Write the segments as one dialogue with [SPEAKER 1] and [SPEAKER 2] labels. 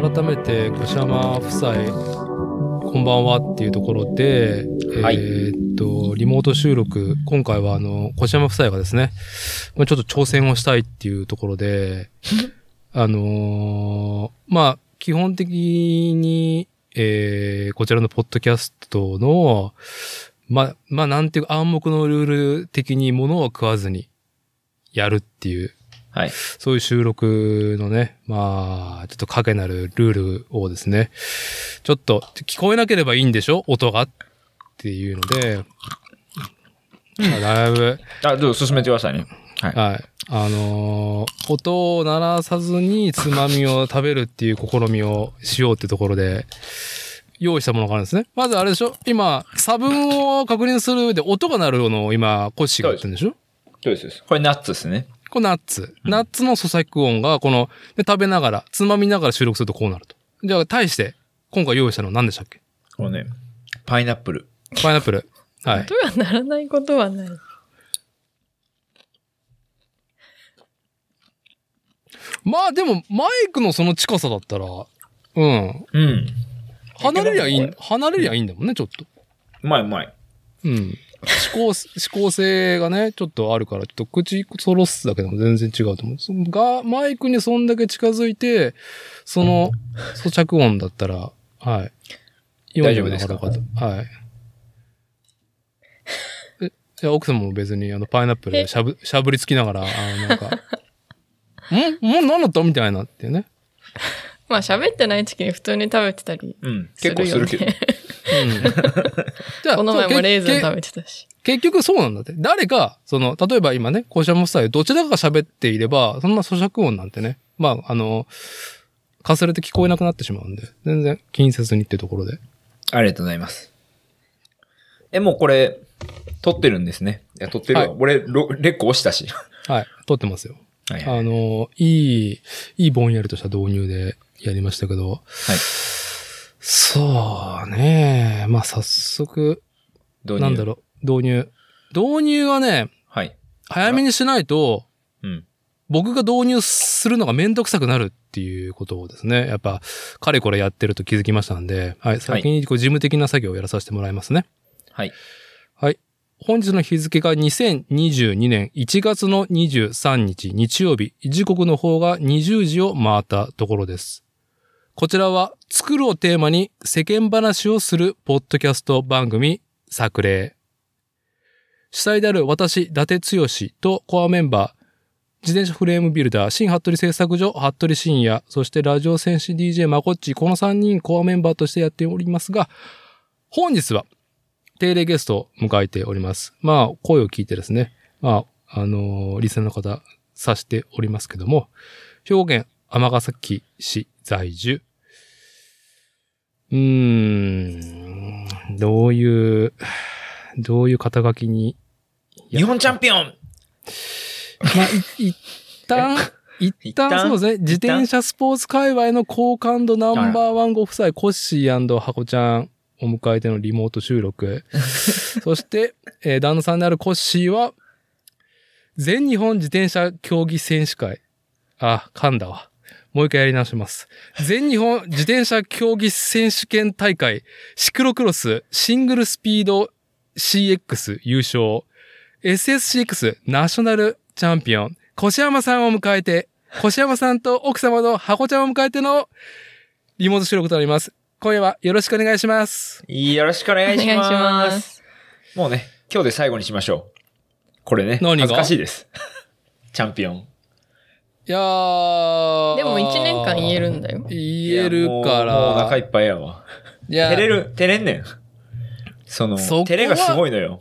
[SPEAKER 1] 改めて小山夫妻こんばんはっていうところで、
[SPEAKER 2] はい
[SPEAKER 1] えーっとリモート収録今回はあの小山夫妻がですね、まあ、ちょっと挑戦をしたいっていうところ であのーまあ基本的に、えーこちらのポッドキャストのまあまあなんていうか暗黙のルール的にものを食わずにやるっていう
[SPEAKER 2] はい。
[SPEAKER 1] そういう収録のね、まあ、ちょっと影なるルールをですね、ちょっと聞こえなければいいんでしょ音がっていうので、まあだいぶ、
[SPEAKER 2] あ、どうぞ進めてくださいね。はい。
[SPEAKER 1] はい。あのー音を鳴らさずにつまみを食べるっていう試みをしようってところで、用意したものがあるんですね。まずあれでしょ今、差分を確認する上で音が鳴るのを今、コッシーがやってるんでしょ
[SPEAKER 2] そうですそうです。これナッツですね。
[SPEAKER 1] これナッツ。ナッツの咀嚼音が、この、で食べながら、つまみながら収録するとこうなると。じゃあ、対して、今回用意したのは何でしたっけ
[SPEAKER 2] このね、パイナップル。
[SPEAKER 1] パイナップ ル。はい
[SPEAKER 3] 音。が鳴らないことはない。
[SPEAKER 1] まあでも、マイクのその近さだったら、うん。
[SPEAKER 2] うん。
[SPEAKER 1] 離れりゃい
[SPEAKER 2] いけ
[SPEAKER 1] い
[SPEAKER 2] る、
[SPEAKER 1] 離れりゃいいんだもんね、ちょっと。
[SPEAKER 2] うまいうまい。
[SPEAKER 1] うん。思考、 思考性がね、ちょっとあるから、ちょっと口揃すだけでも全然違うと思うその。が、マイクにそんだけ近づいて、その、咀嚼音だったら、はい。
[SPEAKER 2] 大丈夫ですか
[SPEAKER 1] ななかはい。え、じゃあ奥さんも別に、あの、パイナップルでしゃぶ、しゃぶりつきながら、あの、 なんか、んもう何だったみたいなっていうね。
[SPEAKER 3] まあ喋ってない時に普通に食べてたり。
[SPEAKER 2] うん。結構するけど。
[SPEAKER 3] するよね
[SPEAKER 1] うん。じゃ
[SPEAKER 3] この前もレーズン
[SPEAKER 1] け
[SPEAKER 3] 食べてたし。
[SPEAKER 1] 結局そうなんだって。誰か、その、例えば今ね、校舎も夫妻、どちらかが喋っていれば、そんな咀嚼音なんてね、まあ、あの、かすれて聞こえなくなってしまうんで、全然気にせずにってところで。
[SPEAKER 2] ありがとうございます。え、もうこれ、撮ってるんですね。いや、撮ってるわ。
[SPEAKER 1] は
[SPEAKER 2] 俺、ロレック押したし。
[SPEAKER 1] はい、撮ってますよ。
[SPEAKER 2] はいはい。
[SPEAKER 1] あの、いい、いいぼんやりとした導入でやりましたけど、そうね、まあ早速、
[SPEAKER 2] どう
[SPEAKER 1] なんだろう、導入。導入はね、
[SPEAKER 2] はい。
[SPEAKER 1] 早めにしないと、
[SPEAKER 2] うん。
[SPEAKER 1] 僕が導入するのがめんどくさくなるっていうことをですね、やっぱ、かれこれやってると気づきましたんで、はい、先にこう事務的な作業をやらさせてもらいますね。
[SPEAKER 2] はい。
[SPEAKER 1] 本日の日付が2022年1月の23日日曜日、時刻の方が20時を回ったところです。こちらは、作るをテーマに世間話をするポッドキャスト番組、作例。主催である私、伊達剛とコアメンバー、自転車フレームビルダー、新服部製作所、服部深也、そしてラジオ戦士 DJ まこっち、この3人コアメンバーとしてやっておりますが、本日は定例ゲストを迎えております。まあ、声を聞いてですね、まあ、あのーリスナーの方、さしておりますけども、兵庫県尼崎市在住。うーん、どういう、どういう肩書きに、
[SPEAKER 2] 日本チャンピオン
[SPEAKER 1] まあ、い一旦、 一旦そうですね、自転車スポーツ界隈の好感度ナンバーワンご夫妻、コッシーハコちゃんを迎えてのリモート収録。そして、えー旦那さんであるコッシーは、全日本自転車競技選手会。あ、噛んだわ。もう一回やり直します。全日本自転車競技選手権大会、シクロクロスシングルスピード CX 優勝。SS6 ナショナルチャンピオン、越山さんを迎えて、越山さんと奥様の箱ちゃんを迎えてのリモート収録となります。今夜はよろしくお願いします。
[SPEAKER 2] よろしくお願いします。
[SPEAKER 3] お願いします
[SPEAKER 2] もうね、今日で最後にしましょう。これね。
[SPEAKER 1] 何が
[SPEAKER 2] 恥ずかしいです。チャンピオン。
[SPEAKER 1] いやー。
[SPEAKER 3] でも1年間言えるんだよ。
[SPEAKER 1] 言えるか
[SPEAKER 2] いやもうもうお
[SPEAKER 1] ら。
[SPEAKER 2] 腹いっぱいやわ。
[SPEAKER 1] いや
[SPEAKER 2] 照れる、照れんねん。その、
[SPEAKER 1] そこは
[SPEAKER 2] 照れがすごいのよ。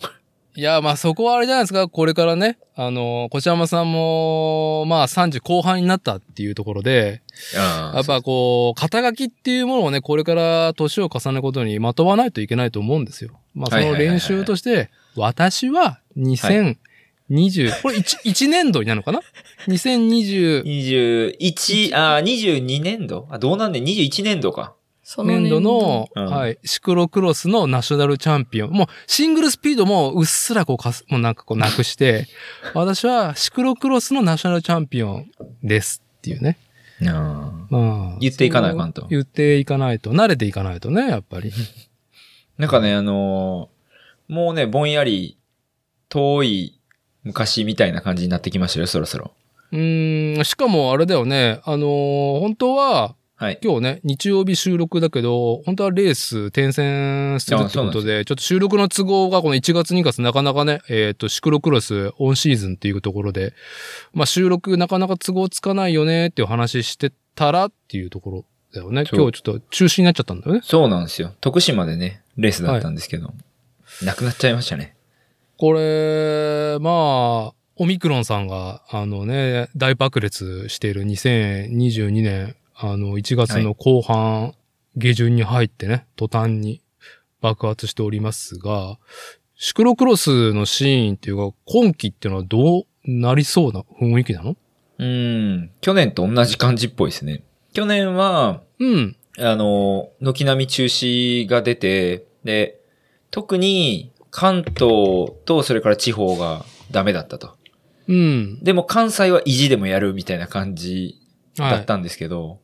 [SPEAKER 1] いや、まあそこはあれじゃないですか。これからね、あの、越山さんも、まあ30後半になったっていうところで、や
[SPEAKER 2] あ
[SPEAKER 1] っぱこう、肩書きっていうものをね、これから年を重ねることにまとわないといけないと思うんですよ。まあそ
[SPEAKER 2] はい
[SPEAKER 1] の
[SPEAKER 2] はいはいはい
[SPEAKER 1] 練習として、私は2000、 20、これ 1, 1年度になるのかな ?2020
[SPEAKER 2] 21、あー、22年度あ、どうなんねん ?21 年度か。
[SPEAKER 3] その
[SPEAKER 1] 年度の、
[SPEAKER 2] うん
[SPEAKER 1] はい、シクロクロスのナショナルチャンピオン。もう、シングルスピードもうっすらこうかす、もうなんかこうなくして、私はシクロクロスのナショナルチャンピオンですっていうね。まあ、
[SPEAKER 2] 言っていかないあかんと
[SPEAKER 1] 言っていかないと。慣れていかないとね、やっぱり。
[SPEAKER 2] なんかね、あのーもうね、ぼんやり、遠い昔みたいな感じになってきましたよ、そろそろ。
[SPEAKER 1] うーん、しかもあれだよね、あのー本当は、
[SPEAKER 2] はい。
[SPEAKER 1] 今日ね、日曜日収録だけど、本当はレース転戦するってことで、ちょっと収録の都合がこの1月2月なかなかね、えっ、と、シクロクロスオンシーズンっていうところで、まあ収録なかなか都合つかないよねっていう話してたらっていうところだよね。
[SPEAKER 2] そう
[SPEAKER 1] 今日ちょっと中止になっちゃったんだよね。
[SPEAKER 2] そうなんですよ。徳島でね、レースだったんですけど、なくなっちゃいましたね。
[SPEAKER 1] これ、まあ、オミクロンさんが、あのね、大爆裂している2022年、あの、1月の後半、下旬に入ってね、途端に爆発しておりますが、シクロクロスのシーンっていうか、今季っていうのはどうなりそうな雰囲気なの
[SPEAKER 2] うーん。去年と同じ感じっぽいですね。去年は、
[SPEAKER 1] うん。
[SPEAKER 2] あの、軒並み中止が出て、で、特に関東とそれから地方がダメだったと。
[SPEAKER 1] うん。
[SPEAKER 2] でも関西は意地でもやるみたいな感じだ
[SPEAKER 1] は
[SPEAKER 2] っ
[SPEAKER 1] い。
[SPEAKER 2] たんですけど、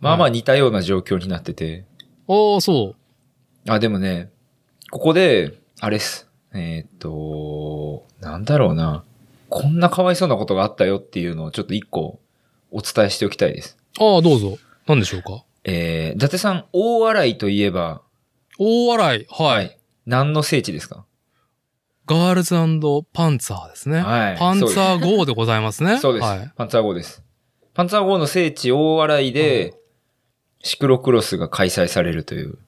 [SPEAKER 2] まあまあ似たような状況になってて。
[SPEAKER 1] ああ、そ
[SPEAKER 2] あ、でもね、ここで、あれっす。えーっと、なんだろうな。こんなかわいそうなことがあったよっていうのをちょっと一個お伝えしておきたいです。
[SPEAKER 1] う。ああ、どうぞ。何でしょうか。
[SPEAKER 2] えー、伊達さん、大洗といえば、
[SPEAKER 1] 大洗い。はい。
[SPEAKER 2] 何の聖地ですか
[SPEAKER 1] ガールズパンツァーですね。
[SPEAKER 2] はい
[SPEAKER 1] パンツァー号でございますね。
[SPEAKER 2] そうです、
[SPEAKER 1] はい。
[SPEAKER 2] パンツァー号です。パンツァー号の聖地大洗で、シクロクロスが開催されるという。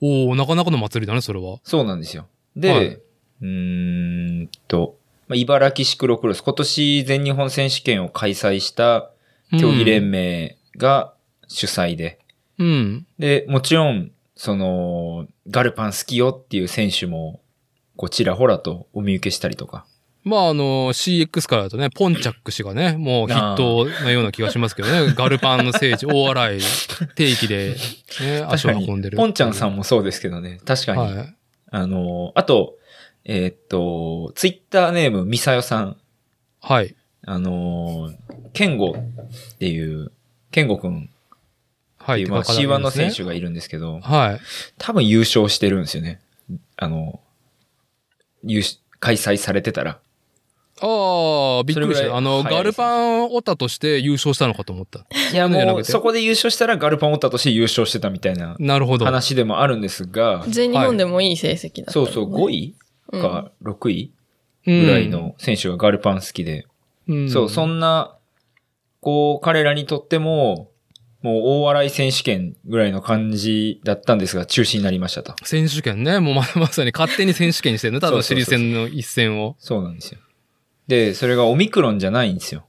[SPEAKER 1] おおなかなかの祭りだね、それは。
[SPEAKER 2] そうなんですよ。で、
[SPEAKER 1] はいう
[SPEAKER 2] ーんと、まあ茨城シクロクロス、今年全日本選手権を開催した
[SPEAKER 1] うん
[SPEAKER 2] 競技連盟が主催で、
[SPEAKER 1] うん。
[SPEAKER 2] で、もちろん、その、ガルパン好きよっていう選手も、こう、ちらほらとお見受けしたりとか。
[SPEAKER 1] まあ、あの、CX からだとね、ポンチャック氏がね、もう筆頭なような気がしますけど ね、ガルパンの聖地、大洗、定期で、ね、足を運んでる。
[SPEAKER 2] ポンちゃんさ
[SPEAKER 1] も。
[SPEAKER 2] んもそうですけどね、確かに。
[SPEAKER 1] はい。
[SPEAKER 2] あの、あと、えーっと、ツイッターネーム、ミサヨさん。
[SPEAKER 1] はい。
[SPEAKER 2] あの、ケンゴっていう、ケンゴくんっ
[SPEAKER 1] は
[SPEAKER 2] て
[SPEAKER 1] い。
[SPEAKER 2] いう、まあ、
[SPEAKER 1] 手掛か
[SPEAKER 2] C1
[SPEAKER 1] りで
[SPEAKER 2] の
[SPEAKER 1] すね
[SPEAKER 2] 選手がいるんですけど、
[SPEAKER 1] はい。
[SPEAKER 2] 多分優勝してるんですよね。あの、優勝開催されてたら。
[SPEAKER 1] ああ、びっくりし
[SPEAKER 2] それぐら
[SPEAKER 1] た。
[SPEAKER 2] い
[SPEAKER 1] あの、
[SPEAKER 2] 早い
[SPEAKER 1] ガ
[SPEAKER 2] で
[SPEAKER 1] ル
[SPEAKER 2] すね
[SPEAKER 1] パンオタとして優勝したのかと思った。
[SPEAKER 2] いや、
[SPEAKER 1] そうじゃな
[SPEAKER 2] も
[SPEAKER 1] く
[SPEAKER 2] う、
[SPEAKER 1] て
[SPEAKER 2] そこで優勝したらガルパンオッタとして優勝してたみたいな
[SPEAKER 1] なるほど。
[SPEAKER 2] 話でもあるんですが、
[SPEAKER 3] 全日本でもいい成績だった
[SPEAKER 2] そ
[SPEAKER 3] もん
[SPEAKER 2] う
[SPEAKER 3] ね、
[SPEAKER 2] そう、5位
[SPEAKER 3] うん
[SPEAKER 2] か6位
[SPEAKER 1] ぐ
[SPEAKER 2] ぐらい、の選手がガルパン好きで、
[SPEAKER 1] ん
[SPEAKER 2] そう、そんな、こう、彼らにとっても、もう大洗選手権ぐらいの感じだったんですが、中止になりましたと。
[SPEAKER 1] 選手権ね、もうま まさに勝手に選手権にしてるね。ただのシリーズ戦の一戦を。
[SPEAKER 2] そうなんですよ。で、それがオミクロンじゃないんですよ。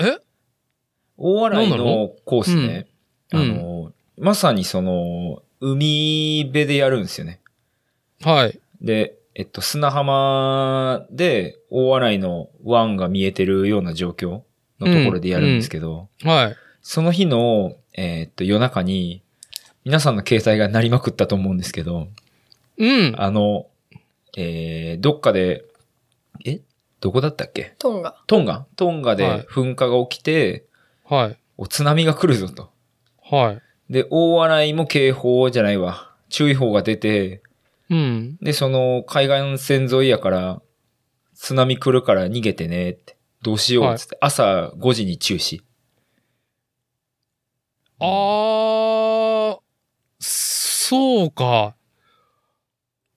[SPEAKER 1] え
[SPEAKER 2] 大洗
[SPEAKER 1] なんな
[SPEAKER 2] の
[SPEAKER 1] の
[SPEAKER 2] コースね、
[SPEAKER 1] うん
[SPEAKER 2] あの、まさにその、海辺でやるんですよね。
[SPEAKER 1] はい。
[SPEAKER 2] で、えっと、砂浜で大洗の湾が見えてるような状況のところでやるんですけど、
[SPEAKER 1] はい。
[SPEAKER 2] その日の、えーっと、夜中に、皆さんの携帯が鳴りまくったと思うんですけど、
[SPEAKER 1] うん。
[SPEAKER 2] あの、えーどっかで、えどこだったっけ
[SPEAKER 3] トンガ。
[SPEAKER 2] トンガトンガ
[SPEAKER 1] は
[SPEAKER 2] で
[SPEAKER 1] い
[SPEAKER 2] 噴火が起きて、
[SPEAKER 1] はい。
[SPEAKER 2] お津波が来るぞと。
[SPEAKER 1] はい。
[SPEAKER 2] で、大洗も警報じゃないわ。注意報が出て、
[SPEAKER 1] うん。
[SPEAKER 2] で、その海岸線沿いやから、津波来るから逃げてねって。どうしようっつって、朝5時に中止。
[SPEAKER 1] あー、そうか。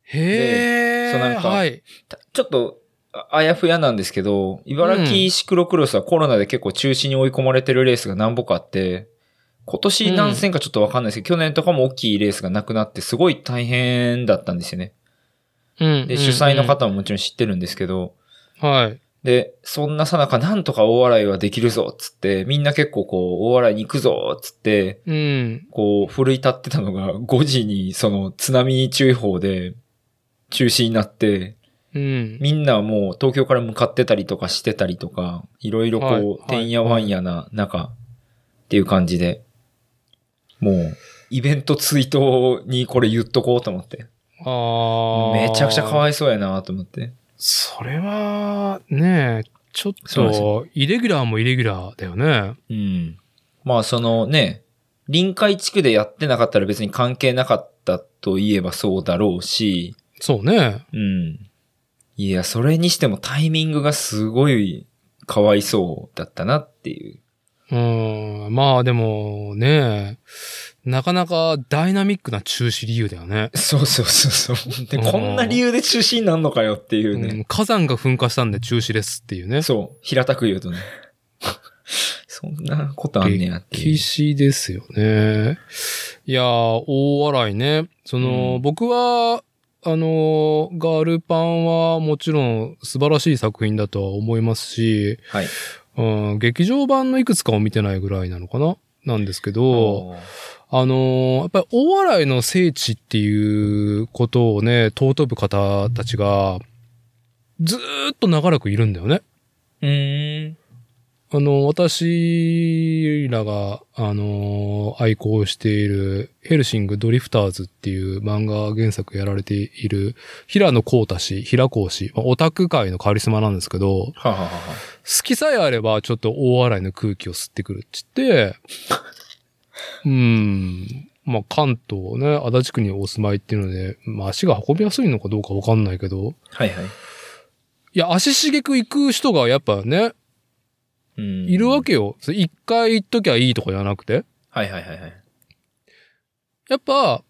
[SPEAKER 1] へ
[SPEAKER 2] で
[SPEAKER 1] ー。
[SPEAKER 2] そうなんか
[SPEAKER 1] はい。
[SPEAKER 2] たちょっと、ああやふやなんですけど、茨城シクロクロスはコロナで結構中止に追い込まれてるレースが何ぼかあって、今年何戦かちょっとわかんないですけど、去年とかも大きいレースがなくなって、すごい大変だったんですよね。
[SPEAKER 1] うん
[SPEAKER 2] で、主催の
[SPEAKER 1] うん
[SPEAKER 2] 方ももちろん知ってるんですけど、
[SPEAKER 1] うんはい。
[SPEAKER 2] で、そんなさなかなんとか大洗はできるぞっつって、みんな結構こう、大洗に行くぞっつって、
[SPEAKER 1] うん。
[SPEAKER 2] こう、奮い立ってたのが5時にその津波注意報で中止になって、
[SPEAKER 1] うん。
[SPEAKER 2] みんなもう東京から向かってたりとかしてたりとか、いろいろ
[SPEAKER 1] はい
[SPEAKER 2] こ、
[SPEAKER 1] はいう
[SPEAKER 2] てんやわんやな中っていう感じで、もう、イベント追悼にこれ言っとこうと思って。
[SPEAKER 1] あー
[SPEAKER 2] めちゃくちゃかわいそうやなと思って。
[SPEAKER 1] それは、ねえ、ちょっ
[SPEAKER 2] そうなんです
[SPEAKER 1] と、イレギュラーもイレギュラーだよね。
[SPEAKER 2] うん。まあそのね、臨海地区でやってなかったら別に関係なかったといえばそうだろうし、
[SPEAKER 1] そうね。
[SPEAKER 2] うん。いや、それにしてもタイミングがすごいかわいそうだったなっていう。
[SPEAKER 1] うん。まあでも、ねえ、なかなかダイナミックな中止理由だよね。
[SPEAKER 2] そうそうそうそう。で、
[SPEAKER 1] うん
[SPEAKER 2] こんな理由で中止になんのかよっていう
[SPEAKER 1] う
[SPEAKER 2] ね。
[SPEAKER 1] ん火山が噴火したんで中止ですっていうね。
[SPEAKER 2] そう、平たく言うとね。 そんなことあんねやっていう
[SPEAKER 1] 歴。史ですよね。いやー、大洗いね。その、
[SPEAKER 2] うん
[SPEAKER 1] 僕は、あのー、ガールパンはもちろん素晴らしい作品だとは思いますし、
[SPEAKER 2] はい。
[SPEAKER 1] うん、劇場版のいくつかを見てないぐらいなのかななんですけど、
[SPEAKER 2] おー
[SPEAKER 1] あのーやっぱり大洗の聖地っていうことをね、尊ぶ方たちが、ずーっと長らくいるんだよね。
[SPEAKER 2] うーん。
[SPEAKER 1] あの、私らが、あの、愛好している、ヘルシングドリフターズっていう漫画原作やられている、平野光太氏、平光氏、まあオタク界のカリスマなんですけど、
[SPEAKER 2] はははは
[SPEAKER 1] 好きさえあればちょっと大洗の空気を吸ってくるって言って、 うん、まあ関東ね、足立区にお住まいっていうので、まあ足が運びやすいのかどうかわかんないけど、
[SPEAKER 2] はいはい。
[SPEAKER 1] いや、足しげく行く人がやっぱね、
[SPEAKER 2] うん
[SPEAKER 1] いるわけよ。それ一回行っときゃいいとかじゃなくて。
[SPEAKER 2] はいはいはいはい。
[SPEAKER 1] やっぱ、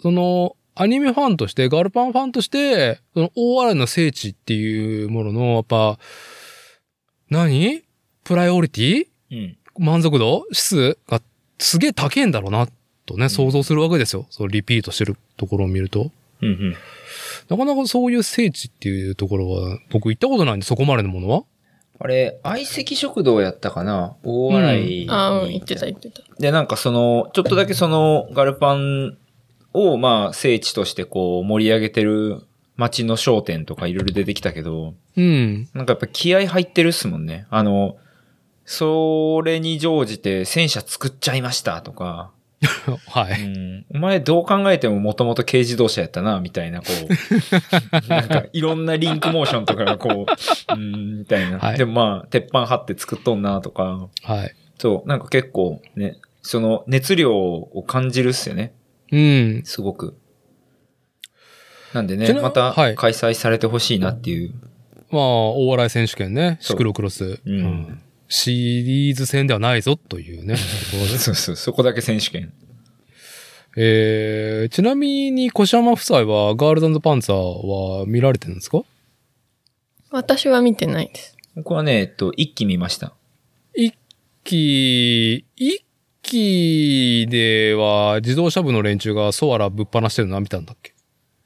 [SPEAKER 1] その、アニメファンとして、ガルパンファンとして、その、大洗の聖地っていうものの、やっぱ、何プライオリティ
[SPEAKER 2] うん。
[SPEAKER 1] 満足度指数がすげえ高えんだろうな、とね、想像するわけですよ。そのリピートしてるところを見ると。
[SPEAKER 2] うんうん。
[SPEAKER 1] なかなかそういう聖地っていうところは、僕行ったことないんで、そこまでのものは。
[SPEAKER 2] あれ、相席食堂やったかな大洗に、
[SPEAKER 3] ああ、言ってた言ってた。
[SPEAKER 2] で、なんかその、ちょっとだけその、ガルパンを、まあ、聖地としてこう、盛り上げてる街の商店とかいろいろ出てきたけど、
[SPEAKER 1] うん。
[SPEAKER 2] なんかやっぱ気合入ってるっすもんね。あの、それに乗じて戦車作っちゃいましたとか、
[SPEAKER 1] は
[SPEAKER 2] う
[SPEAKER 1] い。
[SPEAKER 2] ん、お前どう考えてももともと軽自動車やったな、みたいな、こう、 なんかいろんなリンクモーションとかがこう、うん、みたいな。
[SPEAKER 1] はい
[SPEAKER 2] でもまあ、鉄板張って作っとんなとか、
[SPEAKER 1] はい。
[SPEAKER 2] そう、なんか結構ね、その熱量を感じるっすよね、
[SPEAKER 1] うん。
[SPEAKER 2] すごく。なんで
[SPEAKER 1] ち
[SPEAKER 2] ね、
[SPEAKER 1] なみに
[SPEAKER 2] また
[SPEAKER 1] はい
[SPEAKER 2] 開催されてほしいなっていう。
[SPEAKER 1] まあ、大洗選手権ね、
[SPEAKER 2] そう
[SPEAKER 1] シクロクロス。
[SPEAKER 2] うん
[SPEAKER 1] シリーズ戦ではないぞというね、ところです。
[SPEAKER 2] そうそう、そこだけ選手権。
[SPEAKER 1] えー、ちなみに、小山夫妻は、ガールズパンツァーは見られてるんですか
[SPEAKER 3] 私は見てないです。
[SPEAKER 2] 僕はね、えっと、一気見ました。
[SPEAKER 1] 一期、一期では、自動車部の連中がソアラぶっ放してるのは見たんだっけ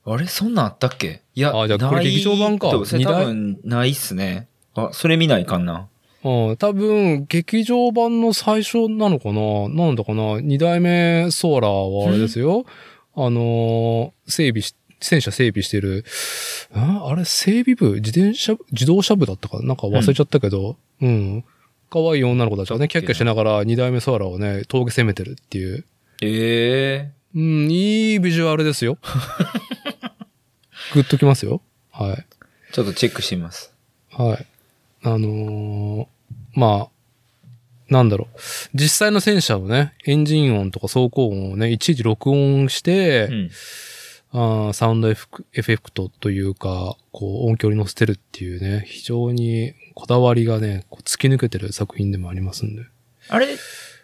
[SPEAKER 2] あれそんなんあったっけいや、
[SPEAKER 1] あじゃあこれ
[SPEAKER 2] ない
[SPEAKER 1] 劇場版か
[SPEAKER 2] とそれ
[SPEAKER 1] 二
[SPEAKER 2] 多
[SPEAKER 1] 台
[SPEAKER 2] 分ないっすね。あ、それ見ないかんな。
[SPEAKER 1] うん、多分、劇場版の最初なのかななんだかな二代目ソーラーはあれですよ。あのー整備し、戦車整備してる、んあれ、整備部自転車部自動車部だったかななんか忘れちゃったけど、うん。可愛い女の子たちがね、キャッキャしながら二代目ソーラーをね、峠攻めてるっていう。
[SPEAKER 2] ええ
[SPEAKER 1] うん、いいビジュアルですよ。グッときますよ。はい。
[SPEAKER 2] ちょっとチェックしてみます。
[SPEAKER 1] はい。あのーまあ、なんだろう。実際の戦車をね、エンジン音とか走行音をね、いちいち録音し
[SPEAKER 2] う
[SPEAKER 1] て、
[SPEAKER 2] ん。
[SPEAKER 1] あーサウンドエフェクエフェクトというか、こう音響に乗せてるっていうね、非常にこだわりがね、こう突き抜けてる作品でもありますんで。
[SPEAKER 2] あれ、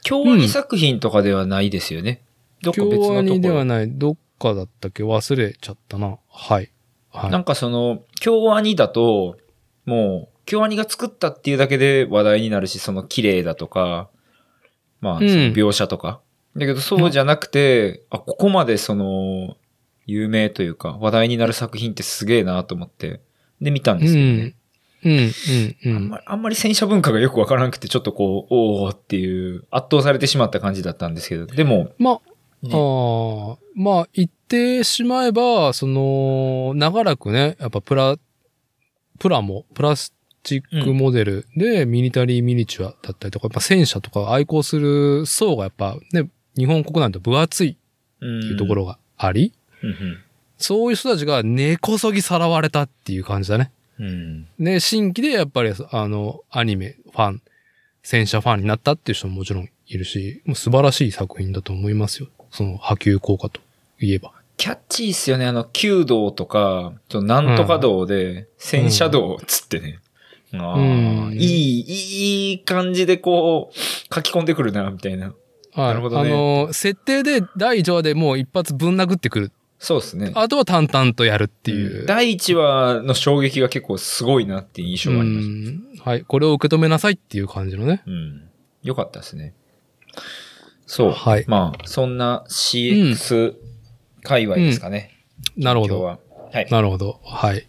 [SPEAKER 2] 共演作品とかではないですよね。どっか別
[SPEAKER 1] 京ア
[SPEAKER 2] のと
[SPEAKER 1] ニ
[SPEAKER 2] こ
[SPEAKER 1] では
[SPEAKER 2] ろ。
[SPEAKER 1] ない、どっかだったっけ忘れちゃったな。はい。はい。
[SPEAKER 2] なんかその、京アニだと、もう、京アニが作ったっていうだけで話題になるし、その綺麗だとか、まあ、
[SPEAKER 1] うん
[SPEAKER 2] その描写とか。だけどそうじゃなくて、あ、ここまでその、有名というか、話題になる作品ってすげえなと思って、で見たんですけどね。
[SPEAKER 1] うん、うん、う
[SPEAKER 2] あん
[SPEAKER 1] ん。
[SPEAKER 2] まり、あんまり戦車文化がよくわからなくて、ちょっとこう、おーっていう、圧倒されてしまった感じだったんですけど、でも、
[SPEAKER 1] まあ、
[SPEAKER 2] ね
[SPEAKER 1] ああ、まあ言ってしまえば、その、長らくね、やっぱプラプラモ、プラスチックモデルで、ミリタリーミニチュアだったりとか、やっぱ戦車とか愛好する層がやっぱね、日本国内で分厚いっていうところがあり、
[SPEAKER 2] うん
[SPEAKER 1] そういう人たちが根こそぎさらわれたっていう感じだね。
[SPEAKER 2] うん。うん。
[SPEAKER 1] で、新規でやっぱり、あの、アニメ、ファン、戦車ファンになったっていう人ももちろんいるし、もう素晴らしい作品だと思いますよ。その波及効果といえば。
[SPEAKER 2] キャッチーっすよね。あの、弓道とか、ちょなんとか道で、戦車道っつってね。あー
[SPEAKER 1] うん
[SPEAKER 2] いい、いい感じでこう、書き込んでくるな、みたいな。
[SPEAKER 1] はい
[SPEAKER 2] なるほどね
[SPEAKER 1] あの、設定で第1話でもう一発ぶん殴ってくる。
[SPEAKER 2] そうですね。
[SPEAKER 1] あとは淡々とやるっていう。
[SPEAKER 2] 第1話の衝撃が結構すごいなっていう印象がありました。
[SPEAKER 1] うんはい。これを受け止めなさいっていう感じのね。
[SPEAKER 2] うん。よかったですね。そう。
[SPEAKER 1] はい
[SPEAKER 2] まあ、そんな CX 界隈ですかね。
[SPEAKER 1] なるほ
[SPEAKER 2] 今日
[SPEAKER 1] ど。
[SPEAKER 2] は。はい。
[SPEAKER 1] なるほど。はい。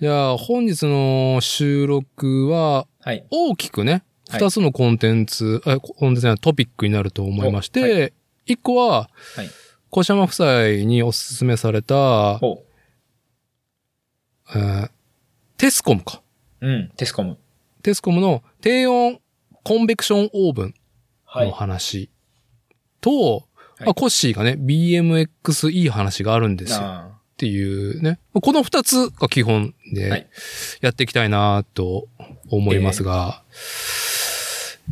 [SPEAKER 1] じゃあ、本日の収録は、
[SPEAKER 2] はい。
[SPEAKER 1] 大きくね、
[SPEAKER 2] はい
[SPEAKER 1] 二つのコンテンツ、えコンテンツじゃないトピックになると思いまし
[SPEAKER 2] お
[SPEAKER 1] て、一、個は、
[SPEAKER 2] はい
[SPEAKER 1] 小島夫妻にお勧めされた、
[SPEAKER 2] ほ
[SPEAKER 1] えーテスコムか。
[SPEAKER 2] う。うん。テスコム。
[SPEAKER 1] テスコムの低温コンベクションオーブン
[SPEAKER 2] は
[SPEAKER 1] の
[SPEAKER 2] い。
[SPEAKER 1] 話と、
[SPEAKER 2] はい
[SPEAKER 1] まあコッシーがね、BMX いい話があるんですよ。
[SPEAKER 2] あ
[SPEAKER 1] っていうね。この二つが基本
[SPEAKER 2] は
[SPEAKER 1] で
[SPEAKER 2] い、
[SPEAKER 1] やっていきたいなと思いますが。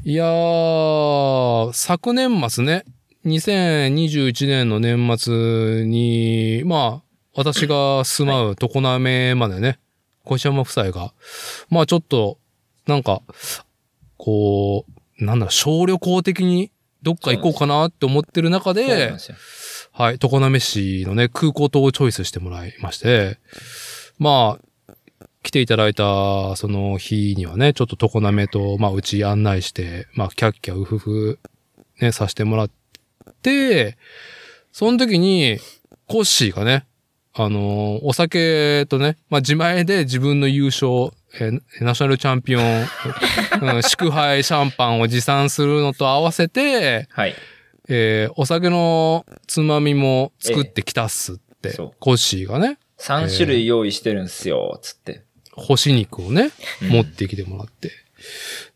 [SPEAKER 1] いやー、昨年末ね、2021年の年末に、まあ、私が住まう常滑までね、小石山夫妻が、まあちょっと、なんか、こう、なんだろう、小旅行的にどっか行こうかなって思ってる中
[SPEAKER 2] ーそうなん
[SPEAKER 1] で
[SPEAKER 2] で、すよ
[SPEAKER 1] はい、常滑市のね、空港島をチョイスしてもらいまして、まあ、来ていただいたその日にはね、ちょっと常滑と、まあ、うち案内して、まあ、キャッキャウフフ、ね、させてもらって、その時に、コッシーがね、あのーお酒とね、まあ、自前で自分の優勝、えーナショナルチャンピオン、うん祝杯シャンパンを持参するのと合わせて、
[SPEAKER 2] はい。
[SPEAKER 1] えーお酒のつまみも作ってきたっすって、
[SPEAKER 2] えそう
[SPEAKER 1] コッシーがね、
[SPEAKER 2] 3種類用意してるんすよ、つって。
[SPEAKER 1] 干し肉をね、
[SPEAKER 2] うん
[SPEAKER 1] 持ってきてもらって。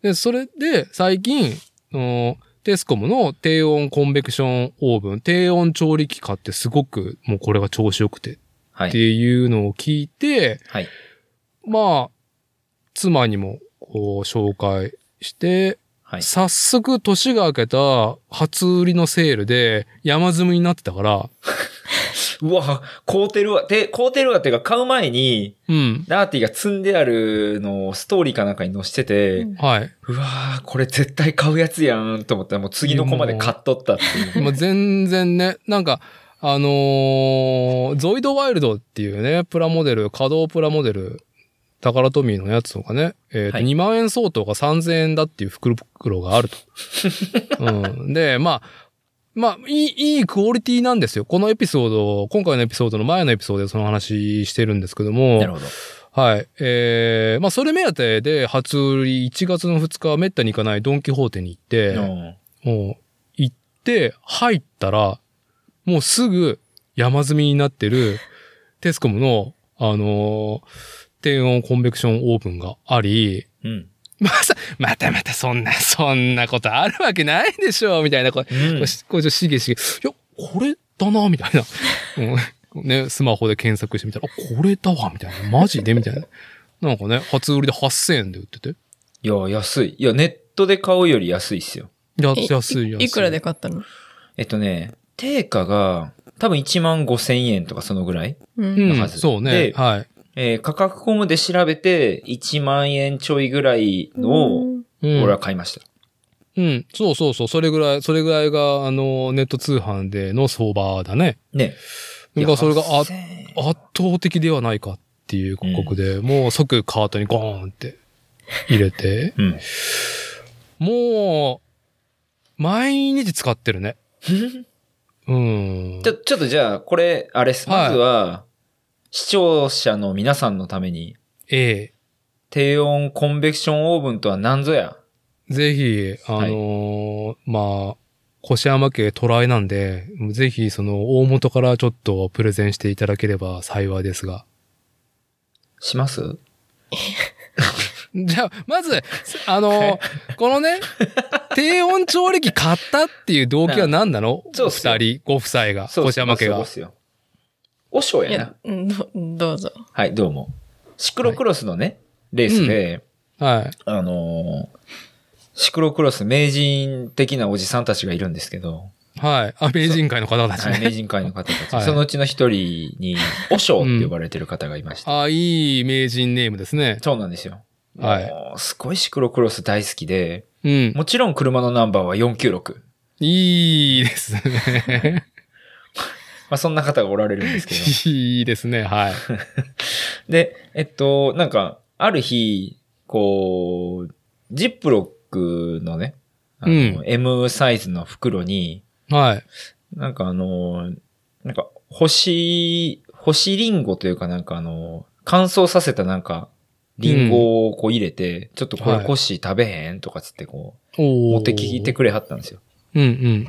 [SPEAKER 1] で、それで、最近、あのテスコムの低温コンベクションオーブン、低温調理器買ってすごくもうこれが調子良くて
[SPEAKER 2] は
[SPEAKER 1] って
[SPEAKER 2] い。
[SPEAKER 1] いうのを聞いて、
[SPEAKER 2] はい。
[SPEAKER 1] まあ、妻にもこう紹介して、
[SPEAKER 2] はい。
[SPEAKER 1] 早速年が明けた初売りのセールで山積みになってたから、
[SPEAKER 2] うわ、凍ってるわ。で、凍ってるわっていうか、買う前に、
[SPEAKER 1] うん。
[SPEAKER 2] ダーティが積んであるのをストーリーかなんかに載せてて、
[SPEAKER 3] うん
[SPEAKER 1] はい。
[SPEAKER 2] うわー、これ絶対買うやつやんと思ったら、もう次の子まで買っとったって いう。
[SPEAKER 1] まあ、全然ね、なんか、あのーゾイドワイルドっていうね、プラモデル、稼働プラモデル、タカラトミーのやつとかね、えーと
[SPEAKER 2] はい
[SPEAKER 1] 2万円相当が3000円だっていう袋がある と。うん、で、まあ、まあ、いい、いいクオリティなんですよ。このエピソード、今回のエピソードの前のエピソードでその話してるんですけども、
[SPEAKER 2] なるほど。
[SPEAKER 1] はい。えー、まあ、それ目当てで、初売り1月の2日はめったに行かないドンキホーテに行って、
[SPEAKER 2] うん
[SPEAKER 1] もう、行って、入ったら、もうすぐ山積みになってる、テスコムの、あのー低温コンベクションオーブンがあり、
[SPEAKER 2] うん。
[SPEAKER 1] まさ、またまたそんな、そんなことあるわけないでしょ、みたいな、これ、
[SPEAKER 2] うん
[SPEAKER 1] こしこれちょっとしげしげ、いや、これだな、みたいな。うんね、スマホで検索してみたら、あ、これだわ、みたいな。マジでみたいな。なんかね、初売りで8000円で売ってて。
[SPEAKER 2] いや、安い。いや、ネットで買うより安いっすよ。
[SPEAKER 1] や
[SPEAKER 3] え
[SPEAKER 1] 安い、安い。
[SPEAKER 3] いくらで買ったの
[SPEAKER 2] えっとね、定価が、多分1万5千円とかそのぐらい。
[SPEAKER 3] う。
[SPEAKER 1] うんん、そうね
[SPEAKER 2] で。
[SPEAKER 1] はい。
[SPEAKER 2] えー価格コムで調べて、1万円ちょいぐらいのを、
[SPEAKER 1] うん
[SPEAKER 2] 俺は買いました。
[SPEAKER 1] うん。そうそうそう。それぐらい、それぐらいが、あの、ネット通販での相場だね。
[SPEAKER 2] ね。
[SPEAKER 1] なんかそれがあ圧
[SPEAKER 2] 8000円、
[SPEAKER 1] 倒的ではないかっていう広告で、もう即カートにゴーンって入れて
[SPEAKER 2] うん。
[SPEAKER 1] もう、毎日使ってるね。 うん
[SPEAKER 2] ち。ょ、ちょっとじゃあ、これ、あれっす。
[SPEAKER 1] はい
[SPEAKER 2] まずは、視聴者の皆さんのために、
[SPEAKER 1] え
[SPEAKER 2] 低温コンベクションオーブンとは何ぞや。
[SPEAKER 1] え。ぜひ、あのーまあ、腰山家トライなんで、ぜひその大元からちょっとプレゼンしていただければ幸いですが。
[SPEAKER 2] します
[SPEAKER 1] じゃあ、ま ず、あの、このね、低温調理器買ったっていう動機は何なの
[SPEAKER 2] そう
[SPEAKER 1] お
[SPEAKER 2] っすよ
[SPEAKER 1] 二人、ご夫妻が、
[SPEAKER 2] そう
[SPEAKER 1] 腰山家
[SPEAKER 2] そう
[SPEAKER 1] が
[SPEAKER 2] っ。すよ。おしょ
[SPEAKER 3] い
[SPEAKER 2] やな
[SPEAKER 3] や。、うんどどうぞ。
[SPEAKER 2] はい、どうも。シクロクロスのね、レースで、
[SPEAKER 1] はい。
[SPEAKER 2] あのーシクロクロス名人的なおじさんたちがいるんですけど、
[SPEAKER 1] はい。あ、名人会の方たち
[SPEAKER 2] はい
[SPEAKER 1] ね。
[SPEAKER 2] 名人会の方た ち、
[SPEAKER 1] はい
[SPEAKER 2] そのうちの一人に、おしょうって呼ばれてる方がいました。
[SPEAKER 1] あ、いい名人ネームですね。
[SPEAKER 2] そうなんですよ。
[SPEAKER 1] はい
[SPEAKER 2] もうすごいシクロクロス大好きで、
[SPEAKER 1] うん。
[SPEAKER 2] もちろん車のナンバーは496。
[SPEAKER 1] いいです ね。
[SPEAKER 2] まあそんな方がおられるんです けど。
[SPEAKER 1] いいですね。はい。
[SPEAKER 2] で、えっと、なんか、ある日、こう、ジップロックのね、あの
[SPEAKER 1] うん
[SPEAKER 2] M サイズの袋に、
[SPEAKER 1] はい。
[SPEAKER 2] なんかあの、なんか、星、星リンゴというかなんかあの、乾燥させたなんか、リンゴをこう入れて、ちょっとこれコッシー食べへんとかつってこう、
[SPEAKER 1] おー
[SPEAKER 2] 持ってきてくれはったんですよ。
[SPEAKER 1] うん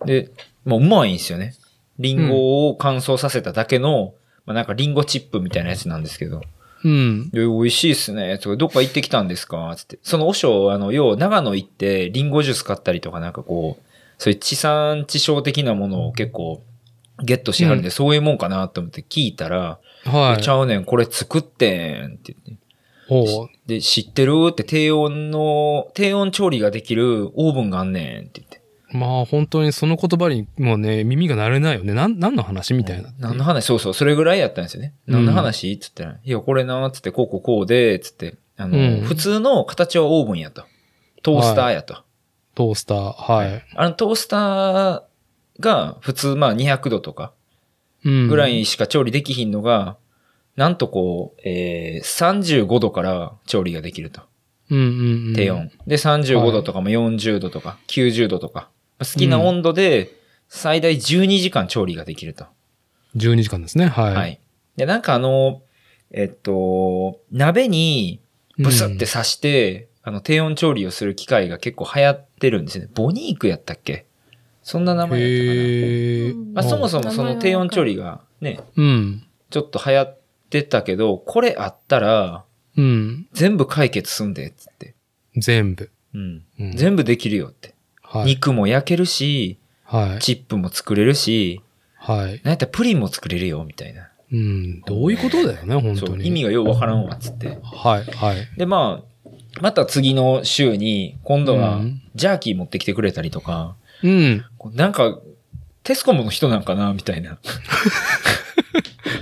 [SPEAKER 1] うん。
[SPEAKER 2] で、もううまいんですよね。リンゴを乾燥させただけの、まあなんかリンゴチップみたいなやつなんですけど。
[SPEAKER 1] うん。
[SPEAKER 2] で、美味しいっすね。とか、どっか行ってきたんですかつって。その和尚、あの、要は長野行って、リンゴジュース買ったりとか、なんかこう、そういう地産地消的なものを結構、ゲットしはるんで、そういうもんかなと思って聞いたら、
[SPEAKER 1] はい。
[SPEAKER 2] ちゃうねん、これ作ってんって言って。
[SPEAKER 1] おう
[SPEAKER 2] で、知ってるって低温の、低温調理ができるオーブンがあんねんって言って。
[SPEAKER 1] まあ本当にその言葉にもうね、耳が慣れないよね。なん、何の話みたいな。
[SPEAKER 2] 何の話そうそう、それぐらいやったんですよね。
[SPEAKER 1] うん
[SPEAKER 2] 何の話っつったら、いや、これな、つって、こうこうこうで、つって、あの、
[SPEAKER 1] うん
[SPEAKER 2] 普通の形はオーブンやと。トースターやと。
[SPEAKER 1] トースター。はい。
[SPEAKER 2] あの、トースターが普通、まあ200度とか
[SPEAKER 1] うん。
[SPEAKER 2] ぐらいしか調理できひんのが、なんとこう、えー、35度から調理ができると。
[SPEAKER 1] うんうんうん。
[SPEAKER 2] 低温。。で、35度とかも40度とか90度とか。好きな温度で最大12時間調理ができると。
[SPEAKER 1] 12時間ですね。はい。
[SPEAKER 2] はい。で、なんかあの、えっと、鍋にブスって刺して、あの、低温調理をする機械が結構流行ってるんですよね。ボニークやったっけそんな名前やったかな。
[SPEAKER 1] へえ。
[SPEAKER 2] まあ、
[SPEAKER 3] うん
[SPEAKER 2] そもそもその低温調理がね、
[SPEAKER 1] うん。
[SPEAKER 2] ちょっと流行ってたけど、これあったら
[SPEAKER 1] うん。
[SPEAKER 2] 全部解決すんで、つって。
[SPEAKER 1] 全部。
[SPEAKER 2] うん。
[SPEAKER 1] うん
[SPEAKER 2] 全部できるよって。
[SPEAKER 1] はい。
[SPEAKER 2] 肉も焼けるし、
[SPEAKER 1] はい。
[SPEAKER 2] チップも作れるし、
[SPEAKER 1] はい。
[SPEAKER 2] なんやったらプリンも作れるよ、みたいな。
[SPEAKER 1] うん。どういうことだよね、本
[SPEAKER 2] そ
[SPEAKER 1] 当
[SPEAKER 2] う、
[SPEAKER 1] に。
[SPEAKER 2] 意味がようわからんわ、つって。
[SPEAKER 1] はい、はい。
[SPEAKER 2] で、まあ、また次の週に、今度は
[SPEAKER 1] うん
[SPEAKER 2] ジャーキー持ってきてくれたりとか、
[SPEAKER 1] うん。
[SPEAKER 2] こうなんか、テスコムの人なんかな、みたいな。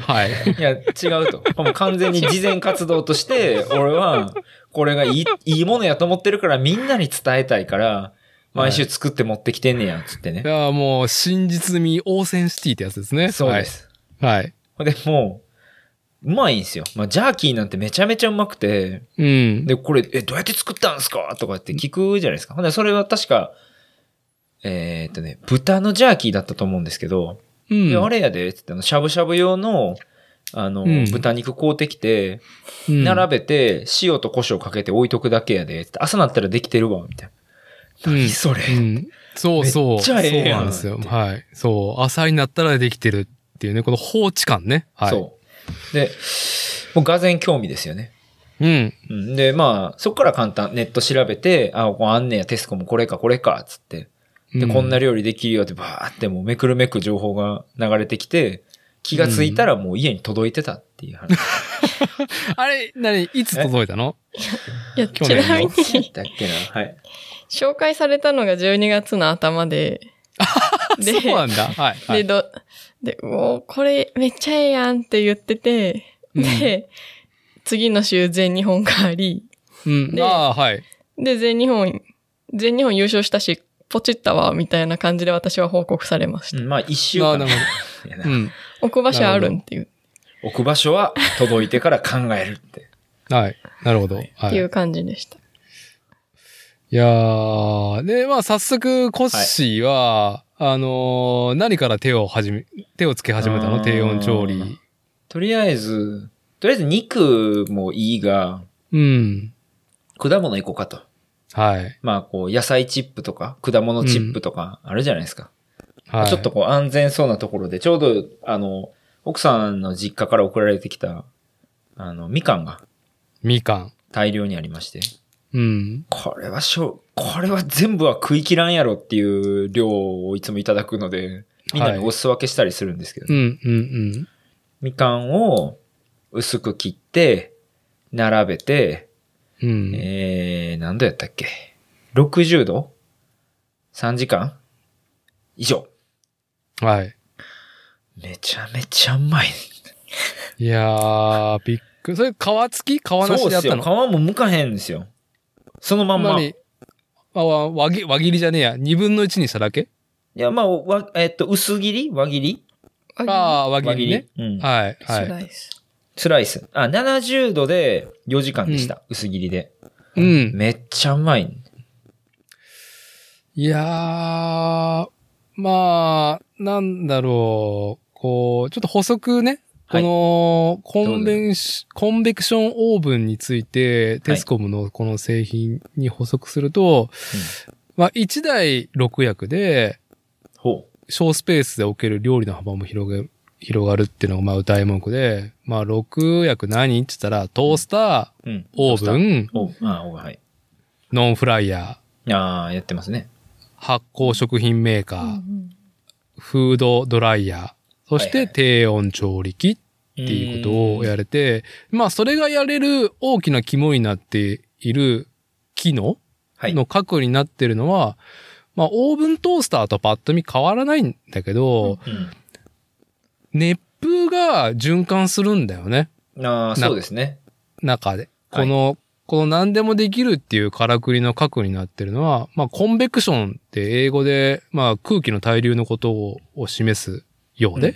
[SPEAKER 1] はい。
[SPEAKER 2] いや、違うと。 もう完全に事前活動として、俺は、これがいい、いいものやと思ってるから、みんなに伝えたいから、毎週作って持ってきてんねや、つって
[SPEAKER 1] い
[SPEAKER 2] ね。
[SPEAKER 1] や、もう、真実味オーセンシティってやつですね。
[SPEAKER 2] そうで。す。
[SPEAKER 1] はい。
[SPEAKER 2] ほんで、もう、うまいんすよ。まあ、ジャーキーなんてめちゃめちゃうまくて、
[SPEAKER 1] うん。
[SPEAKER 2] で、これ、え、どうやって作ったんすかとかって聞くじゃないですか。ほんで、それは確か、えーっとね、豚のジャーキーだったと思うんですけど、
[SPEAKER 1] うん。
[SPEAKER 2] いやあれやで、つって、あのしゃぶしゃぶ用の、あの、
[SPEAKER 1] うん
[SPEAKER 2] 豚肉買うてきて、並べて、塩と胡椒かけて置いとくだけやで、つって朝なったらできてるわ、みたいな。
[SPEAKER 1] うん
[SPEAKER 2] 何それ、
[SPEAKER 1] べうん。そうそう。
[SPEAKER 2] めっちゃええやん
[SPEAKER 1] そうなんですよ。はい。そう。朝になったらできてるっていうね、この放置感ね。はい。
[SPEAKER 2] そう。で、もう俄然興味ですよね。
[SPEAKER 1] う。うん。
[SPEAKER 2] うん、で、まあ、そっから簡単、ネット調べて、あ、こうあんねや、テスコもこれか、これか、つって。で、こんな
[SPEAKER 1] り。
[SPEAKER 2] 料理できるよって、ばーってもうめくるめく情報が流れてきて、気がついたらもう家に届いてたっていう話。
[SPEAKER 1] あれ、何いつ届いたの
[SPEAKER 3] いや、
[SPEAKER 1] 去
[SPEAKER 3] ち
[SPEAKER 1] 年の
[SPEAKER 3] なみに、
[SPEAKER 2] だっけな。はい。
[SPEAKER 3] 紹介されたのが12月の頭 で、で
[SPEAKER 1] そうなんだ。はい。は
[SPEAKER 3] で、
[SPEAKER 1] い
[SPEAKER 3] ど、で、おーこれめっちゃええやんって言ってて、で、次の週全日本があり、
[SPEAKER 1] うん。
[SPEAKER 3] で
[SPEAKER 1] ああ、はい。
[SPEAKER 3] で、全日本、全日本優勝したし、ポチったわ、みたいな感じで私は報告されまし
[SPEAKER 2] う
[SPEAKER 3] た。
[SPEAKER 2] んまあ、一週間。
[SPEAKER 1] あなる
[SPEAKER 2] いや
[SPEAKER 1] う。
[SPEAKER 2] なん
[SPEAKER 3] 置く場所あるんっていう、
[SPEAKER 2] 置く場所は届いてから考えるって。
[SPEAKER 1] はい。なるほど。は
[SPEAKER 3] ってい
[SPEAKER 1] い。
[SPEAKER 3] う感じでした。
[SPEAKER 1] いやー、で、まあ、早速、コッシーは、あのー何から手を始め、手をつけ始めた
[SPEAKER 2] うー
[SPEAKER 1] の
[SPEAKER 2] ん
[SPEAKER 1] 低温調理。
[SPEAKER 2] とりあえず、とりあえず肉もいいが、
[SPEAKER 1] うん。
[SPEAKER 2] 果物いこうかと。
[SPEAKER 1] はい。
[SPEAKER 2] まあ、こう、野菜チップとか、果物チップとか、あるじゃないですか。
[SPEAKER 1] はい。
[SPEAKER 2] ちょっと。こう、安全そうなところで、ちょうど、あの、奥さんの実家から送られてきた、あの、みかんが
[SPEAKER 1] みかん。
[SPEAKER 2] 大量にありまして。
[SPEAKER 1] うん。
[SPEAKER 2] これはしょ、これは全部は食い切らんやろっていう量をいつもいただくので、みんなにお裾分けしたりするんですけどね、
[SPEAKER 1] うん、うん、
[SPEAKER 2] みかんを薄く切って、並べて、
[SPEAKER 1] うん。うん。
[SPEAKER 2] えー、何度やったっけ ?60 度 ?3 時間以上。
[SPEAKER 1] はい。
[SPEAKER 2] めちゃめちゃうまい。
[SPEAKER 1] いやー、びっくり。それ、皮付き皮な
[SPEAKER 2] そ
[SPEAKER 1] し
[SPEAKER 2] う
[SPEAKER 1] でや
[SPEAKER 2] で
[SPEAKER 1] っ
[SPEAKER 2] す
[SPEAKER 1] た
[SPEAKER 2] よ。
[SPEAKER 1] の
[SPEAKER 2] 皮もむかへんですよ。そのまんま。
[SPEAKER 1] 何あわ輪切輪切りじゃねえや。二分の一にしただけ
[SPEAKER 2] いや、まあ、わえっと、薄切り輪切り
[SPEAKER 1] ああ、輪切りね。
[SPEAKER 2] うん。
[SPEAKER 1] はい、
[SPEAKER 3] あ
[SPEAKER 1] はい。
[SPEAKER 3] 辛いです。
[SPEAKER 2] スライス。あ、70度で4時間でした。薄切りで。
[SPEAKER 1] うん。
[SPEAKER 2] めっちゃうまい。
[SPEAKER 1] いやー、まあ、なんだろう。こう、ちょっと補足ね。こ
[SPEAKER 2] はい
[SPEAKER 1] の、コンベンシ、コンベクションオーブンについて、テスコムのこの製品に補足すると、まあ、1台6役で、
[SPEAKER 2] ほう。
[SPEAKER 1] 小スペースで置ける料理の幅も広げ、広がるっていうのが、まあ、歌い文句で、まあ、6役何って言ったら、トースター、
[SPEAKER 2] うん。
[SPEAKER 1] オーブ
[SPEAKER 2] ン。
[SPEAKER 1] ン、
[SPEAKER 2] オーブン。あーオーブン、はい。
[SPEAKER 1] ノンフライヤ
[SPEAKER 2] ああ、やってますね。
[SPEAKER 1] ー、発酵食品メーカ
[SPEAKER 3] う
[SPEAKER 1] ー、
[SPEAKER 3] ん
[SPEAKER 1] フードドライヤー、そし
[SPEAKER 2] はい
[SPEAKER 1] て
[SPEAKER 2] はい
[SPEAKER 1] 低温調理器
[SPEAKER 2] って
[SPEAKER 1] っていうことをやれて、まあそれがやれる大きな肝になっている機能
[SPEAKER 2] はい。
[SPEAKER 1] の核になってるのは、まあオーブントースターとパッと見変わらないんだけど、
[SPEAKER 2] う
[SPEAKER 1] 熱風が循環するんだよね、
[SPEAKER 2] ん。ああ、
[SPEAKER 1] な
[SPEAKER 2] そうですね。
[SPEAKER 1] 中で。
[SPEAKER 2] はい
[SPEAKER 1] この、この何でもできるっていうからくりの核になってるのは、まあコンベクションって英語で、まあ空気の対流のことをを示すようで、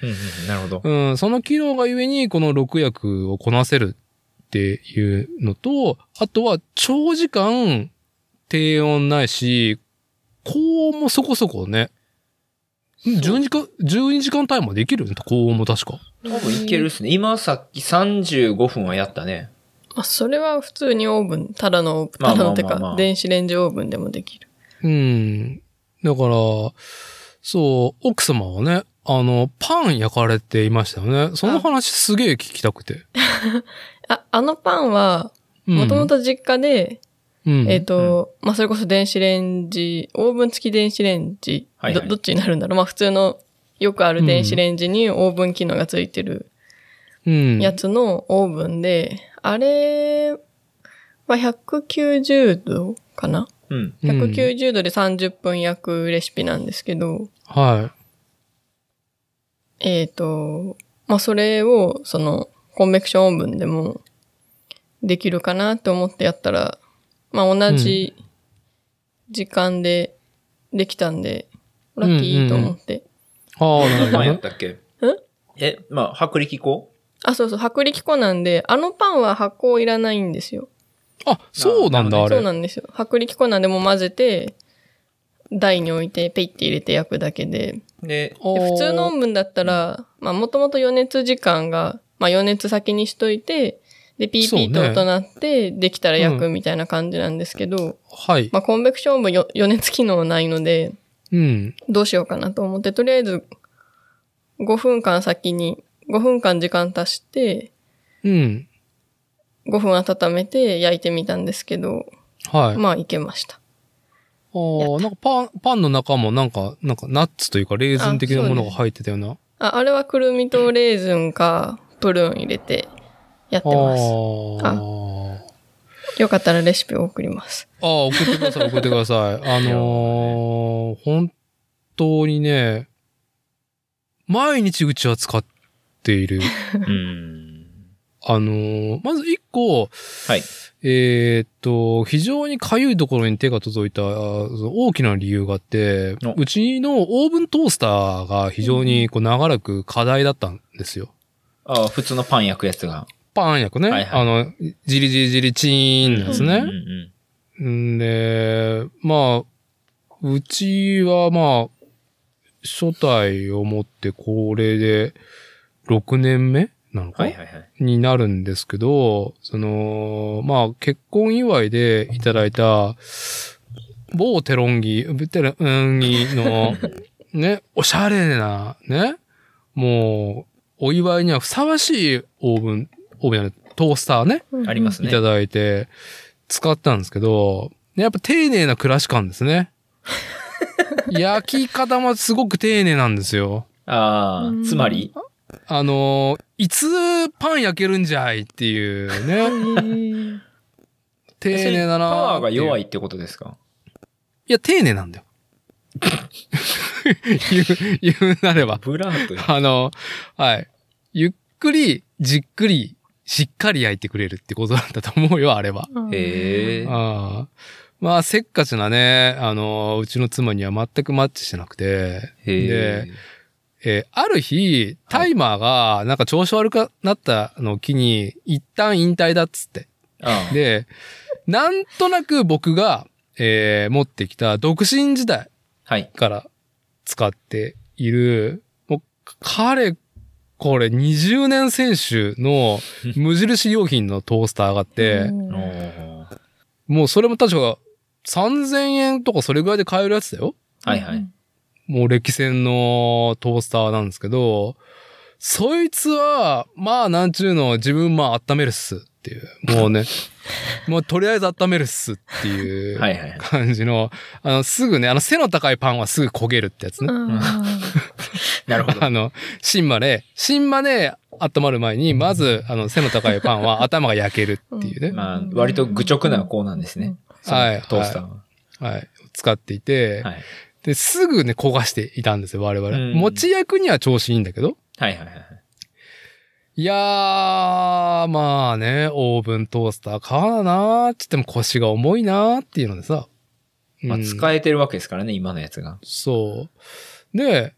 [SPEAKER 2] うんうん、うん、なるほど。
[SPEAKER 1] うん、その機能がゆえに、この6役をこなせるっていうのと、あとは長時間低温ないし、高温もそこそこね。12時間、12時間タイムはできるよね高温も確か。
[SPEAKER 2] 多分いけるっすね。今さっき35分はやったね。
[SPEAKER 3] あ、それは普通にオーブン、ただのオーブン、
[SPEAKER 2] まあ
[SPEAKER 3] ただのて
[SPEAKER 2] まあまあま
[SPEAKER 3] か
[SPEAKER 2] あ、
[SPEAKER 3] 電子レンジオーブンでもできる。
[SPEAKER 1] うん。だから、そう、奥様はね、あの、パン焼かれていましたよね。その話すげえ聞きたくて。
[SPEAKER 3] あ、あのパンは、
[SPEAKER 1] うん
[SPEAKER 3] もとも、と実家で、
[SPEAKER 1] うん、
[SPEAKER 3] えっ、と、まあ、それこそ電子レンジ、オーブン付き電子レンジ、
[SPEAKER 2] はいはい
[SPEAKER 3] ど、どっちになるんだろう。まあ、普通の、よくある電子レンジにオーブン機能がついてる
[SPEAKER 1] うん、
[SPEAKER 3] やつのオーブンで、あれは190度かな
[SPEAKER 2] うん。
[SPEAKER 1] うん、
[SPEAKER 3] 190度で30分焼くレシピなんですけど、
[SPEAKER 1] は
[SPEAKER 3] えっ、と、まあ、それを、その、コンベクションオーブンでも、できるかなと思ってやったら、まあ、同じ時間でできたんで、ラッキーと思って。
[SPEAKER 1] い。はあ、なる
[SPEAKER 2] 何
[SPEAKER 1] ほど
[SPEAKER 2] 番や
[SPEAKER 1] ね
[SPEAKER 2] っ。たっけえ、まあ、薄力粉
[SPEAKER 3] あ、そうそう、薄力粉なんで、あのパンは発酵いらないんですよ。
[SPEAKER 1] あ、そうなんだ、あ
[SPEAKER 2] な
[SPEAKER 1] れ。
[SPEAKER 3] そうなんですよ。薄力粉なんでもう混ぜて、台に置いて、ペイって入れて焼くだけで。
[SPEAKER 2] で、
[SPEAKER 3] で普通のオ
[SPEAKER 1] おー
[SPEAKER 3] ーブンだったら、まあもともと余熱時間が、まあ余熱先にしといて、で、ピー
[SPEAKER 1] そう
[SPEAKER 3] ピ
[SPEAKER 1] ね
[SPEAKER 3] ーと音鳴って、できたら焼くみたいな感じなんですけど、
[SPEAKER 1] はい。
[SPEAKER 3] まあコンベクションオーブンよ余熱機能ないので、
[SPEAKER 1] うん。
[SPEAKER 3] どうしようかなと思って、とりあえず5分間先に、5分間時間足して、
[SPEAKER 1] うん。
[SPEAKER 3] 5分温めて焼いてみたんですけど、
[SPEAKER 1] はい。あ
[SPEAKER 3] まあいけました。
[SPEAKER 1] ーなんかパン、パンの中もなんか、なんかナッツというかレーズン的なものが入ってたような。
[SPEAKER 3] あ、あれはくるみとレーズンかプルーン入れてやって
[SPEAKER 1] あ
[SPEAKER 3] ま
[SPEAKER 1] あー。
[SPEAKER 3] す。よかったらレシピを送ります。
[SPEAKER 1] ああ、送ってください、送ってくだ さい。あのー、本当にね、毎日うちは使っている。
[SPEAKER 2] うん。
[SPEAKER 1] あのー、まず一個、
[SPEAKER 2] はい。
[SPEAKER 1] えーっと、非常に痒いところに手が届いたあーその大きな理由があって
[SPEAKER 2] お、
[SPEAKER 1] うちのオーブントースターが非常にこう長らく課題だったんですよ。
[SPEAKER 2] ああ、普通のパン焼くやつが。
[SPEAKER 1] パン焼くね。
[SPEAKER 2] はいはい
[SPEAKER 1] あの、じりじりじりチーンのやつ
[SPEAKER 2] うんう
[SPEAKER 1] ね。
[SPEAKER 2] ん
[SPEAKER 1] んで、まあ、うちはまあ、初代を持ってこれで6年目なの
[SPEAKER 2] うん。
[SPEAKER 1] か、
[SPEAKER 2] はいはいはい。
[SPEAKER 1] になるんですけど、その、まあ、結婚祝いでいただいた、某テロンギ、テロンギの、ね、 おしゃれな、ね、もう、お祝いにはふさわしいオーブン、オーブンじゃないトースターね、
[SPEAKER 2] あります
[SPEAKER 1] い
[SPEAKER 2] ね
[SPEAKER 1] た。だいて、使ったんですけど、やっぱ丁寧な暮らし感です ね。焼き方もすごく丁寧なんですよ。
[SPEAKER 2] あ
[SPEAKER 3] うん
[SPEAKER 2] あ、つまり、
[SPEAKER 1] あのーいつパン焼けるんじゃいっていうね。
[SPEAKER 3] うん。
[SPEAKER 1] 丁寧だな
[SPEAKER 2] パワーが弱
[SPEAKER 1] い
[SPEAKER 2] いってことですか
[SPEAKER 1] いや、丁寧なんだよ。 言う、言うなれば。
[SPEAKER 2] ブラーという。
[SPEAKER 1] あの、はい。ゆっくり、じっくり、しっかり焼いてくれるってことなんだと 思うよ、あれは。
[SPEAKER 2] へえ。
[SPEAKER 1] ああまあ、せっかちなね、あの、うちの妻には全くマッチしてなくて。
[SPEAKER 2] へ
[SPEAKER 1] で、えーある日、タイマーが、なんか調子悪くなったのを機に、一旦引退だっつって。
[SPEAKER 2] え。ああ
[SPEAKER 1] で、なんとなく僕が、えー持ってきた独身時代。
[SPEAKER 2] はい。
[SPEAKER 1] から使っている、もう、かれこれ20年選手の無印良品のトースターがあって、
[SPEAKER 2] お
[SPEAKER 3] うん
[SPEAKER 2] ー
[SPEAKER 1] もうそれも確か3000円とかそれぐらいで買えるやつだよ。
[SPEAKER 2] はいはい。。
[SPEAKER 1] もう歴戦のトースターなんですけど、そいつは、まあなんちゅうの自分まあ温めるっすっていう。もうね、もうとりあえず温めるっすっていう
[SPEAKER 2] はいはいはい。
[SPEAKER 1] 感じの、あのすぐね、あの背の高いパンはすぐ焦げるってやつね。
[SPEAKER 3] あ
[SPEAKER 2] な るほど
[SPEAKER 1] あ。の、芯まで、芯まで温まる前に、まず、あの、背の高いパン は頭が焼けるっていうね、
[SPEAKER 2] まあ、割と愚直な子なんですね。その
[SPEAKER 1] はい
[SPEAKER 2] トースターは。
[SPEAKER 1] はい、使っていて、
[SPEAKER 2] はい。
[SPEAKER 1] で、すぐね、焦がしていたんですよ、我々。
[SPEAKER 2] うん
[SPEAKER 1] 持ち役には調子いいんだけど、
[SPEAKER 2] はいはいはい。
[SPEAKER 1] いやー、まあね、オーブントースター買わななーって言っても腰が重いなーっていうのでさ。
[SPEAKER 2] まあ、
[SPEAKER 1] うん
[SPEAKER 2] 使えてるわけですからね、今のやつが。
[SPEAKER 1] そう。で、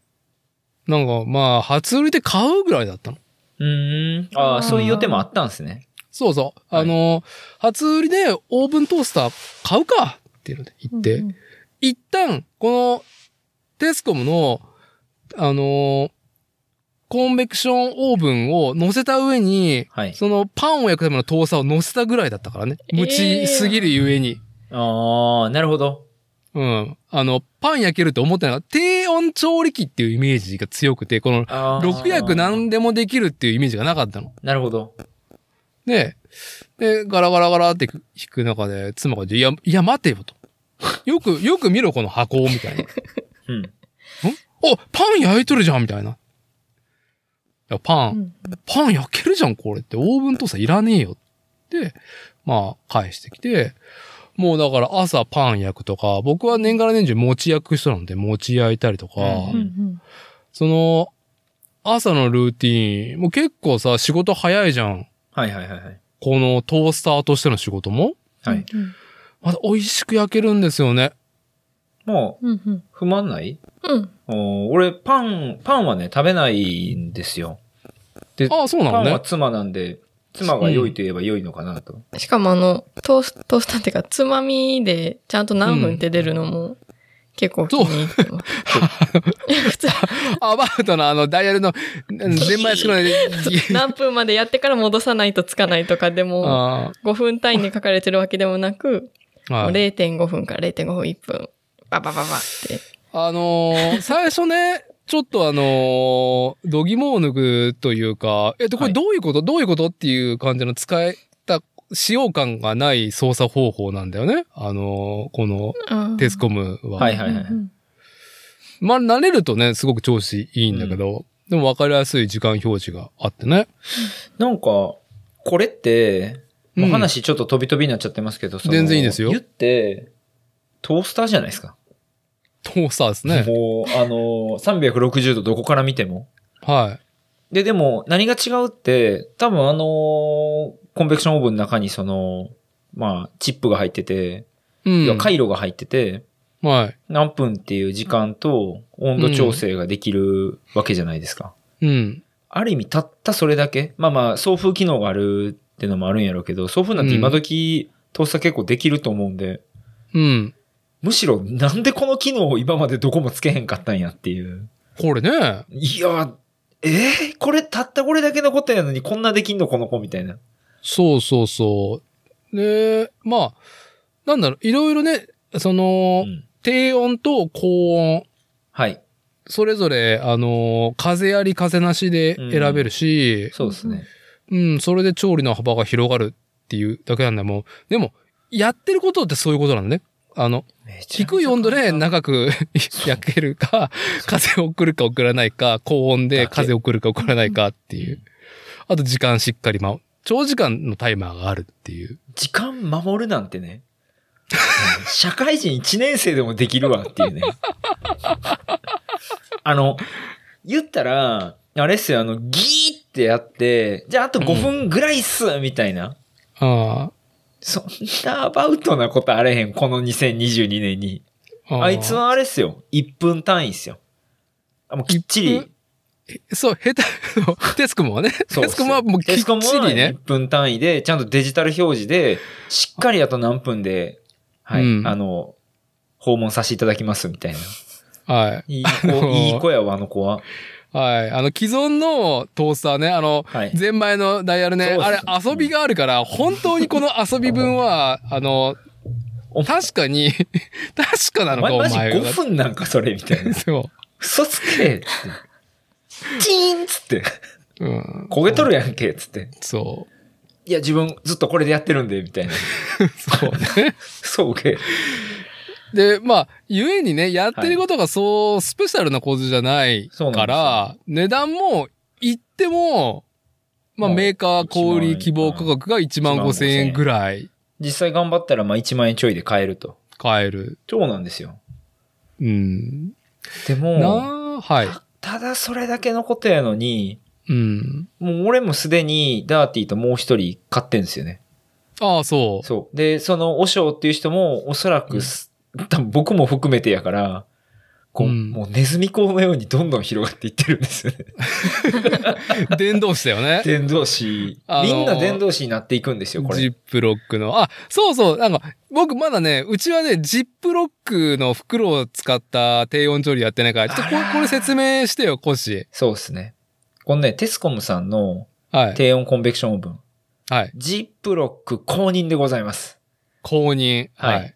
[SPEAKER 1] なんかまあ、初売りで買うぐらいだったの。
[SPEAKER 2] うーん。ああ、そういう予定もあったんですね。
[SPEAKER 1] そうそう。
[SPEAKER 2] はい
[SPEAKER 1] あの、初売りでオーブントースター買うかっていうので行って、
[SPEAKER 3] うん
[SPEAKER 1] 一旦、この、テスコムの、あのーコンベクションオーブンを乗せた上に、
[SPEAKER 2] はい。
[SPEAKER 1] そのパンを焼くためのトースターを乗せたぐらいだったからね。無知すぎるゆえに。
[SPEAKER 2] ああ、なるほど。
[SPEAKER 1] うん。あの、パン焼けると思ってなかった。低温調理器っていうイメージが強くて、この、
[SPEAKER 2] ああ。
[SPEAKER 1] 6役何でもできるっていうイメージがなかったの。
[SPEAKER 2] なるほど。
[SPEAKER 1] で、で、ガラガラガラって弾く中で、妻が、いや、いや、待てよと。よく、よく見ろ、この箱を、みたいな。
[SPEAKER 2] うん。
[SPEAKER 1] お、パン焼いとるじゃん、みたいな。いや、パン、
[SPEAKER 3] うん
[SPEAKER 1] パン焼けるじゃん、これって。オーブントースターいらねえよ。って、まあ、返してきて、もうだから朝パン焼くとか、僕は年がら年中餅焼く人なので、餅焼いたりとか、
[SPEAKER 2] うん
[SPEAKER 3] うん
[SPEAKER 1] その、朝のルーティーン、もう結構さ、仕事早いじゃん。
[SPEAKER 2] はいはいはいはい。
[SPEAKER 1] このトースターとしての仕事も。
[SPEAKER 2] はい。
[SPEAKER 3] うん
[SPEAKER 1] まだ美味しく焼けるんですよね。
[SPEAKER 2] もう、
[SPEAKER 3] うんうん
[SPEAKER 2] 不満ない
[SPEAKER 3] うん
[SPEAKER 2] おー俺、パン、パンはね、食べないんですよ。
[SPEAKER 1] ああ、そうな
[SPEAKER 2] パ
[SPEAKER 1] の
[SPEAKER 2] ン
[SPEAKER 1] ね。
[SPEAKER 2] は妻なんで、妻が良いと言えば良いのかなと。
[SPEAKER 3] しかもあの、トーストースターっていうか、つまみでちゃんと何分って出るのも結構気に入ってます。いや普通、
[SPEAKER 1] アバウトのあのダイヤルのうんゼンマイ作 るのに。
[SPEAKER 3] 何分までやってから戻さないとつかないとかでも、
[SPEAKER 1] あ
[SPEAKER 3] 5分単位に書かれてるわけでもなく、
[SPEAKER 1] あはい
[SPEAKER 3] 0.5分から0.5分1分、ババババって。
[SPEAKER 1] あのー最初ね、ちょっとあのー、度肝を抜くというか、えっと、こ
[SPEAKER 2] は
[SPEAKER 1] れ
[SPEAKER 2] い
[SPEAKER 1] どういうこと、どういうことっていう感じの使えた、使用感がない操作方法なんだよね。あのーこのテスコムは。
[SPEAKER 2] はいはいはい。
[SPEAKER 1] まあ、慣れるとね、すごく調子いいんだけど、でも分かりやすい時間表示があってね。
[SPEAKER 2] なんか、これって、もう
[SPEAKER 1] うん
[SPEAKER 2] 話ちょっと飛び飛びになっちゃってますけど、その
[SPEAKER 1] 全然いいですよ
[SPEAKER 2] 言って、トースターじゃないですか。
[SPEAKER 1] トースターですね。
[SPEAKER 2] もう、あのー、360度どこから見ても。
[SPEAKER 1] はい。
[SPEAKER 2] で、でも、何が違うって、多分あのーコンベクションオーブンの中にその、まあ、チップが入ってて、
[SPEAKER 1] うん。
[SPEAKER 2] 要は回路が入ってて、
[SPEAKER 1] はい。
[SPEAKER 2] 何分っていう時間と温度調整ができるわけじゃないですか。
[SPEAKER 1] うん。
[SPEAKER 2] ある意味、たったそれだけ。まあまあ、送風機能があるってのもあるんやろうけど、送風なんて今時、トースター結構できると思うんで、
[SPEAKER 1] うん。
[SPEAKER 2] むしろなんでこの機能を今までどこもつけへんかったんやっていう。
[SPEAKER 1] これね。
[SPEAKER 2] いや、えーこれたったこれだけのことやのにこんなできんのこの子みたいな。
[SPEAKER 1] そうそうそう。で、まあ、なんだろう、いろいろね、その、
[SPEAKER 2] うん
[SPEAKER 1] 低温と高温、
[SPEAKER 2] はい。
[SPEAKER 1] それぞれ、あの、風あり風なしで選べるし、
[SPEAKER 2] そうですね。
[SPEAKER 1] うん、それで調理の幅が広がるっていうだけなんだもん。でも、やってることってそういうことなんだね。あの、低い温度で長く焼けるか、風を送るか送らないか、高温で風を送るか送らないかっていう。あと時間しっかりま、長時間のタイマーがあるっていう。
[SPEAKER 2] 時間守るなんてね。 うん社会人1年生でもできるわっていうね。 あの、言ったら、あれっすよ、あの、ギーってやって、じゃああと5分ぐらいっす、みたいな。
[SPEAKER 1] あ
[SPEAKER 2] そんなアバウトなことあれへん、この2022年に。
[SPEAKER 1] あ
[SPEAKER 2] あいつ、はあれっすよ、1分単位っすよ。あもうきっち
[SPEAKER 1] 1
[SPEAKER 2] り
[SPEAKER 1] 分。そう、下手、テスクもね。
[SPEAKER 2] そう
[SPEAKER 1] テスクもはもうきっち
[SPEAKER 2] テスコムは
[SPEAKER 1] りね
[SPEAKER 2] 1。分単位で、ちゃんとデジタル表示で、しっかりあと何分で、はい、
[SPEAKER 1] うん
[SPEAKER 2] あの、訪問させていただきますみたいな。
[SPEAKER 1] はい。
[SPEAKER 2] いい子、
[SPEAKER 1] のー
[SPEAKER 2] いい子やわ、あの子は。
[SPEAKER 1] はい。あの、既存のトースターね、あの、
[SPEAKER 2] はい
[SPEAKER 1] 前前のダイヤルね、
[SPEAKER 2] そう
[SPEAKER 1] あれ遊びがあるから、本当にこの遊び分 は、あの
[SPEAKER 2] お、
[SPEAKER 1] 確かに、 確かな
[SPEAKER 2] お
[SPEAKER 1] のか、
[SPEAKER 2] 前
[SPEAKER 1] お
[SPEAKER 2] マジ
[SPEAKER 1] 前が
[SPEAKER 2] 5。分なんかそれみ たいな。
[SPEAKER 1] そ
[SPEAKER 2] 嘘つけっつって。チーンっつって。
[SPEAKER 1] う。うん。
[SPEAKER 2] 焦げとるやんけっつって。
[SPEAKER 1] そ
[SPEAKER 2] いや、自分ずっとこれでやってるんで、みたいな。
[SPEAKER 1] う。そうね。
[SPEAKER 2] そうけ。
[SPEAKER 1] で、まあ、ゆえにね、やってることがそう、スペシャルな構図じゃない
[SPEAKER 2] そうなん
[SPEAKER 1] か
[SPEAKER 2] ですよ
[SPEAKER 1] ら、値段も、言っても、まあ、
[SPEAKER 2] まあ
[SPEAKER 1] メーカー小売希望価格が1万5千円ぐらい
[SPEAKER 2] 実際頑張ったら、まあ1万円ちょいで買えると。
[SPEAKER 1] 買える。
[SPEAKER 2] そうなんですよ。
[SPEAKER 1] うん。な
[SPEAKER 2] でも、
[SPEAKER 1] あ、はい。
[SPEAKER 2] ただそれだけのことやのに、
[SPEAKER 1] うん。
[SPEAKER 2] もう俺もすでにダーティーともう一人買ってんですよね。
[SPEAKER 1] ああ、そう。
[SPEAKER 2] そう。で、その、おしょうっていう人も、おそらくす、多分僕も含めてやから、こう、
[SPEAKER 1] うん
[SPEAKER 2] もうネズミ講のようにどんどん広がっていってるんですよね。
[SPEAKER 1] 電動車だよね。
[SPEAKER 2] 伝道師。
[SPEAKER 1] あのー
[SPEAKER 2] みんな伝道師になっていくんですよ、こ
[SPEAKER 1] ジ
[SPEAKER 2] れ。
[SPEAKER 1] ップロックの。あ、そうそう。なんか、僕まだね、うちはね、ジップロックの袋を使った低温調理やってないから、ちょっとこ
[SPEAKER 2] あ
[SPEAKER 1] れ
[SPEAKER 2] らー
[SPEAKER 1] これ説明してよ、コッシ
[SPEAKER 2] そうですね。このね、テスコムさんの
[SPEAKER 1] ー。はい。
[SPEAKER 2] 低温コンベクションオーブン。
[SPEAKER 1] はい。
[SPEAKER 2] ジップロック公認でございます。
[SPEAKER 1] 公認。は
[SPEAKER 2] はい
[SPEAKER 1] い。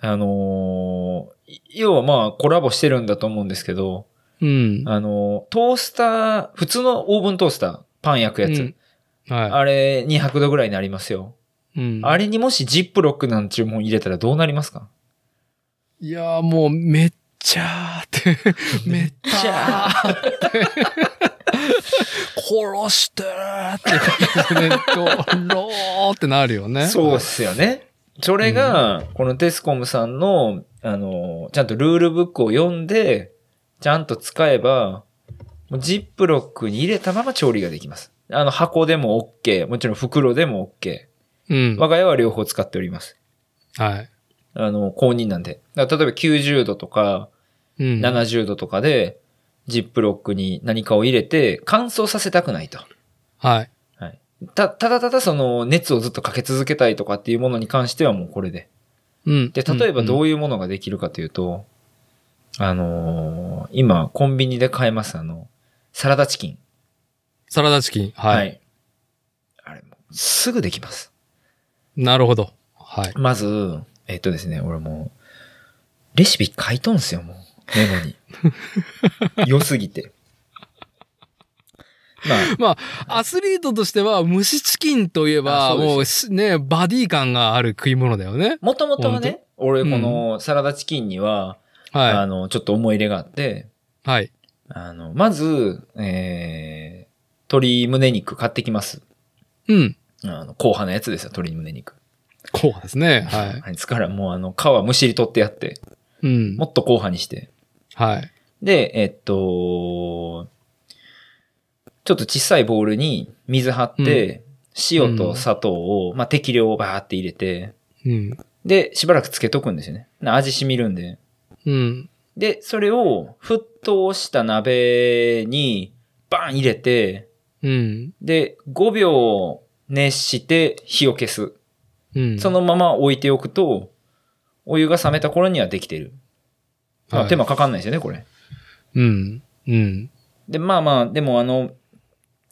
[SPEAKER 2] あのーい要はまあ、コラボしてるんだと思うんですけど、
[SPEAKER 1] うん。
[SPEAKER 2] あのートースター、普通のオーブントースター、パン焼くやつ。
[SPEAKER 1] うんは
[SPEAKER 2] あれ、200度ぐらいになりますよ。
[SPEAKER 1] い。うん
[SPEAKER 2] あれにもしジップロックなん注文入れたらどうなりますか
[SPEAKER 1] いやーもう、めっちゃーって、 めっちゃーって、 殺してーって 感じで、ローってなるよね。
[SPEAKER 2] そうっすよね。それが、このテスコムさんの、あの、ちゃんとルールブックを読んで、ちゃんと使えば、もうジップロックに入れたまま調理ができます。あの、箱でも OK。もちろん袋でも OK。
[SPEAKER 1] うん。
[SPEAKER 2] 我が家は両方使っております。
[SPEAKER 1] はい。
[SPEAKER 2] あの、公認なんで。だから例えば90度とか
[SPEAKER 1] うん。
[SPEAKER 2] 70度とかで、ジップロックに何かを入れて乾燥させたくないと。
[SPEAKER 1] はい。
[SPEAKER 2] た、ただただその熱をずっとかけ続けたいとかっていうものに関してはもうこれで。
[SPEAKER 1] うん。
[SPEAKER 2] で、例えばど
[SPEAKER 1] いう
[SPEAKER 2] いうものができるかというと、あのー今コンビニで買えますあの、サラダチキン。
[SPEAKER 1] サラダチキン。はい。
[SPEAKER 2] あれも、すぐできます。
[SPEAKER 1] なるほど。はい。
[SPEAKER 2] まず、えっとですね、俺もう、レシピ書いとんすよ、もう。メモに。 良すぎて。まあ、
[SPEAKER 1] アスリートとしては、蒸しチキンといえ
[SPEAKER 2] あ
[SPEAKER 1] ば、
[SPEAKER 2] そうです
[SPEAKER 1] もうし、ね、バディ感がある食い物だよね。
[SPEAKER 2] もともとはね、俺このサラダチキンには、あ
[SPEAKER 1] は
[SPEAKER 2] の、ちょっと思い入れがあって、
[SPEAKER 1] い。はい。
[SPEAKER 2] あの、まず、えー、鶏胸肉買ってきます。
[SPEAKER 1] うん。
[SPEAKER 2] あの、硬派なやつですよ、鶏胸肉。
[SPEAKER 1] こうですね。はい。
[SPEAKER 2] はい。ですからもうあの、皮むしり取ってやって、
[SPEAKER 1] うん
[SPEAKER 2] も。っと硬派にして。
[SPEAKER 1] はい。
[SPEAKER 2] で、えっと、ちょっと小さいボウルに水張って、塩と砂糖を、まあ、適量をバーって入れて、
[SPEAKER 1] うん。
[SPEAKER 2] で、しばらくつけとくんですよね。な味染みるんで。
[SPEAKER 1] うん。
[SPEAKER 2] で、それを沸騰した鍋にバーン入れて、
[SPEAKER 1] うん。
[SPEAKER 2] で、5秒熱して火を消す。
[SPEAKER 1] うん。
[SPEAKER 2] そのまま置いておくと、お湯が冷めた頃にはできている。まあ
[SPEAKER 1] はい
[SPEAKER 2] 手間かかんないですよね、これ。
[SPEAKER 1] うん。うん。
[SPEAKER 2] で、まあまあ、でもあの、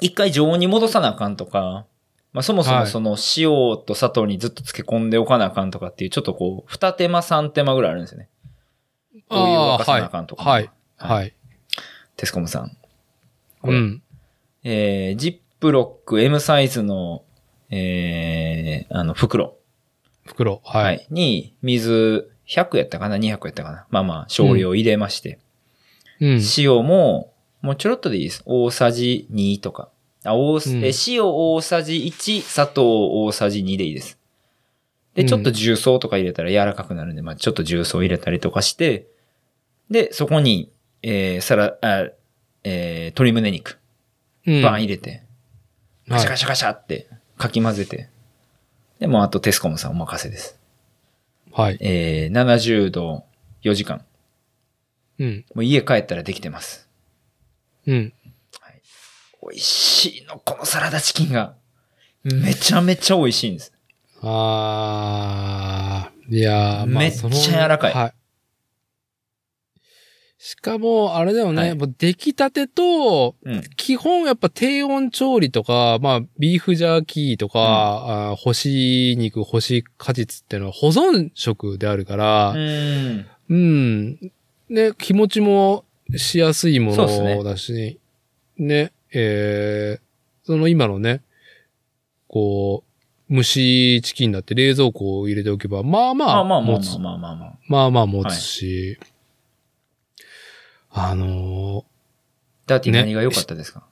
[SPEAKER 2] 一回常温に戻さなあかんとか、まあそもそ
[SPEAKER 1] は
[SPEAKER 2] も
[SPEAKER 1] い
[SPEAKER 2] その塩と砂糖にずっと漬け込んでおかなあかんとかっていう、ちょっとこう、二手間三手間ぐらいあるんですよね。お湯を沸かさなあかんとか。
[SPEAKER 1] はい。はい。
[SPEAKER 2] テスコムさん。こ
[SPEAKER 1] う
[SPEAKER 2] れ
[SPEAKER 1] ん。
[SPEAKER 2] えージップロック M サイズの、えー、あの、袋。
[SPEAKER 1] 袋。はい。
[SPEAKER 2] はい。に、水100やったかな ?200 やったかなまあまあ、少量入れまして。
[SPEAKER 1] うん。
[SPEAKER 2] 塩も、もうちょろっとでいいです。大さじ2とか。あ、大す、
[SPEAKER 1] うん
[SPEAKER 2] え塩大さじ1、砂糖大さじ2でいいです。で、
[SPEAKER 1] うん
[SPEAKER 2] ちょっと重曹とか入れたら柔らかくなるんで、まあちょっと重曹入れたりとかして、で、そこに、えー、さら、あえー、鶏胸肉、
[SPEAKER 1] うん
[SPEAKER 2] バン入れて、ガシャガ
[SPEAKER 1] シ
[SPEAKER 2] シャガシャってかき混ぜて、で、もうあとテスコムさんお任せです。
[SPEAKER 1] ャ。はい。
[SPEAKER 2] えー、70度4時間。
[SPEAKER 1] うん。
[SPEAKER 2] もう家帰ったらできてます。
[SPEAKER 1] うん。
[SPEAKER 2] 美味しいの、このサラダチキンが。めちゃめちゃ美味しいんです。
[SPEAKER 1] あー、いやー、まあ、
[SPEAKER 2] めっちゃ
[SPEAKER 1] その
[SPEAKER 2] 柔らかい
[SPEAKER 1] はい。しかも、あれだよね、
[SPEAKER 2] はい
[SPEAKER 1] やっぱ出来たてと、
[SPEAKER 2] うん。
[SPEAKER 1] 基本やっぱ低温調理とか、まあ、ビーフジャーキーとか、あー干し肉、干し果実っていうのは保存食であるから、
[SPEAKER 2] うん。
[SPEAKER 1] うん。ね、気持ちもしやすいも
[SPEAKER 2] そうっす
[SPEAKER 1] の
[SPEAKER 2] ね
[SPEAKER 1] だし、ね、えー、その今のね、こう、蒸しチキンだって冷蔵庫を入れておけば、まあま
[SPEAKER 2] ま
[SPEAKER 1] あ
[SPEAKER 2] あまあまあ
[SPEAKER 1] 持
[SPEAKER 2] ま
[SPEAKER 1] つ
[SPEAKER 2] あ。まあまあまあ。
[SPEAKER 1] まあまあ持つし、あの
[SPEAKER 2] ダーティー
[SPEAKER 1] ね
[SPEAKER 2] 何が良かったですか、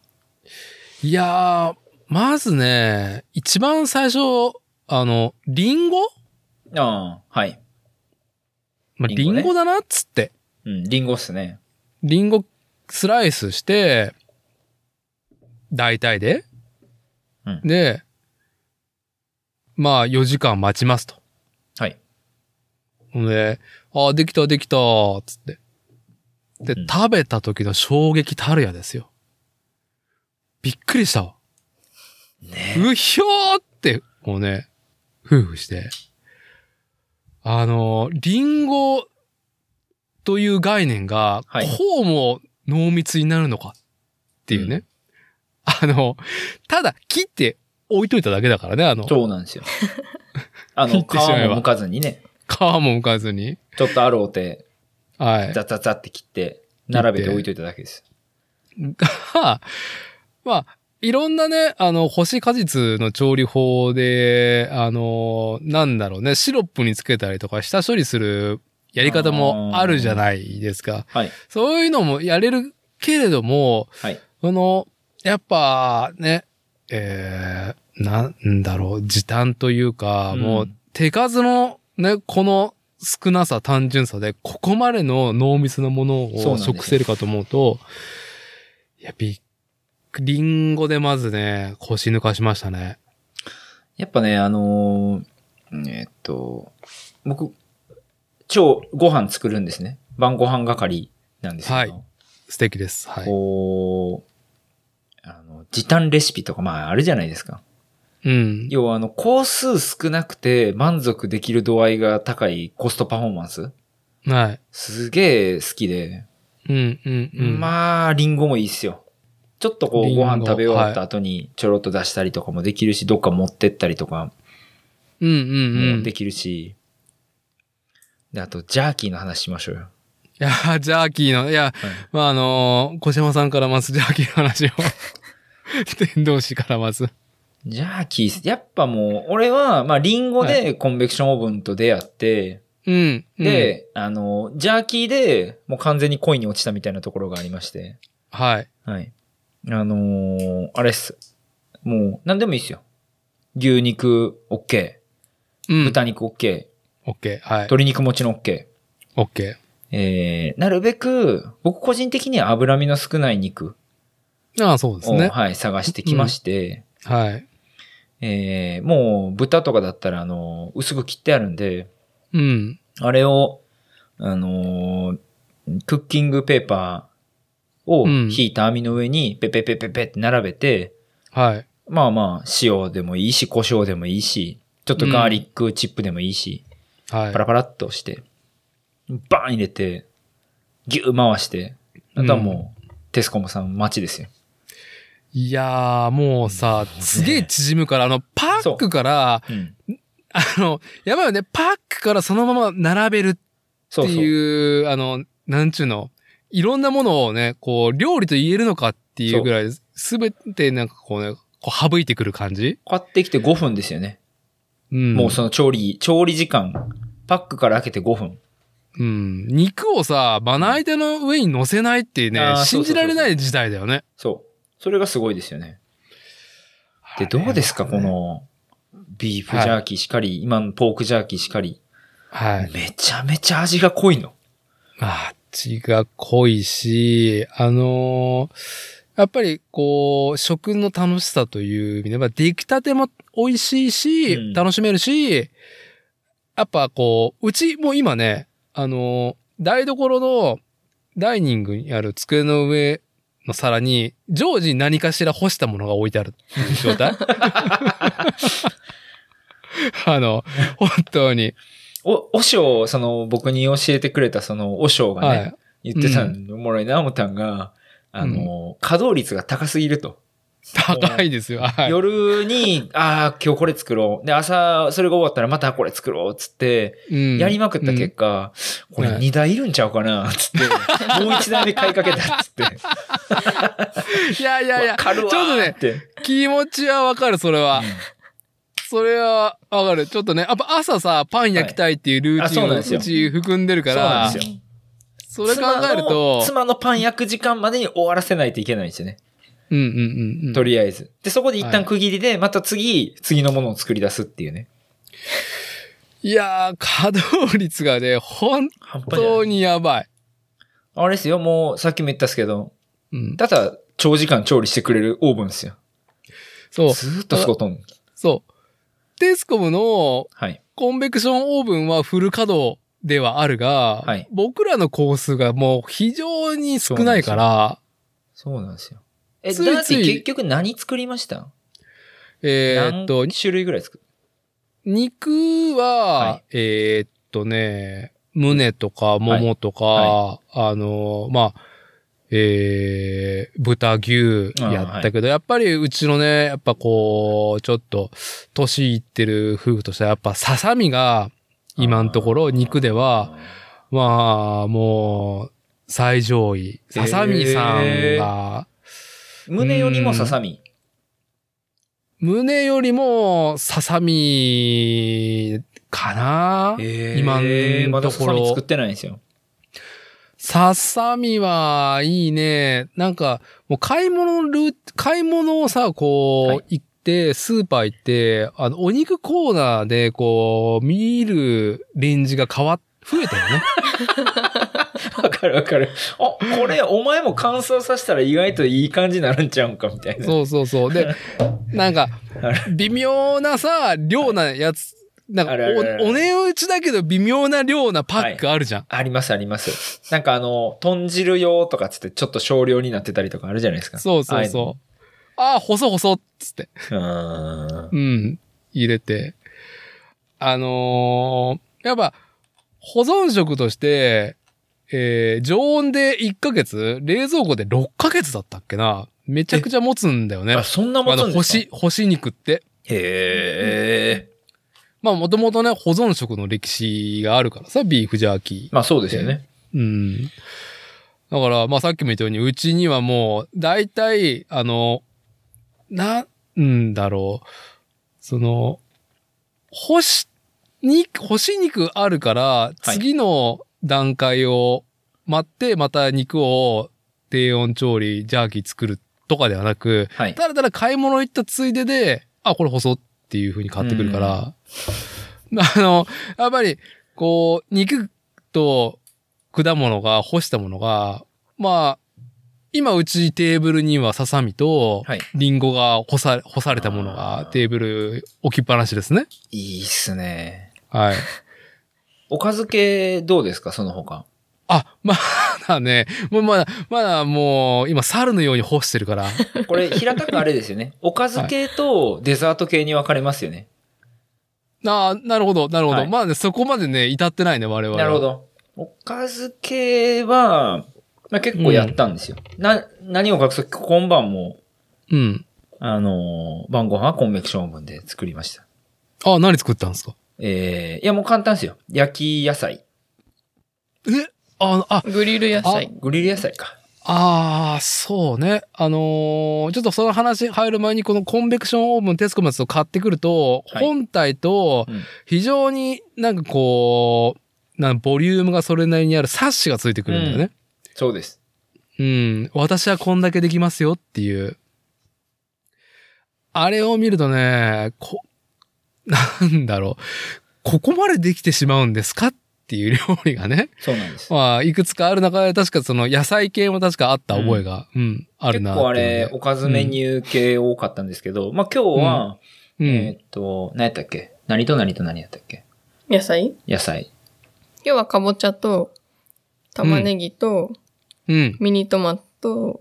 [SPEAKER 1] ーいやー、まずね、一番最初、あの、リンゴ
[SPEAKER 2] ああ、はい。
[SPEAKER 1] まあ、
[SPEAKER 2] リ
[SPEAKER 1] リ
[SPEAKER 2] ンゴね
[SPEAKER 1] ンゴだなっつって。
[SPEAKER 2] うん、リンゴっすね。
[SPEAKER 1] リンゴスライスして、大体で、
[SPEAKER 2] うん
[SPEAKER 1] で、まあ4時間待ちますと。
[SPEAKER 2] はい。
[SPEAKER 1] ほんで、ああ、できたできた、つって。で、
[SPEAKER 2] うん
[SPEAKER 1] 食べた時の衝撃たるやですよ。びっくりしたわ。
[SPEAKER 2] ね
[SPEAKER 1] うひょーって、もうね、夫婦して。あの、リンゴという概念が、
[SPEAKER 2] はい
[SPEAKER 1] こうも濃密になるのかっていうね。あの、ただ切って置いといただけだからね、あの、皮
[SPEAKER 2] そうなん ですよ。あの、
[SPEAKER 1] 言っ
[SPEAKER 2] 皮
[SPEAKER 1] てしまえば
[SPEAKER 2] も剥かずにね、
[SPEAKER 1] もむかずに。
[SPEAKER 2] ちょっとあろうて、
[SPEAKER 1] はい。
[SPEAKER 2] ザッザッザッって切って、並べて置いといただけです。
[SPEAKER 1] が、まあ、いろんなね、あの、干し果実の調理法で、あの、なんだろうね、シロップにつけたりとか、下処理するやり方もあるじゃないですか。
[SPEAKER 2] はい。
[SPEAKER 1] そういうのもやれるけれども、
[SPEAKER 2] はい。
[SPEAKER 1] その、やっぱね、えー、なんだろう、時短というか、
[SPEAKER 2] うん
[SPEAKER 1] もう、手数のね、この少なさ、単純さで、ここまでの濃密なもの
[SPEAKER 2] そうなん
[SPEAKER 1] を
[SPEAKER 2] ですよ
[SPEAKER 1] 食せるかと思うと、いや、びっくり、んごでまずね、腰抜かしましたね。
[SPEAKER 2] やっぱね、あのーえーっと、僕、超ご飯作るんですね。晩ご飯係なんですけど。
[SPEAKER 1] はい素敵です。はい。
[SPEAKER 2] こう、あの、時短レシピとか、まあ、あるじゃないですか。
[SPEAKER 1] うん。
[SPEAKER 2] 要は、あの、工数少なくて満足できる度合いが高いコストパフォーマンス。
[SPEAKER 1] はい。
[SPEAKER 2] すげえ好きで。
[SPEAKER 1] うん、うん、うん。
[SPEAKER 2] まあ、リンゴもいいっすよ。ちょっとこ
[SPEAKER 1] リ
[SPEAKER 2] う、
[SPEAKER 1] ンゴ
[SPEAKER 2] ご飯食べ終わった後にちょろっと出したりとかもできるし、どっか持ってったりとか
[SPEAKER 1] うん、うん、う
[SPEAKER 2] も
[SPEAKER 1] ん。
[SPEAKER 2] できるし。で、あと、ジャーキーの話しましょうよ。
[SPEAKER 1] いやー、ジャーキーの、いや、まあ、あのー、小島さんからまずジャーキーの 話を。天童市からまず。
[SPEAKER 2] ジャーキー、やっぱもう、俺は、まあ、リンゴでコンベクションオーブンと出会って、
[SPEAKER 1] うん。うん、
[SPEAKER 2] で、あの、ジャーキーで、もう完全に恋に落ちたみたいなところがありまして。
[SPEAKER 1] はい。
[SPEAKER 2] はい。あのーあれっす。もう、何でもいいっすよ。牛肉 OK。
[SPEAKER 1] うん。
[SPEAKER 2] 豚肉 OK。
[SPEAKER 1] オッケー。はい。
[SPEAKER 2] 鶏肉もちろん OK。
[SPEAKER 1] オッケ
[SPEAKER 2] えー、なるべく、僕個人的には脂身の少ない肉
[SPEAKER 1] ー。ああ、そうです
[SPEAKER 2] を、
[SPEAKER 1] ね。
[SPEAKER 2] はい、探してきまして、
[SPEAKER 1] はい。
[SPEAKER 2] えー、もう豚とかだったら、あのー薄く切ってあるんで、
[SPEAKER 1] うん。
[SPEAKER 2] あれを、あのークッキングペーパーを
[SPEAKER 1] うん
[SPEAKER 2] 引いた網の上にペペペペペって並べて、
[SPEAKER 1] はい。
[SPEAKER 2] まあまあ、塩でもいいし、胡椒でもいいし、ちょっとガーリックチップでもいいし、
[SPEAKER 1] はい。
[SPEAKER 2] パラパラっとして、バーン入れて、ギュー回して、あとはもう、テスコムさん待ちですよ。
[SPEAKER 1] いやー、もうさ、すげえ縮むから、あの、パックから、
[SPEAKER 2] うん。
[SPEAKER 1] あの、やばいよね、パックからそのまま並べるっ
[SPEAKER 2] そ
[SPEAKER 1] て
[SPEAKER 2] うそう。
[SPEAKER 1] いう、あの、なんちゅうの、いろんなものをね、こう、料理と言えるのかっていうぐらい、すべてなんかこうね、こう省いてくる感じ
[SPEAKER 2] 買ってきて5分ですよね。
[SPEAKER 1] うん。
[SPEAKER 2] もうその調理、調理時間。パックから開けて5分。
[SPEAKER 1] うん。肉をさ、まな板の上に乗せないってね
[SPEAKER 2] あ、ー
[SPEAKER 1] 信じられな
[SPEAKER 2] そうそうそうそ
[SPEAKER 1] い事態だよね。
[SPEAKER 2] そう。それがすごいですよね。で、どうですか、この、ビーフジャーキーしかり、今のポークジャーキーしかり。
[SPEAKER 1] はい。
[SPEAKER 2] めちゃめちゃ味が濃いの。
[SPEAKER 1] まあ、血が濃いし、あのーやっぱりこう、食の楽しさという意味では、出来たても美味しいし、
[SPEAKER 2] うん
[SPEAKER 1] 楽しめるし、やっぱこう、うちも今ね、あのー台所のダイニングにある机の上の皿に、常時何かしら干したものが置いてあるっていう状 態あの、本当に。
[SPEAKER 2] お、おしょう、その、僕に教えてくれた、その、おしょうがね、
[SPEAKER 1] はい。
[SPEAKER 2] 言ってたの、おもろいな、思ったんが、あの、稼働率が高すぎると。
[SPEAKER 1] 高いですよ。はい。
[SPEAKER 2] 夜に、ああ、今日これ作ろう。で、朝、それが終わったらまたこれ作ろう、つって、
[SPEAKER 1] うん
[SPEAKER 2] やりまくった結果、これ
[SPEAKER 1] はい
[SPEAKER 2] 2台いるんちゃうかな、つって、 もう1台目買いかけた、つって。
[SPEAKER 1] いやいやいや
[SPEAKER 2] わ、かるわ
[SPEAKER 1] ちょっと
[SPEAKER 2] ー
[SPEAKER 1] ね
[SPEAKER 2] って。
[SPEAKER 1] 気持ちはわかる、それは。それはわかる。ちょっとね、やっぱ朝さ、パン焼きたいっていうルーティン
[SPEAKER 2] はいあそうなん
[SPEAKER 1] を
[SPEAKER 2] ですよ
[SPEAKER 1] うち含んでるか
[SPEAKER 2] そうな
[SPEAKER 1] ら
[SPEAKER 2] ん、ですよ。
[SPEAKER 1] それ考えると、
[SPEAKER 2] 妻の妻のパン焼く時間までに終わらせないといけないんですよね。
[SPEAKER 1] うんうんうんうん。
[SPEAKER 2] とりあえず。で、そこで一
[SPEAKER 1] は
[SPEAKER 2] 旦
[SPEAKER 1] い
[SPEAKER 2] 区切りで、また次、次のものを作り出すっていうね。
[SPEAKER 1] いやー、稼働率がね、本
[SPEAKER 2] 半端じゃな
[SPEAKER 1] 当
[SPEAKER 2] い。
[SPEAKER 1] にやばい。
[SPEAKER 2] あれですよ、もう、さっきも言ったんですけど、
[SPEAKER 1] うん、
[SPEAKER 2] ただ、長時間調理してくれるオーブンですよ。
[SPEAKER 1] そう、
[SPEAKER 2] ずーっと仕事ん。
[SPEAKER 1] そう。テスコムの
[SPEAKER 2] はい。
[SPEAKER 1] コンベクションオーブンはフル稼働ではあるが、
[SPEAKER 2] はい
[SPEAKER 1] 僕らの工数がもう非常に少ないから、
[SPEAKER 2] そうなんですよ。え、
[SPEAKER 1] ついつい
[SPEAKER 2] だって結局何作りました
[SPEAKER 1] えーっと
[SPEAKER 2] 何、種類ぐらい作る
[SPEAKER 1] 肉は、
[SPEAKER 2] は
[SPEAKER 1] えーっとね、胸とか、ももとか、
[SPEAKER 2] は
[SPEAKER 1] あの、まあ、えー、豚牛やったけど、やっぱりうちのね、やっぱこう、ちょっと、年いってる夫婦としては、やっぱささみが、今のところ肉では、、まあ、もう、最上位。ささみさんが、
[SPEAKER 2] 胸よりもささみ。
[SPEAKER 1] 胸よりも、ささみ、かな
[SPEAKER 2] え
[SPEAKER 1] 今
[SPEAKER 2] ーま
[SPEAKER 1] のと
[SPEAKER 2] ださ
[SPEAKER 1] こ
[SPEAKER 2] さみ
[SPEAKER 1] ろ
[SPEAKER 2] 作ってないんですよ。
[SPEAKER 1] ささみはいいね。なんか、もう買い物のルー、買い物をさ、こう、
[SPEAKER 2] はい
[SPEAKER 1] 行って、スーパー行って、あの、お肉コーナーで、こう、見るレンジが変わっ、増えた よね。
[SPEAKER 2] わかるわかる。あ、これ、お前も乾燥させたら意外といい感じになるんちゃうんか、みたいな。
[SPEAKER 1] そうそうそう。で、なんか、微妙なさ、量なやつ、なんか
[SPEAKER 2] あるあるある
[SPEAKER 1] お、お値打ちだけど微妙な量なパックあるじゃん。
[SPEAKER 2] ありますあります。なんかあの、豚汁用とかつってちょっと少量になってたりとかあるじゃないですか。
[SPEAKER 1] そうそうそう。ああ、細細っつって。
[SPEAKER 2] う。うん。
[SPEAKER 1] うん、入れて。あのーやっぱ、保存食として、えー常温で1ヶ月、冷蔵庫で6ヶ月だったっけな。めちゃくちゃ持つんだよね。
[SPEAKER 2] あ、
[SPEAKER 1] あ
[SPEAKER 2] そんなも
[SPEAKER 1] の、干
[SPEAKER 2] んですか
[SPEAKER 1] し、干し肉って。
[SPEAKER 2] へえ。
[SPEAKER 1] まあ、もともとね、保存食の歴史があるからさ、ビーフジャーキー。
[SPEAKER 2] まあそうですよね。
[SPEAKER 1] うん。だから、まあ、さっきも言ったように、うちにはもう、大体、あの、なんだろう。その、干し、に、干し肉あるから、
[SPEAKER 2] い
[SPEAKER 1] 次の段階を待って、また肉を低温調理、ジャーキー作るとかではなく、
[SPEAKER 2] はい。
[SPEAKER 1] ただただ買い物行ったついでで、あ、これ細っていう風に買ってくるから、あの、やっぱり、こう、肉と果物が、干したものが、まあ、今うちテーブルにはささみと、
[SPEAKER 2] はい。
[SPEAKER 1] リンゴが干さ、干されたものがテーブル置きっぱなしですね。
[SPEAKER 2] いいっすね。
[SPEAKER 1] はい。
[SPEAKER 2] おかず系どうですかその他。
[SPEAKER 1] あ、まだね、もうまだ、まだもう、今猿のように干してる から。
[SPEAKER 2] これ、平たくあれです よね。おかず系とデザート系に分かれますよね。
[SPEAKER 1] ああ、なるほど、なるほど。
[SPEAKER 2] はい
[SPEAKER 1] まだね、そこまでね、至ってないね、我々は。
[SPEAKER 2] なるほど。おかず系は、まあ結構やったんですよ。な、何を隠そう今晩も、
[SPEAKER 1] うん。
[SPEAKER 2] あのー晩ご飯はコンベクションオーブンで作りました。
[SPEAKER 1] あ、何作ったんですか
[SPEAKER 2] えー、いやもう簡単ですよ。焼き野菜。
[SPEAKER 1] えあ、あ、
[SPEAKER 3] グリル野菜。
[SPEAKER 2] グリル野菜か。
[SPEAKER 1] ああ、そうね。あのーちょっとその話入る前に、このコンベクションオーブンテスコムのやつを買ってくると、
[SPEAKER 2] はい
[SPEAKER 1] 本体と
[SPEAKER 2] うん、
[SPEAKER 1] 非常になんかこう、なんボリュームがそれなりにあるサッシがついてくるんだよね。
[SPEAKER 2] そうです。
[SPEAKER 1] うん、私はこんだけできますよっていう。あれを見るとね、こ、 なんだろう。ここまでできてしまうんですかっていう料理がね。
[SPEAKER 2] そうなんです。
[SPEAKER 1] まあ、いくつかある中で、確かその野菜系も確かあった覚えが、うん、ある
[SPEAKER 2] 結
[SPEAKER 1] な
[SPEAKER 2] 構あ
[SPEAKER 1] っていう
[SPEAKER 2] れ
[SPEAKER 1] の、で
[SPEAKER 2] おかずメニュー系多かったんですけど、まあ今日は、
[SPEAKER 1] うん、
[SPEAKER 2] えーっと、何やったっけ何と何と何やったっけ
[SPEAKER 3] 野菜
[SPEAKER 2] 野菜。
[SPEAKER 3] 今日はかぼちゃと、玉ねぎと、
[SPEAKER 1] うん。
[SPEAKER 3] ミニトマト、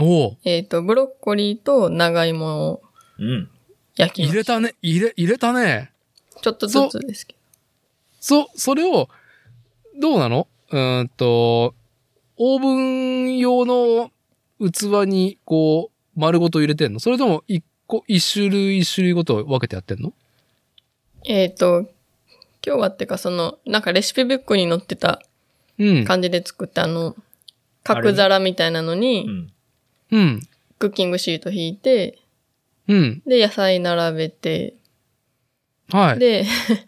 [SPEAKER 1] おお
[SPEAKER 3] えっ、と、ブロッコリーと長芋を
[SPEAKER 2] うん。
[SPEAKER 3] 焼きま
[SPEAKER 1] 入れ
[SPEAKER 3] した
[SPEAKER 1] ね、入れ、入れたね。
[SPEAKER 3] た。ちょっとずつですけど。
[SPEAKER 1] そ、それを、どうなのうーんと、オーブン用の器に、こう、丸ごと入れてんのそれとも、一個、一種類一種類ごと分けてやってんの
[SPEAKER 3] えっ、と、今日はってかその、なんかレシピブックに載ってた
[SPEAKER 1] うん。
[SPEAKER 3] 感じで作ったあの、角皿みたいなの
[SPEAKER 2] う
[SPEAKER 3] に、
[SPEAKER 2] ん。
[SPEAKER 1] うん。
[SPEAKER 3] クッキングシート引いて、
[SPEAKER 1] うん。
[SPEAKER 3] で、野菜並べて、
[SPEAKER 1] はい。
[SPEAKER 3] で、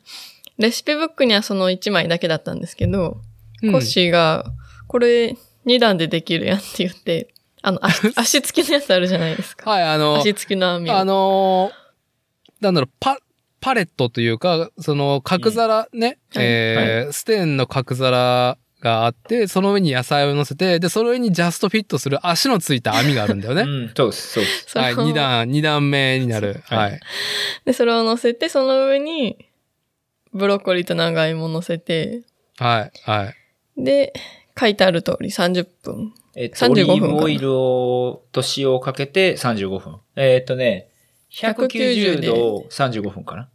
[SPEAKER 3] レシピブックにはその1枚だけだったんですけど、
[SPEAKER 1] うん
[SPEAKER 3] コッシーが、これ2段でできるやんって言って、あの、 足足つきのやつあるじゃないですか。
[SPEAKER 1] はい、あの、
[SPEAKER 3] 足つきの網を。
[SPEAKER 1] あのーなんだろう、パ、パレットというか、その角皿ね、
[SPEAKER 3] うん
[SPEAKER 1] えーステンの角皿があって、その上に野菜を乗せて、で、その上にジャストフィットする足のついた網があるんだよ
[SPEAKER 2] う
[SPEAKER 1] ね。
[SPEAKER 2] ん、そうです、 そうです。
[SPEAKER 3] それ
[SPEAKER 1] はい、
[SPEAKER 3] を
[SPEAKER 1] 二段、二段目になる。
[SPEAKER 2] そう
[SPEAKER 1] はい。
[SPEAKER 3] で、それを乗せて、その上に、ブロッコリーと長芋乗せて、
[SPEAKER 1] はい、はい。
[SPEAKER 3] で、書いてある通り30分。
[SPEAKER 2] えっと、オリ
[SPEAKER 3] 35
[SPEAKER 2] ー
[SPEAKER 3] 分
[SPEAKER 2] ブオイルを、と塩をかけて35分。えっとね、
[SPEAKER 3] 190
[SPEAKER 2] 190
[SPEAKER 3] で
[SPEAKER 2] 度を35分かな。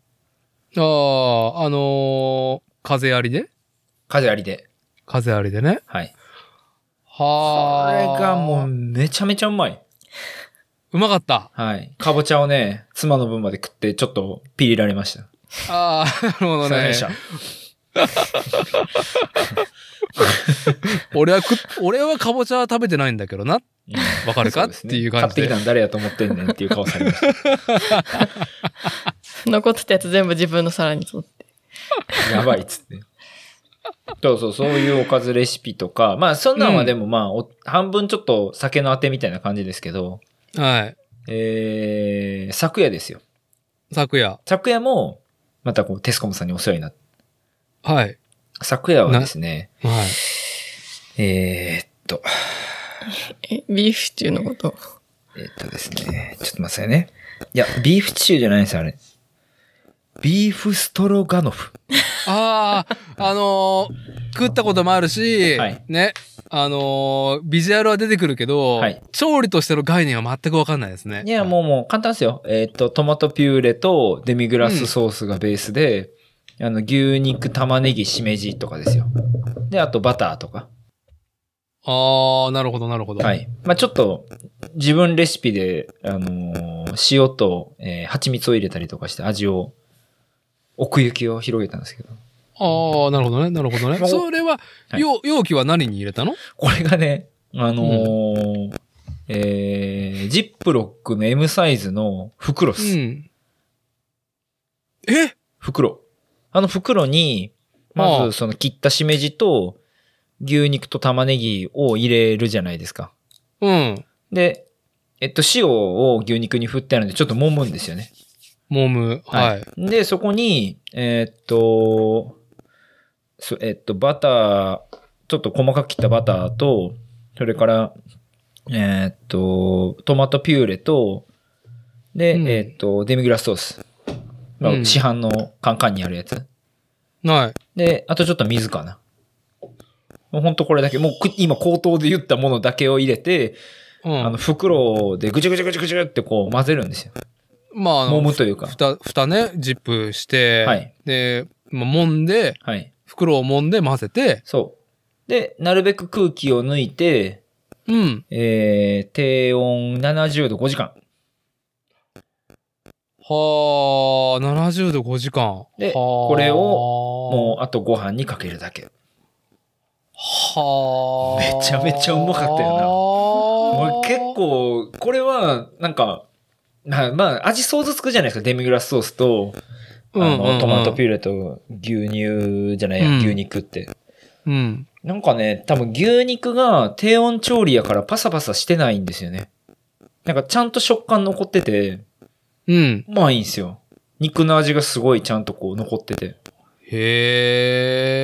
[SPEAKER 1] ああ、あのー風ありで
[SPEAKER 2] 風ありで。
[SPEAKER 1] 風ありでね。
[SPEAKER 2] はい。こ
[SPEAKER 1] は
[SPEAKER 2] れ
[SPEAKER 1] あ。
[SPEAKER 2] がもう、めちゃめちゃうまい。
[SPEAKER 1] うまかった。
[SPEAKER 2] はい。かぼちゃをね、妻の分まで食って、ちょっとピリられました。
[SPEAKER 1] ああ、 なるほど
[SPEAKER 2] さよ
[SPEAKER 1] ね
[SPEAKER 2] なら。した
[SPEAKER 1] 俺は食っ、 俺はかぼちゃは食べてないんだけどな。わかるか
[SPEAKER 2] そうですね
[SPEAKER 1] っていう感じで
[SPEAKER 2] 買ってきたの誰やと思ってんねんっていう顔されました。
[SPEAKER 3] 残ってたやつ全部自分の皿に取って。
[SPEAKER 2] やばいっつって。そうそう、そういうおかずレシピとか、まあそんなんはでもまあ、お半分ちょっと酒のあてみたいな感じですけど、
[SPEAKER 1] はい。
[SPEAKER 2] えー、昨夜ですよ。
[SPEAKER 1] 昨夜。
[SPEAKER 2] 昨夜も、またこう、テスコムさんにお世話になって、
[SPEAKER 1] はい。
[SPEAKER 2] 昨夜はですね、
[SPEAKER 1] はい。
[SPEAKER 2] えー、っと、
[SPEAKER 3] え、ビーフシチューのこと。
[SPEAKER 2] えーっとですね、ちょっと待ってくださいね。いや、ビーフシチューじゃないんですよ、あれ。ビーフストロガノフ。
[SPEAKER 1] ああ、あのー食ったこともあるし、
[SPEAKER 2] はい
[SPEAKER 1] ね、あのービジュアルは出てくるけど、
[SPEAKER 2] はい
[SPEAKER 1] 調理としての概念は全くわかんないですね。
[SPEAKER 2] いや、もうもう簡単ですよ。えーっ、と、トマトピューレとデミグラスソースがベースで、あの、牛肉、玉ねぎ、しめじとかですよ。で、あとバターとか。
[SPEAKER 1] ああ、なるほど、なるほど。
[SPEAKER 2] はい。まあちょっと、自分レシピで、あのー塩と、えー蜂蜜を入れたりとかして味を、奥行きを広げたんですけど。
[SPEAKER 1] ああ、なるほどね、なるほどね。
[SPEAKER 2] まあ
[SPEAKER 1] それは、
[SPEAKER 2] はい
[SPEAKER 1] 容容器は何に入れたの
[SPEAKER 2] これがね、あのーえージップロックの M サイズの袋っ
[SPEAKER 1] う
[SPEAKER 2] す。
[SPEAKER 1] ん。え
[SPEAKER 2] 袋。あの袋に、
[SPEAKER 1] ああ
[SPEAKER 2] まずその切ったしめじと牛肉と玉ねぎを入れるじゃないですか。
[SPEAKER 1] うん。
[SPEAKER 2] で、えっと、塩を牛肉に振ってあるんで、ちょっと揉むんですよね。
[SPEAKER 1] もむ。はい。
[SPEAKER 2] で、そこに、えーっと、そえっと、バター、ちょっと細かく切ったバターと、それから、えーっと、トマトピューレと、で、
[SPEAKER 1] うん
[SPEAKER 2] えーっと、デミグラスソース。まあ
[SPEAKER 1] うん
[SPEAKER 2] 市販のカンカンにあるやつ。
[SPEAKER 1] はい。
[SPEAKER 2] で、あとちょっと水かな。もうほんとこれだけ、もうく今口頭で言ったものだけを入れて、
[SPEAKER 1] う
[SPEAKER 2] あの
[SPEAKER 1] ん。
[SPEAKER 2] 袋でぐちゃぐちゃぐちゃぐちゃってこう混ぜるんですよ。
[SPEAKER 1] まあ、あ
[SPEAKER 2] 揉
[SPEAKER 1] の、
[SPEAKER 2] むというか。
[SPEAKER 1] 蓋、蓋ね、ジップして、
[SPEAKER 2] はい
[SPEAKER 1] で、まあ、揉んで、
[SPEAKER 2] はい。
[SPEAKER 1] 袋を揉んで混ぜて、
[SPEAKER 2] そう。で、なるべく空気を抜いて、
[SPEAKER 1] うん。
[SPEAKER 2] えー、低温70度5時間。
[SPEAKER 1] はあ、70度5時間。
[SPEAKER 2] で
[SPEAKER 1] はあ
[SPEAKER 2] これをもうあとご飯にかけるだけ。
[SPEAKER 1] はあ。
[SPEAKER 2] めちゃめちゃうまかったよな
[SPEAKER 1] よ
[SPEAKER 2] 俺結構、これは、なんか、なまあ、味想像つくじゃないですか。デミグラスソースと、あの、トマトピューレと牛乳じゃないや、
[SPEAKER 1] うん
[SPEAKER 2] 牛肉って。
[SPEAKER 1] うん。
[SPEAKER 2] なんかね、多分牛肉が低温調理やからパサパサしてないんですよね。なんかちゃんと食感残ってて、
[SPEAKER 1] うん。
[SPEAKER 2] うまいんですよ。肉の味がすごいちゃんとこう残ってて。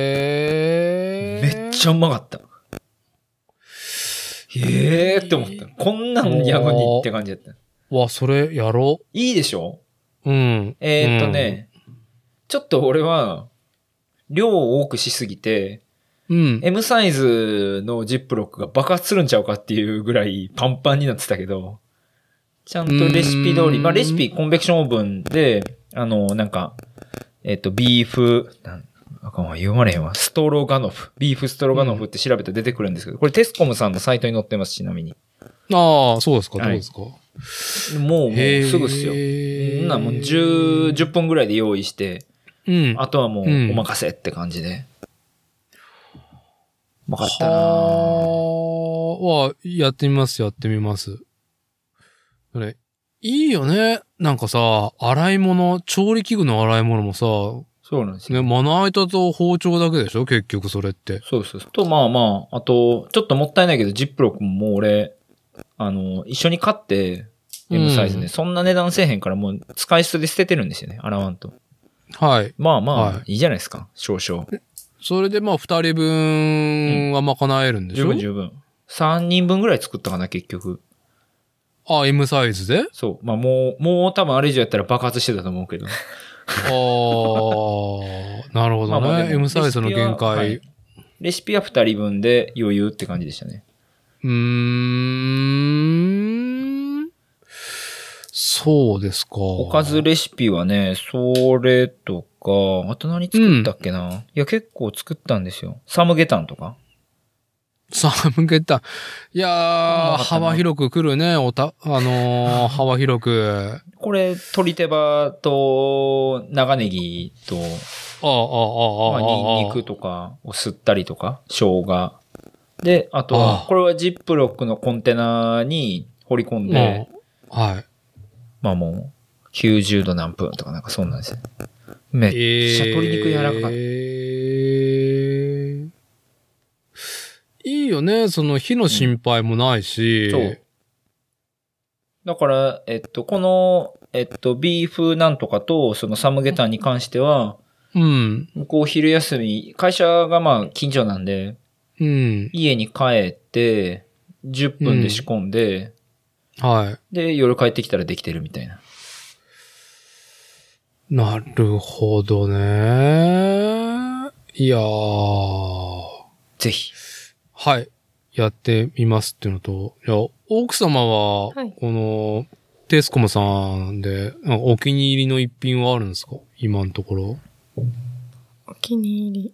[SPEAKER 1] へえ。
[SPEAKER 2] めっちゃうまかった。へえーって思った。こんなんやのにって感じだった。
[SPEAKER 1] ゃ。わ、それやろ
[SPEAKER 2] いいでしょ
[SPEAKER 1] う。うん。
[SPEAKER 2] えーっとね、ちょっと俺は、量を多くしすぎて、
[SPEAKER 1] うん。
[SPEAKER 2] M サイズのジップロックが爆発するんちゃうかっていうぐらいパンパンになってたけど、ちゃんとレシピ通
[SPEAKER 1] うー
[SPEAKER 2] り、
[SPEAKER 1] ん
[SPEAKER 2] まあレシピコンベクションオーブンで、あの、なんか、えっと、ビーフ、なんあかんわ、読まれへんわ。ストロガノフ。ビーフストロガノフって調べて出てくるんですけど、これテスコムさんのサイトに載ってます、ちなみに。
[SPEAKER 1] ああ、そうですか、ど
[SPEAKER 2] は
[SPEAKER 1] う
[SPEAKER 2] い
[SPEAKER 1] ですか。
[SPEAKER 2] もう、もう
[SPEAKER 1] へー
[SPEAKER 2] すぐっすよ。そんなんもう10、10分ぐらいで用意して、
[SPEAKER 1] うん。
[SPEAKER 2] あとはもうお
[SPEAKER 1] うん
[SPEAKER 2] 任せって感じで。うまかったなぁ
[SPEAKER 1] はあ、は、やってみます、やってみます。それ、いいよね。なんかさ、洗い物、調理器具の洗い物もさ、
[SPEAKER 2] そうなんですよ。
[SPEAKER 1] ね、まな板と包丁だけでしょ結局それって。
[SPEAKER 2] そうそうそう。と、まあまあ、あと、ちょっともったいないけど、ジップロックももう俺、あの、一緒に買って、M サイズね、
[SPEAKER 1] うん
[SPEAKER 2] そんな値段せえへんから、もう使い捨てで捨ててるんですよね、洗わんと。
[SPEAKER 1] はい。
[SPEAKER 2] まあまあ、、
[SPEAKER 1] はい
[SPEAKER 2] いじゃないですか、少々。
[SPEAKER 1] それでまあ、二人分は賄えるんでし
[SPEAKER 2] 十
[SPEAKER 1] ょ、
[SPEAKER 2] 分十分。3人分ぐらい作ったかな、結局。
[SPEAKER 1] あ、M サイズ で
[SPEAKER 2] そう。まあもう、もう多分あれ以上やったら爆発してたと思うけど。
[SPEAKER 1] ああ、なるほ
[SPEAKER 2] ま
[SPEAKER 1] どね、
[SPEAKER 2] あまあでも
[SPEAKER 1] M サイズの
[SPEAKER 2] レシピは
[SPEAKER 1] 限界。
[SPEAKER 2] は
[SPEAKER 1] う
[SPEAKER 2] いレシピは2人分で余裕って感じでしたね。
[SPEAKER 1] ーん。そうですか。
[SPEAKER 2] お
[SPEAKER 1] お
[SPEAKER 2] かずレシピはね、それとか、あと何作ったっけな、いや、結構作ったんですよ。サムゲタンとか。
[SPEAKER 1] さあ、向けた。いやー、
[SPEAKER 2] うまかったな
[SPEAKER 1] 幅広く来るね、おた、あ のー、幅広く。
[SPEAKER 2] これ、鶏手羽と長ネギと、
[SPEAKER 1] ああ、ああ、ああ
[SPEAKER 2] まあ、、
[SPEAKER 1] ああ。
[SPEAKER 2] ニンニクとかを吸ったりとか、生姜。で、あとは
[SPEAKER 1] あ、あ
[SPEAKER 2] これはジップロックのコンテナに掘り込ん
[SPEAKER 1] ね
[SPEAKER 2] で、。
[SPEAKER 1] はい。
[SPEAKER 2] まあもう、90度何分とかなんかそうなんですよ。めっちゃ鶏肉柔らかかった。
[SPEAKER 1] えーいいよね、その火の心配もないし。
[SPEAKER 2] そう。だから、えっと、この、えっと、ビーフなんとかと、そのサムゲタンに関しては、
[SPEAKER 1] うん。
[SPEAKER 2] 向こう昼休み、会社がまあ近所なんで、
[SPEAKER 1] うん。
[SPEAKER 2] 家に帰って、10分で仕込んで、
[SPEAKER 1] は
[SPEAKER 2] で、夜帰ってきたらできてるみたいな。
[SPEAKER 1] い。なるほどね。いやー。
[SPEAKER 2] ぜひ。
[SPEAKER 1] はい。やってみますっていうのと、いや、奥様は、
[SPEAKER 3] はい
[SPEAKER 1] この、テスコムさんで、なんかお気に入りの一品はあるんですか今のところ。
[SPEAKER 3] お気に入り。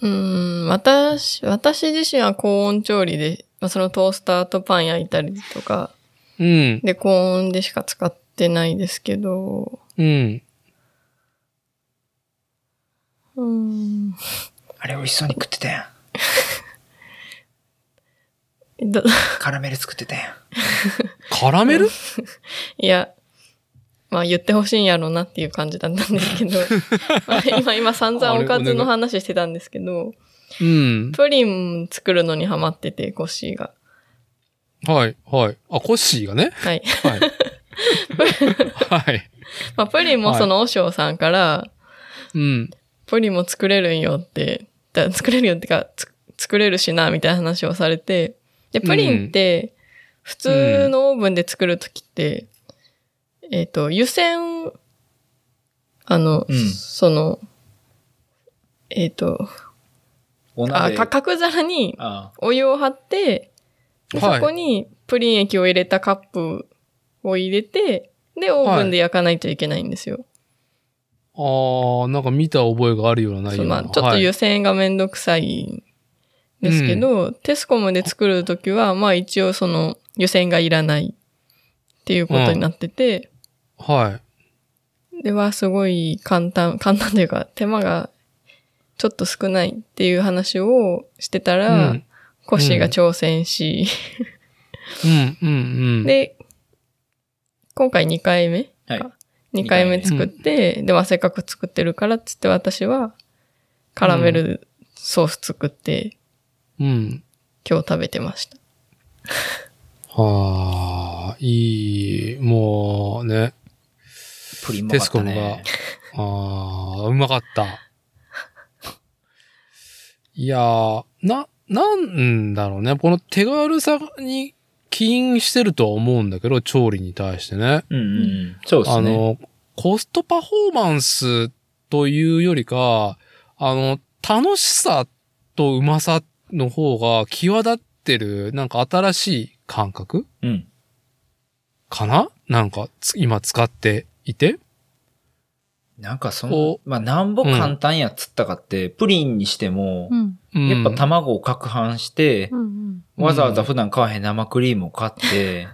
[SPEAKER 3] うーん、私、私自身は高温調理で、まあ、そのトースターとパン焼いたりとか、
[SPEAKER 1] うん。
[SPEAKER 3] で、高温でしか使ってないですけど、
[SPEAKER 1] うん。
[SPEAKER 3] うーん、
[SPEAKER 2] あれ美味しそうに食ってたやん。
[SPEAKER 3] だ
[SPEAKER 2] カラメル作ってたやん。
[SPEAKER 1] カラメル
[SPEAKER 3] いや、まあ言ってほしいんやろうなっていう感じだったんです けど、まあ今、今散々おかずの話してたんですけど、
[SPEAKER 1] うん。
[SPEAKER 3] プリン作るのにハマってて、コッシーが。
[SPEAKER 1] はい、はい。あ、コッシーがね。
[SPEAKER 3] はい。
[SPEAKER 1] はい。はい。
[SPEAKER 3] まあプリンもその和尚さんから、
[SPEAKER 1] うん。
[SPEAKER 3] プリンも作れるんよって、だ作れるよってか、つ作れるしな、みたいな話をされて。で、プリンって、普通のオーブンで作るときって、えっ、と、湯煎、あの、
[SPEAKER 2] うん
[SPEAKER 3] その、えっ、と、
[SPEAKER 2] お
[SPEAKER 3] あ、
[SPEAKER 2] 鍋。
[SPEAKER 3] か、角皿に
[SPEAKER 2] あ
[SPEAKER 3] お湯を張って、で
[SPEAKER 1] はい
[SPEAKER 3] そこにプリン液を入れたカップを入れて、で、オーブンで焼かないといけないんですよ。
[SPEAKER 1] あー、なんか見た覚えがあるようなない
[SPEAKER 3] そ
[SPEAKER 1] よ
[SPEAKER 3] う
[SPEAKER 1] う
[SPEAKER 3] ま
[SPEAKER 1] な。
[SPEAKER 3] あ、ちょっと
[SPEAKER 1] はい
[SPEAKER 3] 湯煎がめんどくさいんですけど、テスコムで作るときは、まあ一応その湯煎がいらないっていうことになってて、
[SPEAKER 1] はい。
[SPEAKER 3] ではすごい簡単、簡単というか手間がちちょっと少ないっていう話をしてたら、
[SPEAKER 1] うん
[SPEAKER 3] コッシーが挑戦し、
[SPEAKER 1] うん、うん、うん。
[SPEAKER 3] で、今回2回目
[SPEAKER 2] はい。
[SPEAKER 3] 2回目
[SPEAKER 2] 二
[SPEAKER 1] 回目
[SPEAKER 3] 作って、で、まあ、せっかく作ってるからっつって私は、カラメルソース作って、
[SPEAKER 1] うん。
[SPEAKER 3] 今日食べてました。
[SPEAKER 1] はあ、いい、もうね、
[SPEAKER 2] プリンもかったね
[SPEAKER 1] テ。ああ、うまかった。 いやー、な、なんだろうね。この手軽さに起因してるとは思うんだけど、調理に対してね。
[SPEAKER 2] うんうんうん。そうです
[SPEAKER 1] あ
[SPEAKER 2] ね。
[SPEAKER 1] の、コストパフォーマンスというよりか、あの、楽しさとうまさの方が際立ってる、なんか新しい感覚
[SPEAKER 2] うん。
[SPEAKER 1] かななんかつ、今使っていて。
[SPEAKER 2] なんかそ
[SPEAKER 1] こ
[SPEAKER 2] の、まあ、なんぼ簡単やっつったかって、プリンにしても、
[SPEAKER 4] うん。
[SPEAKER 1] うん
[SPEAKER 2] やっぱ卵を攪拌して、
[SPEAKER 4] うん。
[SPEAKER 1] うん
[SPEAKER 2] わざわざ普段買わへん生クリームを買って、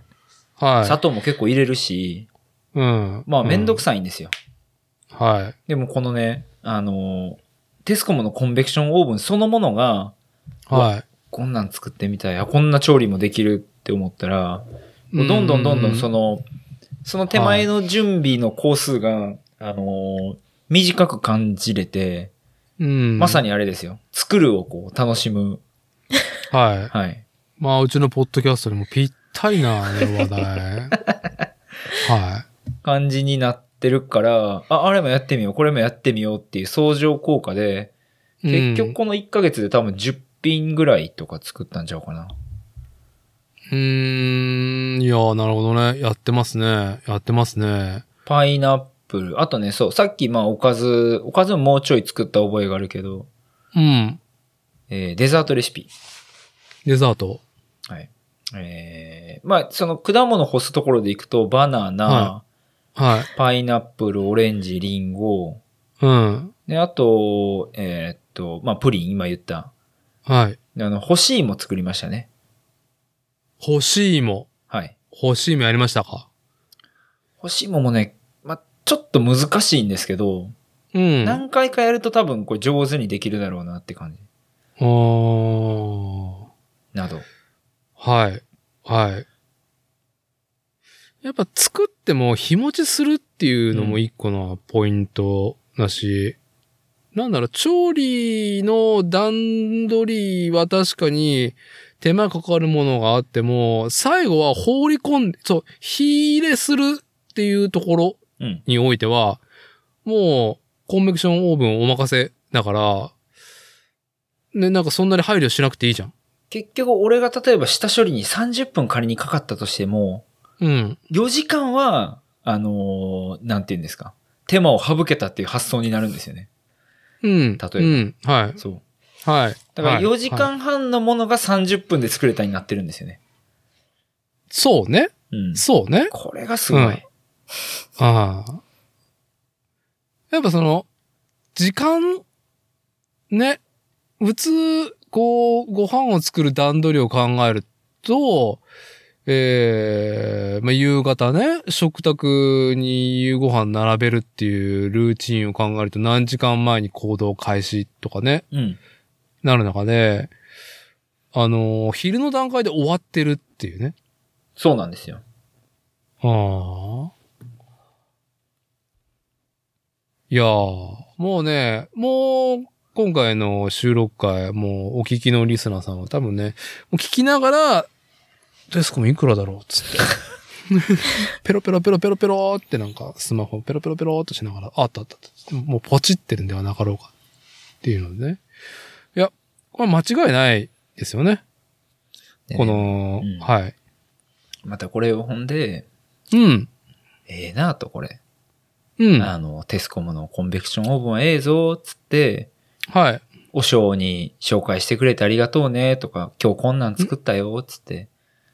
[SPEAKER 2] 砂
[SPEAKER 1] は
[SPEAKER 2] 糖も結構入れるし、
[SPEAKER 1] い。うん。
[SPEAKER 2] まあめんどく
[SPEAKER 1] さ
[SPEAKER 2] さいんですよ。
[SPEAKER 1] い。はい。
[SPEAKER 2] でもこのね、あのー、テスコムのコンベクションオーブンそのものが、
[SPEAKER 1] は
[SPEAKER 2] こんなん作ってみたい、あこんな調理もできるって思ったら、
[SPEAKER 1] い。
[SPEAKER 2] もうどんどんどんどんそ
[SPEAKER 1] の、
[SPEAKER 2] の、その手前の準備の工数が、あのー、短く感じれて、
[SPEAKER 1] うん、
[SPEAKER 2] まさ
[SPEAKER 1] に。
[SPEAKER 2] にあれですよ。作るをこう楽しむ。
[SPEAKER 1] はい。
[SPEAKER 2] はい。
[SPEAKER 1] まあ、うちのポッドキャストにもぴったりな、ね、話 題。は
[SPEAKER 2] 感じになってるから、あ、あれもやってみよう、これもやってみようっていう相乗効果で、
[SPEAKER 1] い。
[SPEAKER 2] 結局
[SPEAKER 1] うん
[SPEAKER 2] この1ヶ月で多分10品ぐらいとか作ったんちゃうかな。
[SPEAKER 1] うーん、いやー、なるほどね。やってますね。やってますね。
[SPEAKER 2] パイナップル。あとね、そう、さっきまあおかず、おかずもうちょい作った覚えがあるけど、
[SPEAKER 1] うん。
[SPEAKER 2] えーデザートレシピ。
[SPEAKER 1] デザート。
[SPEAKER 2] はい。えーまあその果物干すところでいくと、バナナ、
[SPEAKER 1] ははい。
[SPEAKER 2] パイナップル、オレンジ、リンゴ、
[SPEAKER 1] うん。
[SPEAKER 2] で、あと、えーっと、まあプリン、今言った。
[SPEAKER 1] はい。
[SPEAKER 2] であの、干し芋作りましたね。
[SPEAKER 1] 欲しいも。
[SPEAKER 2] はい。
[SPEAKER 1] 欲しいもやりましたか
[SPEAKER 2] 干し芋もね、まあちょっと難しいんですけど、
[SPEAKER 1] うん。あ
[SPEAKER 2] 何回かやると多分これ上手にできるだろうなって感じ。
[SPEAKER 1] ー。
[SPEAKER 2] など。
[SPEAKER 1] はい。はい。やっぱ作っても日持ちするっていうのも一個のポイントだし、なんだろう、調理の段取りは確かに手間かかるものがあっても、最後は放り込んで、そう、火入れするっていうところ
[SPEAKER 2] うん。
[SPEAKER 1] においては、もう、コンベクションオーブンお任せだから、ね、なんかそんなに配慮しなくていいじゃん。
[SPEAKER 2] 結局、俺が例えば下処理に30分仮にかかったとしても、
[SPEAKER 1] うん。
[SPEAKER 2] 4時間は、あのーなんて言うんですか。手間を省けたっていう発想になるんですよね。
[SPEAKER 1] うん。
[SPEAKER 2] ば
[SPEAKER 1] うん。はい。
[SPEAKER 2] そう。
[SPEAKER 1] はい。
[SPEAKER 2] だから
[SPEAKER 1] はい
[SPEAKER 2] 4時
[SPEAKER 1] はい
[SPEAKER 2] 間半のものが30分で作れたになってるんですよね。
[SPEAKER 1] そうね。
[SPEAKER 2] うん。
[SPEAKER 1] そうね。
[SPEAKER 2] これがすごい。
[SPEAKER 1] うんああ。やっぱその、時間、ね。普通、こう、ご飯を作る段取りを考えると、ええまあ、夕方ね、食卓に夕ご飯並べるっていうルーチンを考えると何時間前に行動開始とかね、
[SPEAKER 2] うん。
[SPEAKER 1] なる中で、あの、昼の段階で終わってるっていうね。
[SPEAKER 2] そうなんですよ。
[SPEAKER 1] ああ。いやー、もうね、もう、今回の収録会、もうお聞きのリスナーさんは多分ね、もう聞きながら、デスコもいくらだろうっつって。 ペロペロペロペロペローってなんかスマホペロペロペローっとしながら、ああったあったあった。もうポチってるんではなかろうか。っていうのでね。いや、これ間違いないですよね。
[SPEAKER 2] でね
[SPEAKER 1] こ、の、
[SPEAKER 2] うん
[SPEAKER 1] はい。
[SPEAKER 2] またこれをほんで、
[SPEAKER 1] うん。
[SPEAKER 2] ええなとこれ。
[SPEAKER 1] うん。
[SPEAKER 2] あの、テスコムのコンベクションオーブンはええぞっつって、
[SPEAKER 1] はい。
[SPEAKER 2] お正に紹介してくれてありがとうねとか、今日こんなん作ったよっつって、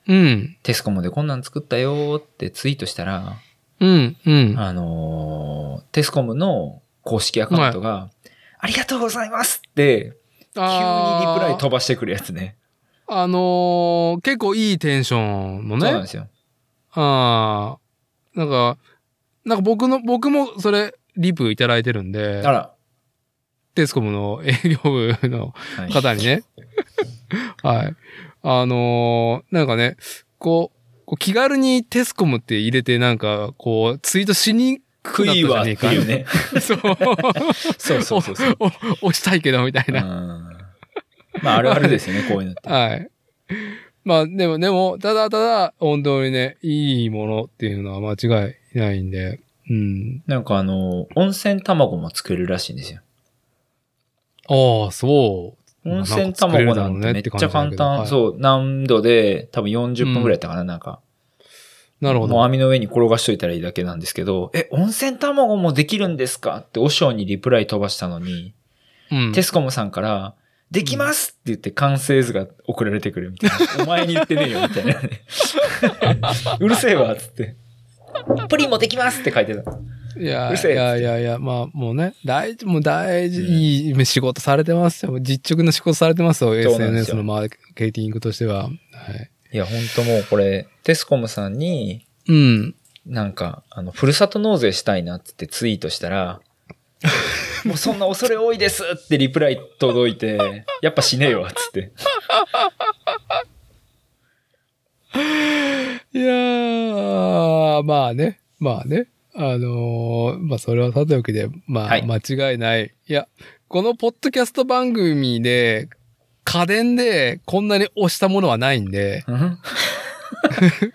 [SPEAKER 1] うん。
[SPEAKER 2] テスコムでこんなん作ったよーってツイートしたら、
[SPEAKER 1] うん、うん。
[SPEAKER 2] あのーテスコムの公式アカウントが、ありがとうございますって、急にリプライ
[SPEAKER 1] あー
[SPEAKER 2] 飛ばしてくるやつね。
[SPEAKER 1] あのー結構いいテンションの
[SPEAKER 2] そうなん
[SPEAKER 1] ね
[SPEAKER 2] で。すよ。
[SPEAKER 1] ああ。なんか、なんか僕の、僕もそれ、リプいただいてるんで
[SPEAKER 2] あ、ら、
[SPEAKER 1] テスコムの営業部の
[SPEAKER 2] はい
[SPEAKER 1] 方に ね。はい。あのーなんかね、こう、こう気軽にテスコムって入れてなんか、こう、ツイートしにくく
[SPEAKER 2] 悔
[SPEAKER 1] なった
[SPEAKER 2] い
[SPEAKER 1] じ
[SPEAKER 2] は
[SPEAKER 1] ゃ
[SPEAKER 2] っ
[SPEAKER 1] ね
[SPEAKER 2] て
[SPEAKER 1] えか。
[SPEAKER 2] いうね。
[SPEAKER 1] そう。
[SPEAKER 2] そうそうそうそう。
[SPEAKER 1] お押したいけど、みたい
[SPEAKER 2] うん
[SPEAKER 1] な。
[SPEAKER 2] まあ、あるあるですよね、こういうのって。
[SPEAKER 1] はい。まあ、でも、でも、ただただ、本当にね、いいものっていうのは間違いないんで、うん。
[SPEAKER 2] なんかあの、温泉卵も作れるらしいんですよ。
[SPEAKER 1] ああ、そう。
[SPEAKER 2] 温泉卵なんてめっちゃ簡単。
[SPEAKER 1] う。
[SPEAKER 2] そう、何度で多分40分くらいだったかな、なんか。
[SPEAKER 1] なるほ
[SPEAKER 2] もう
[SPEAKER 1] ど。
[SPEAKER 2] 網の上に転がしといたらいいだけなんですけど、え、温泉卵もできるんですかって、お尚にリプライ飛ばしたのに、
[SPEAKER 1] うん
[SPEAKER 2] テスコムさんから、できますって言って完成図が送られてくるみたいな。お前に言ってねえよ、みたいなね。 うるせえわ、っつって。プリンもできますって書いてた。
[SPEAKER 1] いや、
[SPEAKER 2] うる
[SPEAKER 1] い
[SPEAKER 2] せえ
[SPEAKER 1] やいやいや、まあもうね、大事、もう大事、
[SPEAKER 2] うん
[SPEAKER 1] いい仕事されてますよ。実直な仕事されてますよ。
[SPEAKER 2] そうなんです
[SPEAKER 1] SNS
[SPEAKER 2] よ
[SPEAKER 1] のマーケティングとしては。はい。
[SPEAKER 2] いや、ほんともうこれ、テスコムさんに、
[SPEAKER 1] うん。
[SPEAKER 2] なんか、あの、ふるさと納税したいなってってツイートした ら、もうそんな恐れ多いですってリプライ届いて、やっぱしねえわ、つって。
[SPEAKER 1] いやー、まあね、まあね。あのーまあそれはさておきで、まあ、
[SPEAKER 2] はい
[SPEAKER 1] 間違いない。いや、このポッドキャスト番組で、家電でこんなに押したものはないんで、
[SPEAKER 2] うん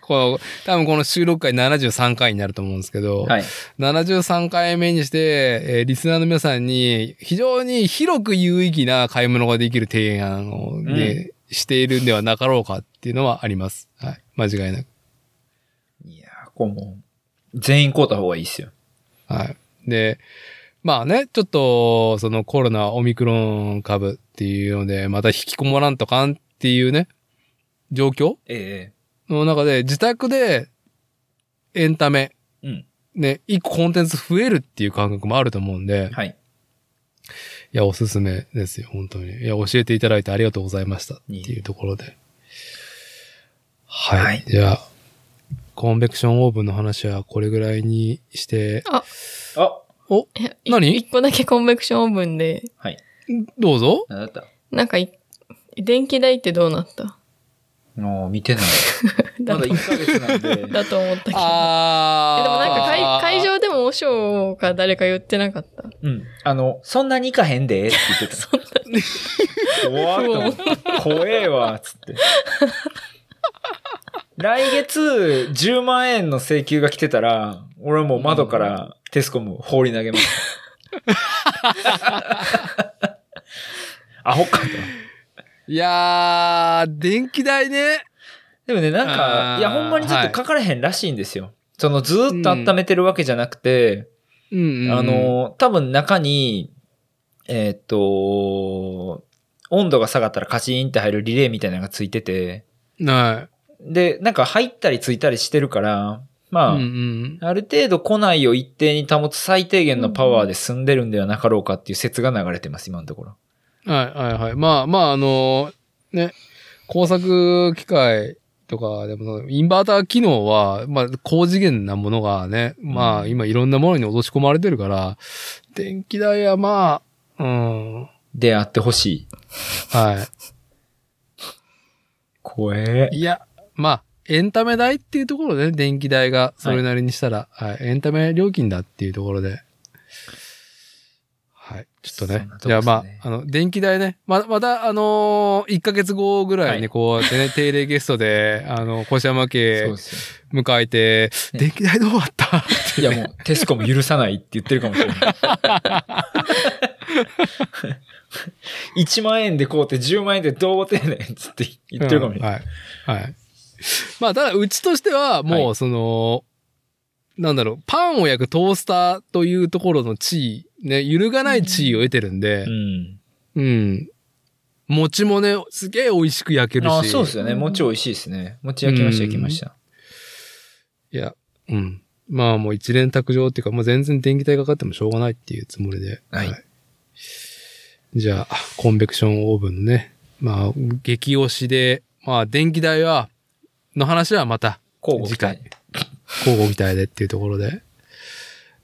[SPEAKER 1] こう、多分この収録回73回になると思うんですけど、
[SPEAKER 2] はい。
[SPEAKER 1] 73回目にして、えーリスナーの皆さんに非常に広く有意義な買い物ができる提案をね、しているんではなかろうかっていうのはあります。はい。間違いなく。
[SPEAKER 2] いやー、こうもう、全員買うた方がいいっすよ。
[SPEAKER 1] はい。で、まあね、ちょっと、そのコロナオミクロン株っていうので、また引きこもらんとかんっていうね、状況
[SPEAKER 2] え
[SPEAKER 1] の中で、自宅でエンタメ、
[SPEAKER 2] えうん。
[SPEAKER 1] ね、一個コンテンツ増えるっていう感覚もあると思うんで、
[SPEAKER 2] はい。
[SPEAKER 1] いや、おすすめですよ、本当に。いや、教えていただいてありがとうございました。っていうところで。はい。
[SPEAKER 2] はい
[SPEAKER 1] じゃあ、コンベクションオーブンの話はこれぐらいにして、
[SPEAKER 2] あ、
[SPEAKER 1] お、
[SPEAKER 3] い
[SPEAKER 1] 何
[SPEAKER 3] 一個だけコンベクションオーブンで、
[SPEAKER 2] はい。
[SPEAKER 1] どうぞ。
[SPEAKER 2] なんだった
[SPEAKER 3] なんかい、電気代ってどうなった
[SPEAKER 2] もう見てない。 ま
[SPEAKER 3] だ
[SPEAKER 2] だ
[SPEAKER 3] と
[SPEAKER 2] 1ヶ月なん で。
[SPEAKER 3] だと思ったけど。
[SPEAKER 1] あ
[SPEAKER 3] えでもなんか会会
[SPEAKER 1] 場
[SPEAKER 3] 場でも和尚か誰か言ってなかった。
[SPEAKER 2] うん。あの、そんなに行かへんでって 言ってた。怖っと思って怖えわ、つって。来月、10万円の請求が来てたら、俺はもう窓からテスコム放り投げます。アホかと。
[SPEAKER 1] いやー、電気代ね。
[SPEAKER 2] でもね、なん
[SPEAKER 1] あ
[SPEAKER 2] か、
[SPEAKER 1] ー
[SPEAKER 2] いや、ほんまにちょっとかからへんらしいんですよ。その、ずーっと温めてるわけじゃなくて、
[SPEAKER 1] うんうんうん
[SPEAKER 2] あ、の、多分中に、えーっと、温度が下がったらカチーンって入るリレーみたいなのがついてて、
[SPEAKER 1] はい。
[SPEAKER 2] で、なんか入ったりついたりしてるから、まあ、
[SPEAKER 1] うんうん。
[SPEAKER 2] ある程度庫内を一定に保つ最低限のパワーで済んでるんではなかろうかっていう説が流れてます、今のところ。
[SPEAKER 1] はいはいはい。まあまあ、あのね、工作機械とか、でもそのインバーター機能は、まあ、高次元なものがね、まあ、今いろんなものに落とし込まれてるから、電気代はまあ、うん、は
[SPEAKER 2] であってほしい。怖え
[SPEAKER 1] い。。いや、まあ、エンタメ代っていうところでね、電気代がそれなりにしたら、はい、エンタメ料金だっていうところで。はい。ちょっと
[SPEAKER 2] そ
[SPEAKER 1] ね
[SPEAKER 2] んな。とこ
[SPEAKER 1] じゃあま
[SPEAKER 2] ですね
[SPEAKER 1] あ、あの、電気代ね。ま、また、あのー、1ヶ月後ぐらい
[SPEAKER 2] は
[SPEAKER 1] に
[SPEAKER 2] い
[SPEAKER 1] こうやってね、定例ゲストで、あの、小山
[SPEAKER 2] そう
[SPEAKER 1] 家
[SPEAKER 2] です
[SPEAKER 1] 迎えて、
[SPEAKER 2] ね
[SPEAKER 1] 電気代どうだったっ
[SPEAKER 2] よ。いやもう、テスコも許さないって言ってるかも しれない。1万円でこうって10万円でどうてんねんっつって言ってるかもしれな
[SPEAKER 1] う
[SPEAKER 2] い。
[SPEAKER 1] んはい。はい。まあ、ただ、うちとしては、も
[SPEAKER 2] は
[SPEAKER 1] う、その、なんだろう、パンを焼くトースターというところの地位、ね、揺るがない地位を得てるんで
[SPEAKER 2] う、ん。
[SPEAKER 1] うん。餅もね、すげえ美味しく焼けるし。
[SPEAKER 2] あそうですよね。
[SPEAKER 3] うん
[SPEAKER 2] 餅美味しいですね。餅焼きました、
[SPEAKER 1] うん
[SPEAKER 2] 焼きました。
[SPEAKER 1] いや、うん。まあもう一連卓上っていうか、まあ全然電気代かかってもしょうがないっていうつもりで。
[SPEAKER 2] はい
[SPEAKER 1] じゃあ、コンベクションオーブンのね、まあ、激推しで、まあ電気代は、の話はまた、
[SPEAKER 2] 交互期
[SPEAKER 1] 次
[SPEAKER 2] 待
[SPEAKER 1] 回。交互期待でっていうところで。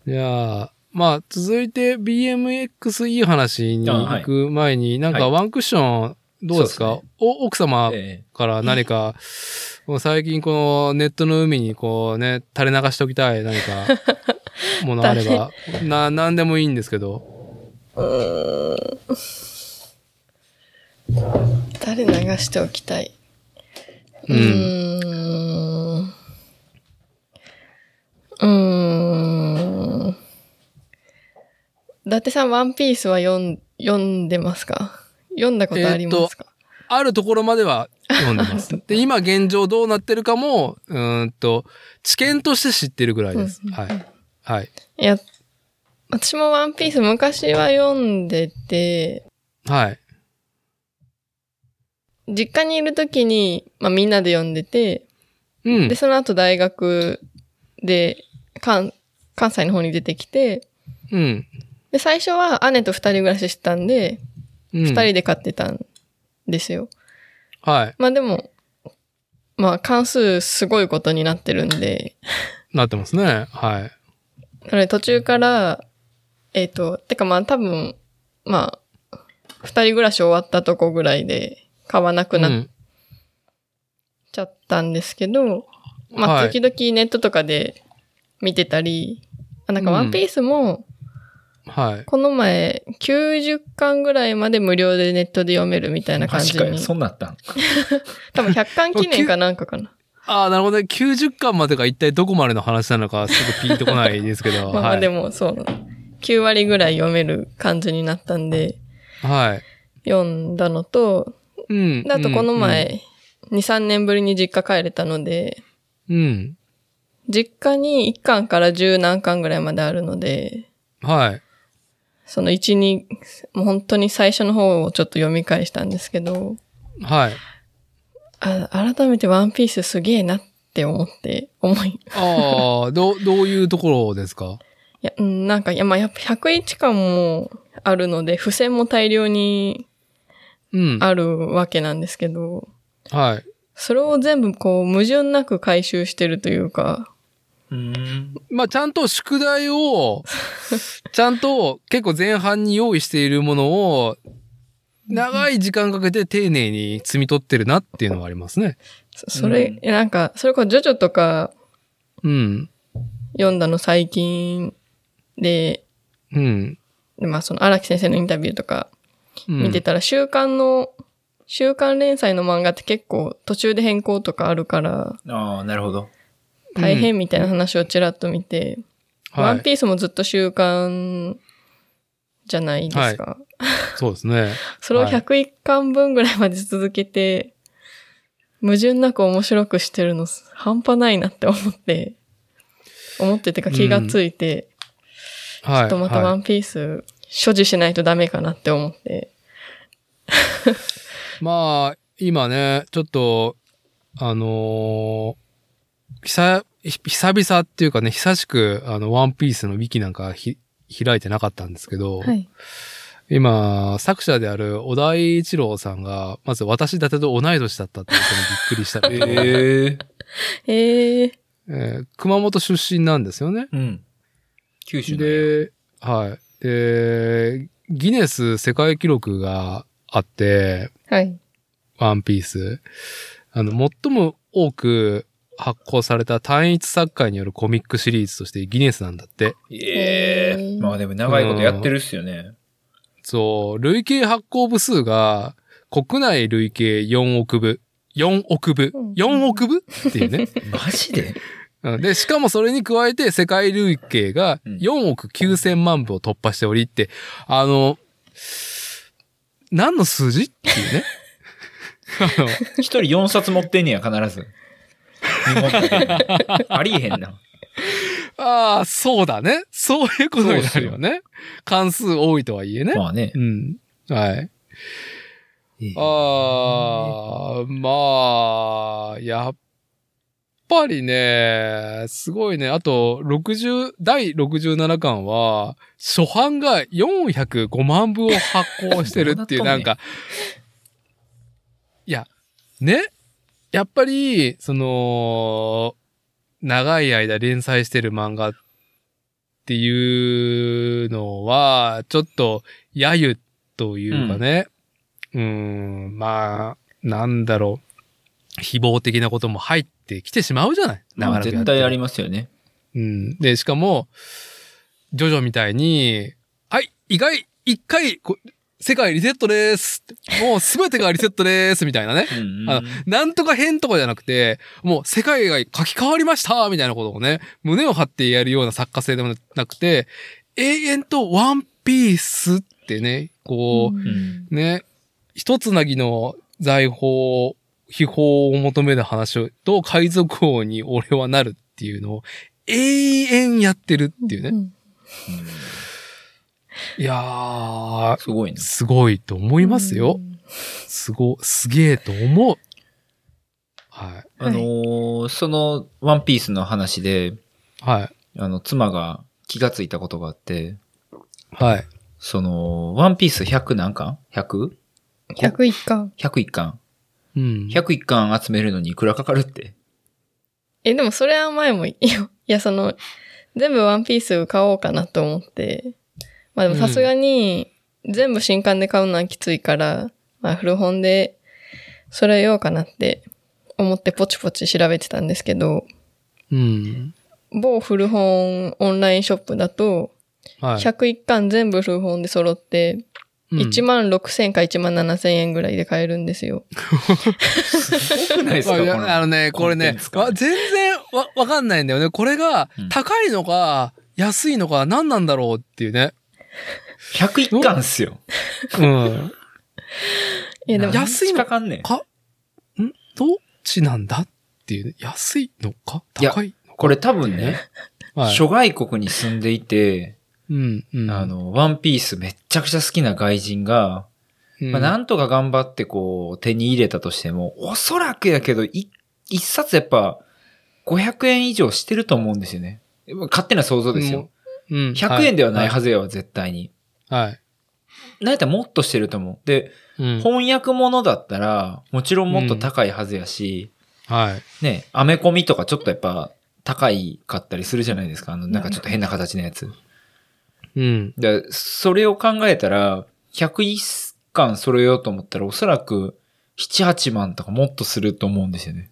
[SPEAKER 1] じゃあ、まあ、続いて BMX いい話に行く前に、なんかワンクッション、どうですか
[SPEAKER 2] そうで
[SPEAKER 1] お奥様
[SPEAKER 2] え
[SPEAKER 1] から何か、もう最近このネットの海にこうね、垂れ流しておきたい何か、ものあれば、な、なんでもいいんですけど。
[SPEAKER 3] 誰流しておきたい。う
[SPEAKER 1] う
[SPEAKER 3] ー
[SPEAKER 1] ん。
[SPEAKER 3] ん。うーん。伊達さん、ワンピースは読ん、読んでますか読んだことありますか、
[SPEAKER 1] あるところまでは読んでます。で、今現状どうなってるかも、うーんと、知見として知ってるぐらいです
[SPEAKER 3] う。ん
[SPEAKER 1] はい。はい。
[SPEAKER 3] いや、私もワンピース昔は読んでて、
[SPEAKER 1] はい。
[SPEAKER 3] 実家にいるときに、まあみんなで読んでて、
[SPEAKER 1] うん
[SPEAKER 3] で、。その後大学で、関、関西の方に出てきて、
[SPEAKER 1] うん。
[SPEAKER 3] で、最初は姉と二人暮らししてたんで、
[SPEAKER 1] 二
[SPEAKER 3] 二人で買ってたんですよ。
[SPEAKER 1] はい。
[SPEAKER 3] まあでも、まあ関数すごいことになってるんで、
[SPEAKER 1] なってますね。はい。
[SPEAKER 3] なので途中から、えっ、と、てかまあ多分、まあ、二人暮らし終わったとこぐらいで買わなく
[SPEAKER 1] う
[SPEAKER 3] なっ
[SPEAKER 1] ん
[SPEAKER 3] ちゃったんですけど、ま
[SPEAKER 1] は
[SPEAKER 3] あ
[SPEAKER 1] い
[SPEAKER 3] 時々ネットとかで見てたり、あなんか
[SPEAKER 1] うん
[SPEAKER 3] ワンピースも、
[SPEAKER 1] はい。
[SPEAKER 3] この前90巻ぐらいまで無料でネットで読めるみたい
[SPEAKER 2] え
[SPEAKER 3] な感
[SPEAKER 2] マジ
[SPEAKER 3] じ
[SPEAKER 2] かよ、
[SPEAKER 3] に。
[SPEAKER 2] そんなんあったん
[SPEAKER 3] 多分100巻記念かなんかかな。
[SPEAKER 1] ああ、なるほどね。90巻までが一体どこまでの話なのか、すぐピンとこないですけど。
[SPEAKER 3] まあまあ
[SPEAKER 1] はい
[SPEAKER 3] で。もそう、9割ぐらい読める感じになったんで、
[SPEAKER 1] はい。
[SPEAKER 3] 読んだのと、
[SPEAKER 1] うん。
[SPEAKER 3] であとこの
[SPEAKER 1] うん。
[SPEAKER 3] 前、2、3年ぶりに実家帰れたので、
[SPEAKER 1] うん。
[SPEAKER 3] 実家に1巻から10何巻ぐらいまであるので、
[SPEAKER 1] はい。
[SPEAKER 3] その1、2、もう本当に最初の方をちょっと読み返したんですけど、
[SPEAKER 1] はい。
[SPEAKER 3] あ改めてワンピースすげえなって思って、思い、い
[SPEAKER 1] ああ、どう、どういうところですか
[SPEAKER 3] や、うんなんか、いや、まあ、やっぱ101巻もあるので、付箋も大量に
[SPEAKER 1] うん。
[SPEAKER 3] あるわけなんですけど、
[SPEAKER 1] はい。
[SPEAKER 3] それを全部こう矛盾なく回収してるというか、
[SPEAKER 2] うん。
[SPEAKER 1] まあ、ちゃんと宿題 を、ちゃんと結構前半に用意しているものを、長い時間かけて丁寧に摘み取ってるなっていうのはありますね。
[SPEAKER 3] そそれ、
[SPEAKER 2] うん
[SPEAKER 3] いやなんか、それこそジョジョとか
[SPEAKER 1] うん。
[SPEAKER 3] 読んだの最近で、
[SPEAKER 1] うん。
[SPEAKER 3] でまあその荒木先生のインタビューとか
[SPEAKER 1] うん
[SPEAKER 3] 見てたら、週刊の、週刊連載の漫画って結構途中で変更とかあるから、
[SPEAKER 2] ああ、なるほど。
[SPEAKER 3] 大変みたいな話をちらっと見て、ワ
[SPEAKER 1] は
[SPEAKER 3] ン
[SPEAKER 1] い。
[SPEAKER 3] ピースもずっと週刊じゃないですか。
[SPEAKER 1] そうですね。
[SPEAKER 3] それを
[SPEAKER 1] はい
[SPEAKER 3] 101巻分ぐらいまで続けて、矛盾なく面白くしてるの半端ないなって思って、思っててか気がついて、
[SPEAKER 1] はい。
[SPEAKER 3] ちょっとまた
[SPEAKER 1] はい
[SPEAKER 3] ワンピース所持しないとダメかなって思って。
[SPEAKER 1] まあ、今ね、ちょっと、あのー久、久々っていうかね、久しく、あの、ワンピースのウィキなんかひ開いてなかったんですけど、
[SPEAKER 3] い。
[SPEAKER 1] 今、作者である小田井一郎さんが、まず私だてと同い年だったってことにびっくりしたの で、
[SPEAKER 2] ええ。
[SPEAKER 3] ええ
[SPEAKER 1] えー熊本出身なんですよね。
[SPEAKER 2] うん。九州なんや
[SPEAKER 1] で、はい。で、ギネス世界記録があって、
[SPEAKER 3] はい。
[SPEAKER 1] ワンピース。あの、最も多く発行された単一作家によるコミックシリーズとしてギネスなんだって。
[SPEAKER 2] ええ
[SPEAKER 3] えー
[SPEAKER 2] まあでも長いことやってるっすよね。
[SPEAKER 1] そう、累計発行部数が国内累計4億部。4億部
[SPEAKER 3] うん。
[SPEAKER 1] 4億部っていう ね。
[SPEAKER 2] マジで
[SPEAKER 1] うんで、しかもそれに加えて世界累計が
[SPEAKER 2] うん
[SPEAKER 1] 4億9千万部を突破しておりって、あの、何の数字っていう ね。 あの、
[SPEAKER 2] 一人4冊持ってんねや、必ず。日本だけありえへんな。
[SPEAKER 1] ああ、そうだね。そういうことになるよね。関数多いとはいえね。
[SPEAKER 2] まあね
[SPEAKER 1] う。ん。はい。
[SPEAKER 2] ええ
[SPEAKER 1] ああ、まあ、やっぱりね、すごいね。あと、60、第67巻は、初版が405万部を発行してるっていう、
[SPEAKER 2] どうな
[SPEAKER 1] な
[SPEAKER 2] っとんねん
[SPEAKER 1] んか、いや、ね、やっぱり、その、長い間連載してる漫画っっていうのは、ちょっと、揶揄というかね、うーん、まあ、なんだろう、誹謗的なことも入ってきてしまうじゃない
[SPEAKER 2] まあ
[SPEAKER 1] や
[SPEAKER 2] 絶
[SPEAKER 1] ってる
[SPEAKER 2] 対ありますよね。
[SPEAKER 1] うん。で、しかも、ジョジョみたいに、はい、意外、一回、こ世界リセットです。もうすべてがリセットです。みたいなね。
[SPEAKER 2] うんうん
[SPEAKER 1] あなんとか変とかじゃなくて、もう世界が書き換わりましたみたいなことをね、胸を張ってやるような作家性でもなくて、永遠とワンピースってね、こう、
[SPEAKER 2] ん
[SPEAKER 1] ね、一つなぎの財宝、秘宝を求める話をと海賊王に俺はなるっていうのを永遠やってるっていうね。
[SPEAKER 3] ね。
[SPEAKER 1] いやー、
[SPEAKER 2] すごいな。
[SPEAKER 1] すごいと思いますよ
[SPEAKER 3] う。ん。
[SPEAKER 1] すご、すげえと思う。は
[SPEAKER 2] あのーそのワンピースの話で、
[SPEAKER 1] い。はい。
[SPEAKER 2] あの、妻が気がついたことがあって、
[SPEAKER 1] はい。
[SPEAKER 2] その、ワンピース100何巻 ?100?101
[SPEAKER 3] 101巻。
[SPEAKER 2] 巻。
[SPEAKER 1] うん。
[SPEAKER 2] 101巻集めるのにいくらかかるって。
[SPEAKER 3] え、でもそれは前もいいよ。いや、その、全部ワンピース買おうかなと思って。まあでもさすがに、全部新刊で買うのはきついから、まあ古本で、それをようかなって思ってポチポチ調べてたんですけど、
[SPEAKER 1] うん。
[SPEAKER 3] 某古本オンラインショップだと、
[SPEAKER 1] はい。
[SPEAKER 3] 101巻全部古本で揃って、
[SPEAKER 1] うん
[SPEAKER 3] 1万6000か1万7000円ぐらいで買えるんですよ。
[SPEAKER 2] すごくないですか
[SPEAKER 1] あい
[SPEAKER 2] こ
[SPEAKER 1] や
[SPEAKER 2] の
[SPEAKER 1] あのね、これ
[SPEAKER 2] コン
[SPEAKER 1] ね
[SPEAKER 2] テンツ、か
[SPEAKER 1] わ全然わ、わかんないんだよね。これが
[SPEAKER 2] うん
[SPEAKER 1] 高いのか、安いのか、何なんだろうっていうね。
[SPEAKER 2] 101巻っすよ。
[SPEAKER 1] うん。
[SPEAKER 3] いやでも、
[SPEAKER 1] や安いの
[SPEAKER 2] かかんねん。
[SPEAKER 1] か、んどっちなんだっていうね。安いのか
[SPEAKER 2] いや
[SPEAKER 1] 高いのか
[SPEAKER 2] これ多分ね、
[SPEAKER 1] はい。
[SPEAKER 2] 諸外国に住んでいて、
[SPEAKER 1] うん、うん。
[SPEAKER 2] あ、の、ワンピースめっちゃくちゃ好きな外人が、
[SPEAKER 1] うん、
[SPEAKER 2] まあ、なんとか頑張ってこう手に入れたとしても、おそらくやけど、い一冊やっぱ500円以上してると思うんですよね。勝手な想像ですよ。
[SPEAKER 1] うん
[SPEAKER 2] 100円ではないはずやわ、絶対に。
[SPEAKER 1] はい。はい。
[SPEAKER 2] なんやったらもっとしてると思う。で、
[SPEAKER 1] うん。
[SPEAKER 2] 翻訳ものだったら、もちろんもっと高いはずやし、
[SPEAKER 1] はい。
[SPEAKER 2] ね、アメコミとかちょっとやっぱ高いかったりするじゃないですか。あの、なんかちょっと変な形のやつ。
[SPEAKER 1] うん。
[SPEAKER 2] で、それを考えたら、101巻揃えようと思ったら、おそらく、7、8万とかもっとすると思うんですよね。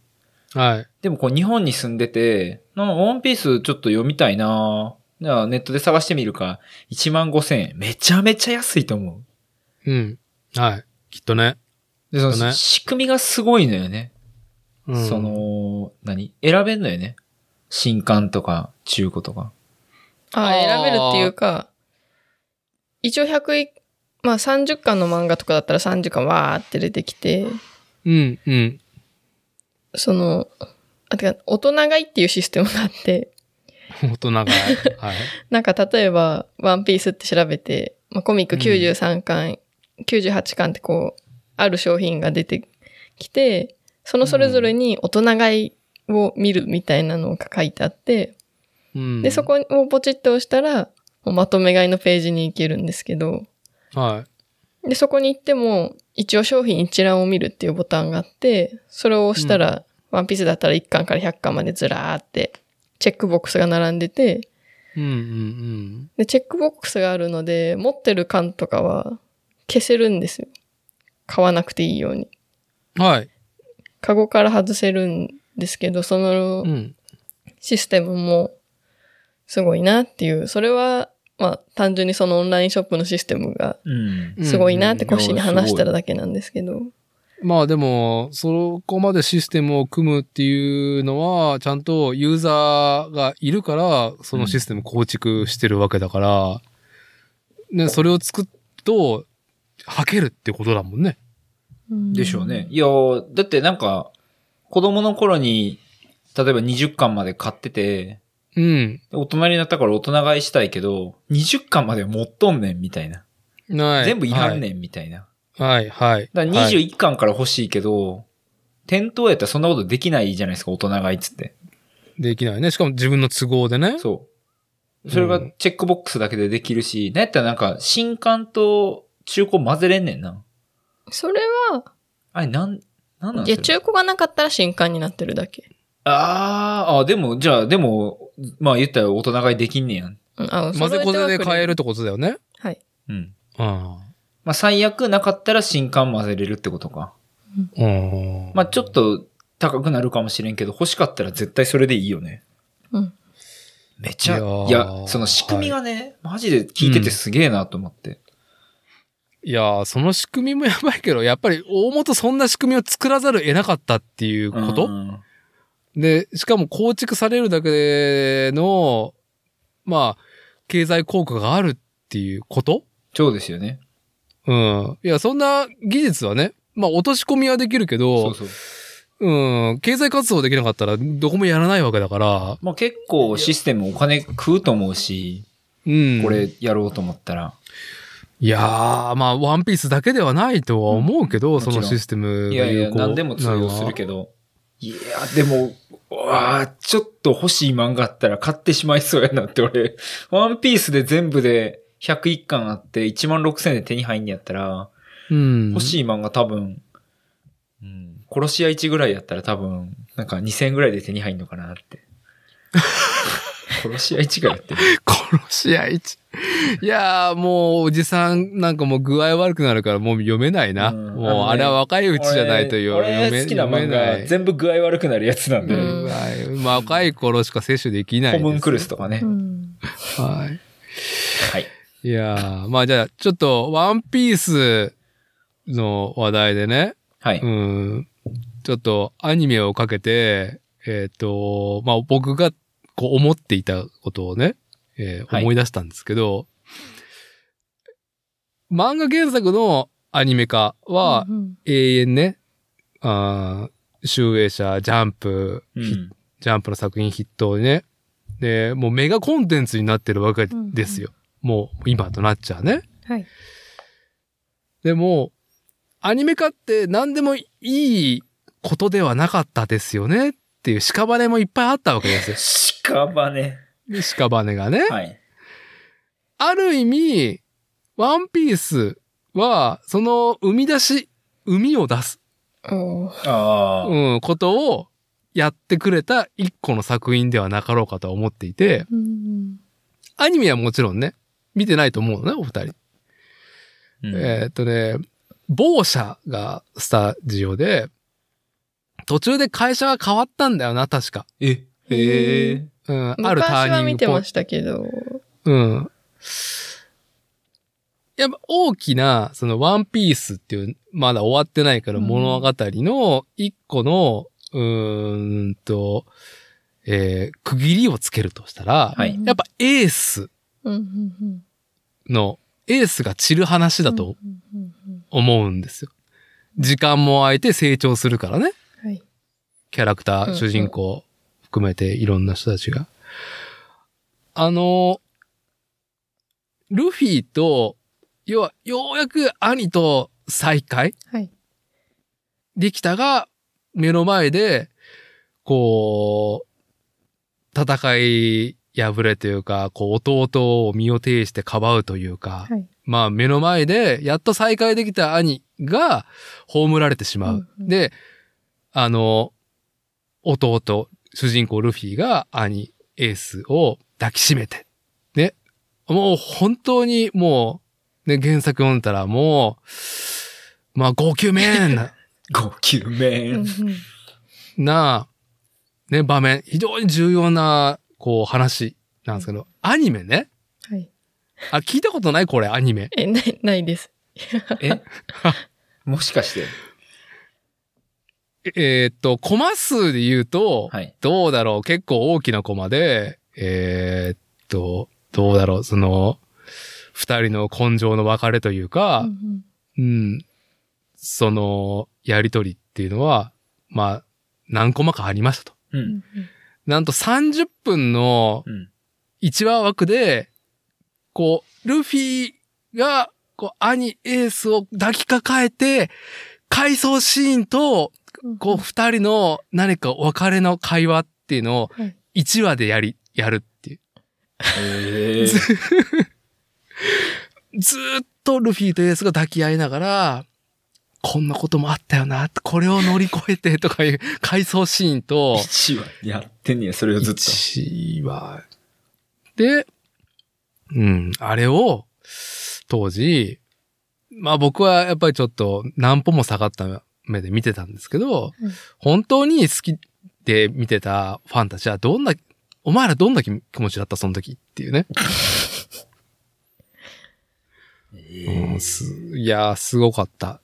[SPEAKER 1] はい。
[SPEAKER 2] でもこう日本に住んでて、なんかワンピースちょっと読みたいなぁじゃあネットで探してみるか。1万5千円。めちゃめちゃ安いと思
[SPEAKER 1] うん。はい。きっとね。
[SPEAKER 2] う。で、そ
[SPEAKER 1] そう
[SPEAKER 2] の
[SPEAKER 1] ね
[SPEAKER 2] 仕組みがすごいのよね。
[SPEAKER 1] うん、
[SPEAKER 2] そ、の、何選べんのよね。新刊とか中古とか。
[SPEAKER 3] あ
[SPEAKER 1] あー
[SPEAKER 3] 選べるっていうか、一応100い、まあ30巻の漫画とかだったら30巻わーって出てきて、
[SPEAKER 1] うん、うん。
[SPEAKER 3] その、あ、てか、大人買いっていうシステムがあって、
[SPEAKER 1] 大人が、はい。
[SPEAKER 3] なんか例えば、ワンピースって調べて、まあ、コミック
[SPEAKER 1] うん
[SPEAKER 3] 93巻、98巻ってこう、ある商品が出てきて、そのそれぞれに大人買いを見るみたいなのが書いてあって、
[SPEAKER 1] うん。
[SPEAKER 3] で、そこをポチッと押したら、もうまとめ買いのページに行けるんですけど、
[SPEAKER 1] は
[SPEAKER 3] で、そこに行っても、一応商品一覧を見るっていうボタンがあって、それを押したら、ワンピースだったら1巻から100巻までずらーって、チェックボックスが並んでて、
[SPEAKER 1] い。うん、うん、
[SPEAKER 3] で、チェックボックスがあるので、持ってる巻とかは消せるんですよ。買わなくていいように。
[SPEAKER 1] うん。はい。
[SPEAKER 3] カゴから外せるんですけど、そ
[SPEAKER 1] う
[SPEAKER 3] の
[SPEAKER 1] ん。
[SPEAKER 3] システムもすごいなっていう、それは、まあ、単純にそのオンラインショップのシステムが
[SPEAKER 2] うん。
[SPEAKER 3] すごいなって
[SPEAKER 1] うんうん
[SPEAKER 3] コッシーに話したらだけなんですけど。
[SPEAKER 1] まあでも、そこまでシステムを組むっていうのは、ちゃんとユーザーがいるから、そのシステム構築してるわけだから、ね、それを作ると、はけるってことだもんね。
[SPEAKER 2] でしょうね。いやーだってなんか、子供の頃に、例えば20巻まで買ってて、
[SPEAKER 1] うん。
[SPEAKER 2] で大人になったから大人買いしたいけど、20巻まで持っとんねんみたいな。
[SPEAKER 1] ない。
[SPEAKER 2] 全部いらんねんみたいな。
[SPEAKER 1] はい。はい、はい。
[SPEAKER 2] だから
[SPEAKER 1] はい
[SPEAKER 2] 21巻から欲しいけど、店頭やったらそんなことできないじゃないですか、大人買いっつって。
[SPEAKER 1] できないね。しかも自分の都合でね。
[SPEAKER 2] そう。それがチェックボックスだけでできるし、なんやったらなんか、新刊と中古混ぜれんねんな。
[SPEAKER 3] それは、
[SPEAKER 2] あれ、なん、なんなん
[SPEAKER 3] いや、
[SPEAKER 2] すか
[SPEAKER 3] 中古がなかったら新刊になってるだけ。
[SPEAKER 2] あーあ、でも、じゃあ、でも、まあ言ったら大人買いできんねやん。
[SPEAKER 3] うんあ
[SPEAKER 1] 混ぜこぜで変え
[SPEAKER 3] る。
[SPEAKER 1] るってことだよね。
[SPEAKER 3] はい。
[SPEAKER 2] うん。
[SPEAKER 1] うん。
[SPEAKER 2] まあ、最悪なかったら新刊混ぜれるってことか。
[SPEAKER 1] うん。
[SPEAKER 2] まあ、ちょっと高くなるかもしれんけど、欲しかったら絶対それでいいよね。
[SPEAKER 3] うん。
[SPEAKER 2] めちゃ、
[SPEAKER 1] いやー
[SPEAKER 2] いや、その仕組みがね、マジで聞いててすげえなと思って。
[SPEAKER 1] いやー、その仕組みもやばいけど、やっぱり大元そんな仕組みを作らざるを得なかったっていうこと、
[SPEAKER 2] うん
[SPEAKER 1] で、しかも構築されるだけの、まあ、経済効果があるっていうこと
[SPEAKER 2] そうですよね。
[SPEAKER 1] うん。いや、そんな技術はね、まあ落とし込みはできるけど、
[SPEAKER 2] そうそう。
[SPEAKER 1] うん、経済活動できなかったらどこもやらないわけだから、
[SPEAKER 2] まあ、結構システムお金食うと思うし、
[SPEAKER 1] うん。
[SPEAKER 2] こ。れやろうと思ったら。
[SPEAKER 1] いやー、まあ、ワンピースだけではないとは思うけど、
[SPEAKER 2] ん
[SPEAKER 1] そ
[SPEAKER 2] も
[SPEAKER 1] の
[SPEAKER 2] ちろん
[SPEAKER 1] システムが
[SPEAKER 2] いやい
[SPEAKER 1] 有
[SPEAKER 2] や、
[SPEAKER 1] 効
[SPEAKER 2] 何でも通用するけど。いや、でも、うわあちょっと欲しい漫画あったら買ってしまいそうやなって俺、ワンピースで全部で101巻あって1万6000円で手に入んねやったら、
[SPEAKER 1] うん。
[SPEAKER 2] 欲しい漫画多分、うん、殺し屋1ぐらいやったら多分、なんか2000円ぐらいで手に入んのかな って。殺し屋1がやってる。
[SPEAKER 1] 殺し合いち。いやー、もう、おじさんなんかもう具合悪くなるからもう読めないな。
[SPEAKER 2] うん
[SPEAKER 1] も
[SPEAKER 2] あ
[SPEAKER 1] う、
[SPEAKER 2] のね
[SPEAKER 1] あれは若いうちじゃないという
[SPEAKER 2] 俺俺好きな漫画全部具合悪くなるやつなんで、
[SPEAKER 3] う
[SPEAKER 2] ホ
[SPEAKER 3] ん
[SPEAKER 1] まあ、若い頃しか摂取できないです。
[SPEAKER 2] ムンクルスとかね。
[SPEAKER 3] ん。
[SPEAKER 1] はい。
[SPEAKER 2] はい。
[SPEAKER 1] いやー、まあじゃあ、ちょっと、ワンピースの話題でね、
[SPEAKER 2] はい。
[SPEAKER 1] うん、ちょっとアニメをかけて、えっ、と、まあ僕がこう思っていたことをね、えー
[SPEAKER 2] はい
[SPEAKER 1] 思い出したんですけど、漫画原作のアニメ化は
[SPEAKER 3] うん
[SPEAKER 1] 永遠ね、あー集英社、ジャンプ、
[SPEAKER 2] う
[SPEAKER 1] ヒ
[SPEAKER 2] ん
[SPEAKER 1] ジャンプの作品筆頭にね、で、もうメガコンテンツになってるわけですよ。もう今となっちゃうね。
[SPEAKER 3] はい。
[SPEAKER 1] でも、アニメ化って何でもいいことではなかったですよねっていう屍もいっぱいあったわけです よ。
[SPEAKER 2] 屍。
[SPEAKER 1] 屍がね。
[SPEAKER 2] はい。
[SPEAKER 1] ある意味、ワンピースは、その生み出し、生みを出す、
[SPEAKER 3] おー
[SPEAKER 2] ああ。
[SPEAKER 1] うん、ことをやってくれた一個の作品ではなかろうかとは思っていて、
[SPEAKER 3] うん。
[SPEAKER 1] アニメはもちろんね、見てないと思うのね、お二人。
[SPEAKER 2] うん
[SPEAKER 1] えーっとね、某社がスタジオで、途中で会社が変わったんだよな、確か。
[SPEAKER 2] え、
[SPEAKER 3] へ
[SPEAKER 2] え
[SPEAKER 3] え
[SPEAKER 1] うん、あるタ
[SPEAKER 3] 昔は
[SPEAKER 1] ーニン
[SPEAKER 3] 見
[SPEAKER 1] グ
[SPEAKER 3] て
[SPEAKER 1] ポイン
[SPEAKER 3] ま
[SPEAKER 1] ト。
[SPEAKER 3] したけど。
[SPEAKER 1] うん。やっぱ大きな、そのワンピースっていう、まだ終わってないから
[SPEAKER 3] うん
[SPEAKER 1] 物語の一個の、うーんと、えー区切りをつけるとしたら、
[SPEAKER 2] はい
[SPEAKER 1] やっぱエース
[SPEAKER 3] うんうんうん、
[SPEAKER 1] の、エースが散る話だと
[SPEAKER 3] うんうんうん
[SPEAKER 1] 思うんですよ。時間も空いて成長するからね。
[SPEAKER 3] うん。はい。
[SPEAKER 1] キャラクタ
[SPEAKER 3] うんう
[SPEAKER 1] ー、
[SPEAKER 3] ん
[SPEAKER 1] 主人公含めていろんな人たちが。あの、ルフィと、要は、ようやく兄と再会
[SPEAKER 3] はい。
[SPEAKER 1] できたが、目の前で、こう、戦い破れというか、こう、弟を身を挺してかばうというか、
[SPEAKER 3] はい。
[SPEAKER 1] まあ目の前で、やっと再会できた兄が葬られてしまう。
[SPEAKER 3] うんうん
[SPEAKER 1] で、あの、弟、主人公ルフィが兄、エースを抱きしめて。ね。もう本当にもう、ね、原作読んだらもう、まあ号泣メンな、
[SPEAKER 2] ごきゅめ
[SPEAKER 3] うんうん
[SPEAKER 2] ん。
[SPEAKER 1] な、ね、場面。非常に重要な、こう話なんですけど、アニメね。
[SPEAKER 3] はい。
[SPEAKER 1] あ、聞いたことないこれ、アニメ。
[SPEAKER 3] え、ない、ないです。
[SPEAKER 2] えもしかして。
[SPEAKER 1] ええーっと、コマ数で言うと、
[SPEAKER 2] はい。
[SPEAKER 1] どうだろう結構大きなコマで、えーっと、どうだろうその、二人の根性の別れという
[SPEAKER 3] う
[SPEAKER 1] か、
[SPEAKER 3] ん
[SPEAKER 1] うん、その、やりとりっていうのは、まあ、何コマかありましたと。
[SPEAKER 2] う。
[SPEAKER 3] うんんうん
[SPEAKER 1] なんと30分の
[SPEAKER 2] うん。
[SPEAKER 1] 1話枠で、こう、ルフィが、こう、兄エースを抱きかかえて、回想シーンと、
[SPEAKER 3] うん
[SPEAKER 1] こう、二人の何かお別れの会話っていうのを、
[SPEAKER 3] はい。
[SPEAKER 1] 1話でやり、やるっていう。
[SPEAKER 2] ええ。
[SPEAKER 1] ずーっとルフィとエースが抱き合いながら、こんなこともあったよな、これを乗り越えてとかいう回想シーンと、
[SPEAKER 2] 1話やってんねや、それをずっと。
[SPEAKER 1] 1話。で、うん。あれを、当時、まあ僕はやっぱりちょっと何歩も下がった目で見てたんですけど、
[SPEAKER 3] うん
[SPEAKER 1] 本当に好きで見てたファンたちはどんな、お前らどんな気持ちだったその時っていうね。うんすいやー、すごかった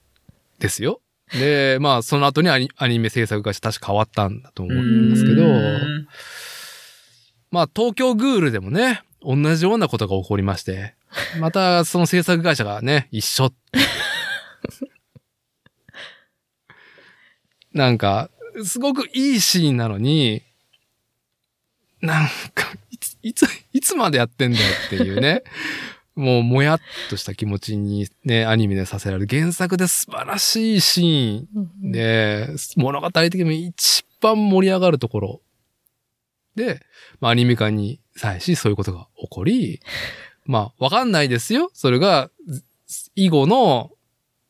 [SPEAKER 1] ですよ。で、まあその後にアニアニメ制作会社確か変わったんだと思うんですけど、
[SPEAKER 2] うん
[SPEAKER 1] まあ、東京グールでもね、同じようなことが起こりまして、またその制作会社がね、一緒。なんか、すごくいいシーンなのに、なんか、いつ、いつ、いつまでやってんだよっていうね。もう、もやっとした気持ちにね、アニメでさせられる原作で素晴らしいシーン
[SPEAKER 3] うん
[SPEAKER 1] で、物語的にも一番盛り上がるところ。で、まあ、アニメ化に際し、そういうことが起こ り、まあ、わかんないですよ。それが、ず以後の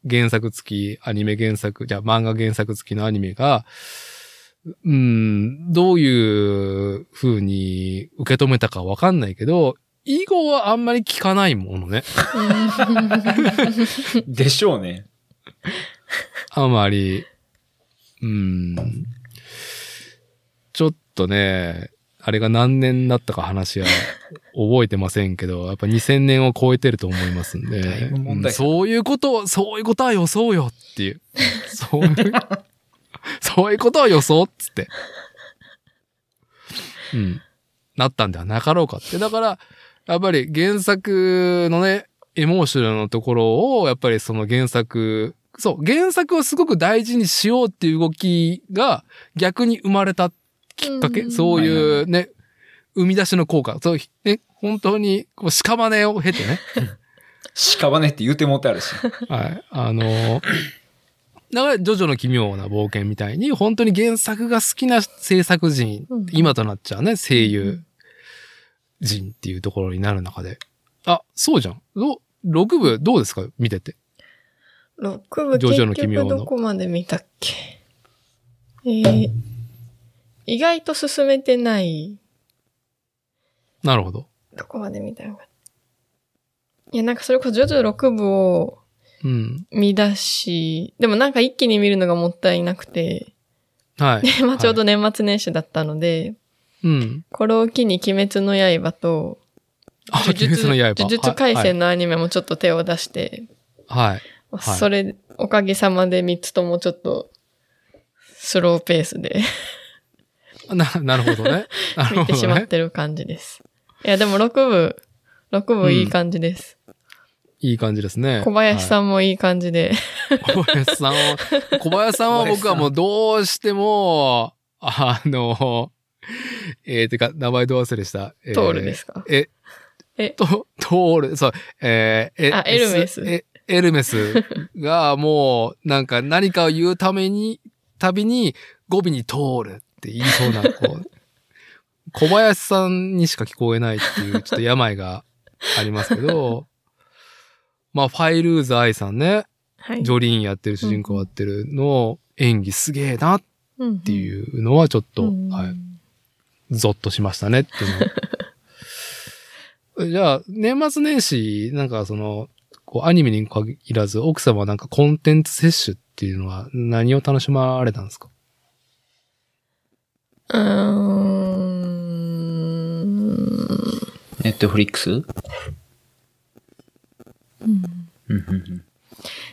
[SPEAKER 1] 原作付き、アニメ原作、じゃあ漫画原作付きのアニメが、うん、どういう風に受け止めたかわかんないけど、以後はあんまり聞かないものね。
[SPEAKER 2] でしょうね。
[SPEAKER 1] あまり、うん。ちょっとね、あれが何年だったか話は覚えてませんけど、 やっぱ2000年を超えてると思いますんで、
[SPEAKER 2] だいぶ問題
[SPEAKER 1] うんそういうことを、そういうことは予想よっていう。そう いう、そういうことは予想っつって。うん。なったんではなかろうかって。だから、やっぱり原作のね、エモーショナルのところを、やっぱりその原作、そう、原作をすごく大事にしようっていう動きが逆に生まれたきっかけ、
[SPEAKER 3] うん
[SPEAKER 1] そういうね、生み出しの効果、そう、ね、本当にこう屍を経てね、
[SPEAKER 2] 屍って言うてもってあるし。
[SPEAKER 1] はい。あのー、だから、ジョジョの奇妙な冒険みたいに、本当に原作が好きな制作人、
[SPEAKER 3] うん
[SPEAKER 1] 今となっちゃうね、声優人っていうところになる中で。あ、そうじゃん。ど6部どうですか見てて。
[SPEAKER 3] 6部
[SPEAKER 1] ジョジョの
[SPEAKER 3] 結
[SPEAKER 1] 奇妙
[SPEAKER 3] 局
[SPEAKER 1] の
[SPEAKER 3] どこまで見たっけえー、意外と進めてない。
[SPEAKER 1] なるほど。
[SPEAKER 3] どこまで見たのか。いや、なんかそれこそジョジョ6部を
[SPEAKER 1] うん。
[SPEAKER 3] 見出し、でもなんか一気に見るのがもったいなくて、
[SPEAKER 1] はい。
[SPEAKER 3] で、まあちょうど
[SPEAKER 1] は
[SPEAKER 3] 年末年始だったので、
[SPEAKER 1] いう ん。
[SPEAKER 3] これを機に鬼滅の刃と、
[SPEAKER 1] あ、
[SPEAKER 3] 呪
[SPEAKER 1] 鬼
[SPEAKER 3] 術
[SPEAKER 1] 滅の刃。
[SPEAKER 3] 呪術回戦のアニメもちょっと手を出して、
[SPEAKER 1] はい。はい。
[SPEAKER 3] まあ
[SPEAKER 1] はい
[SPEAKER 3] それ、おかげさまで3つともちょっと、スローペースで
[SPEAKER 1] はいな、なるほどね。なる
[SPEAKER 3] 見て
[SPEAKER 1] ほ
[SPEAKER 3] し
[SPEAKER 1] ど
[SPEAKER 3] まっ
[SPEAKER 1] ね。
[SPEAKER 3] てる感じです。いや、でも6部、6部いい感じです。
[SPEAKER 1] いい感じですね。
[SPEAKER 3] 小林さんもいい感じで、
[SPEAKER 1] 小林さんは、小林さんは僕はもうどうしても、あの、えー、てか、名前ど忘れした。 え
[SPEAKER 3] トールですか
[SPEAKER 1] え、
[SPEAKER 3] え
[SPEAKER 1] と、トール、そう、えーえ
[SPEAKER 3] あエルメス
[SPEAKER 1] S- えエルメスがもう、なんか何かを言うために、たびに語尾に通るって言いそうな、こ う、小林さんにしか聞こえないっていう、ちょっと病がありますけど、まあ、ファイルーズ愛さんね、
[SPEAKER 3] は い。
[SPEAKER 1] ジョリーンやってる主人公やってるの演技すげえなっ
[SPEAKER 3] って
[SPEAKER 1] いうのはちょっと、
[SPEAKER 3] うん
[SPEAKER 1] はい、ゾッとしましたねっていうのは じゃあ、年末年始、なんかその、こうアニメに限らず、奥様はなんかコンテンツ摂取っていうのは何を楽しまれたんですか
[SPEAKER 3] うーん。
[SPEAKER 2] ネットフリックス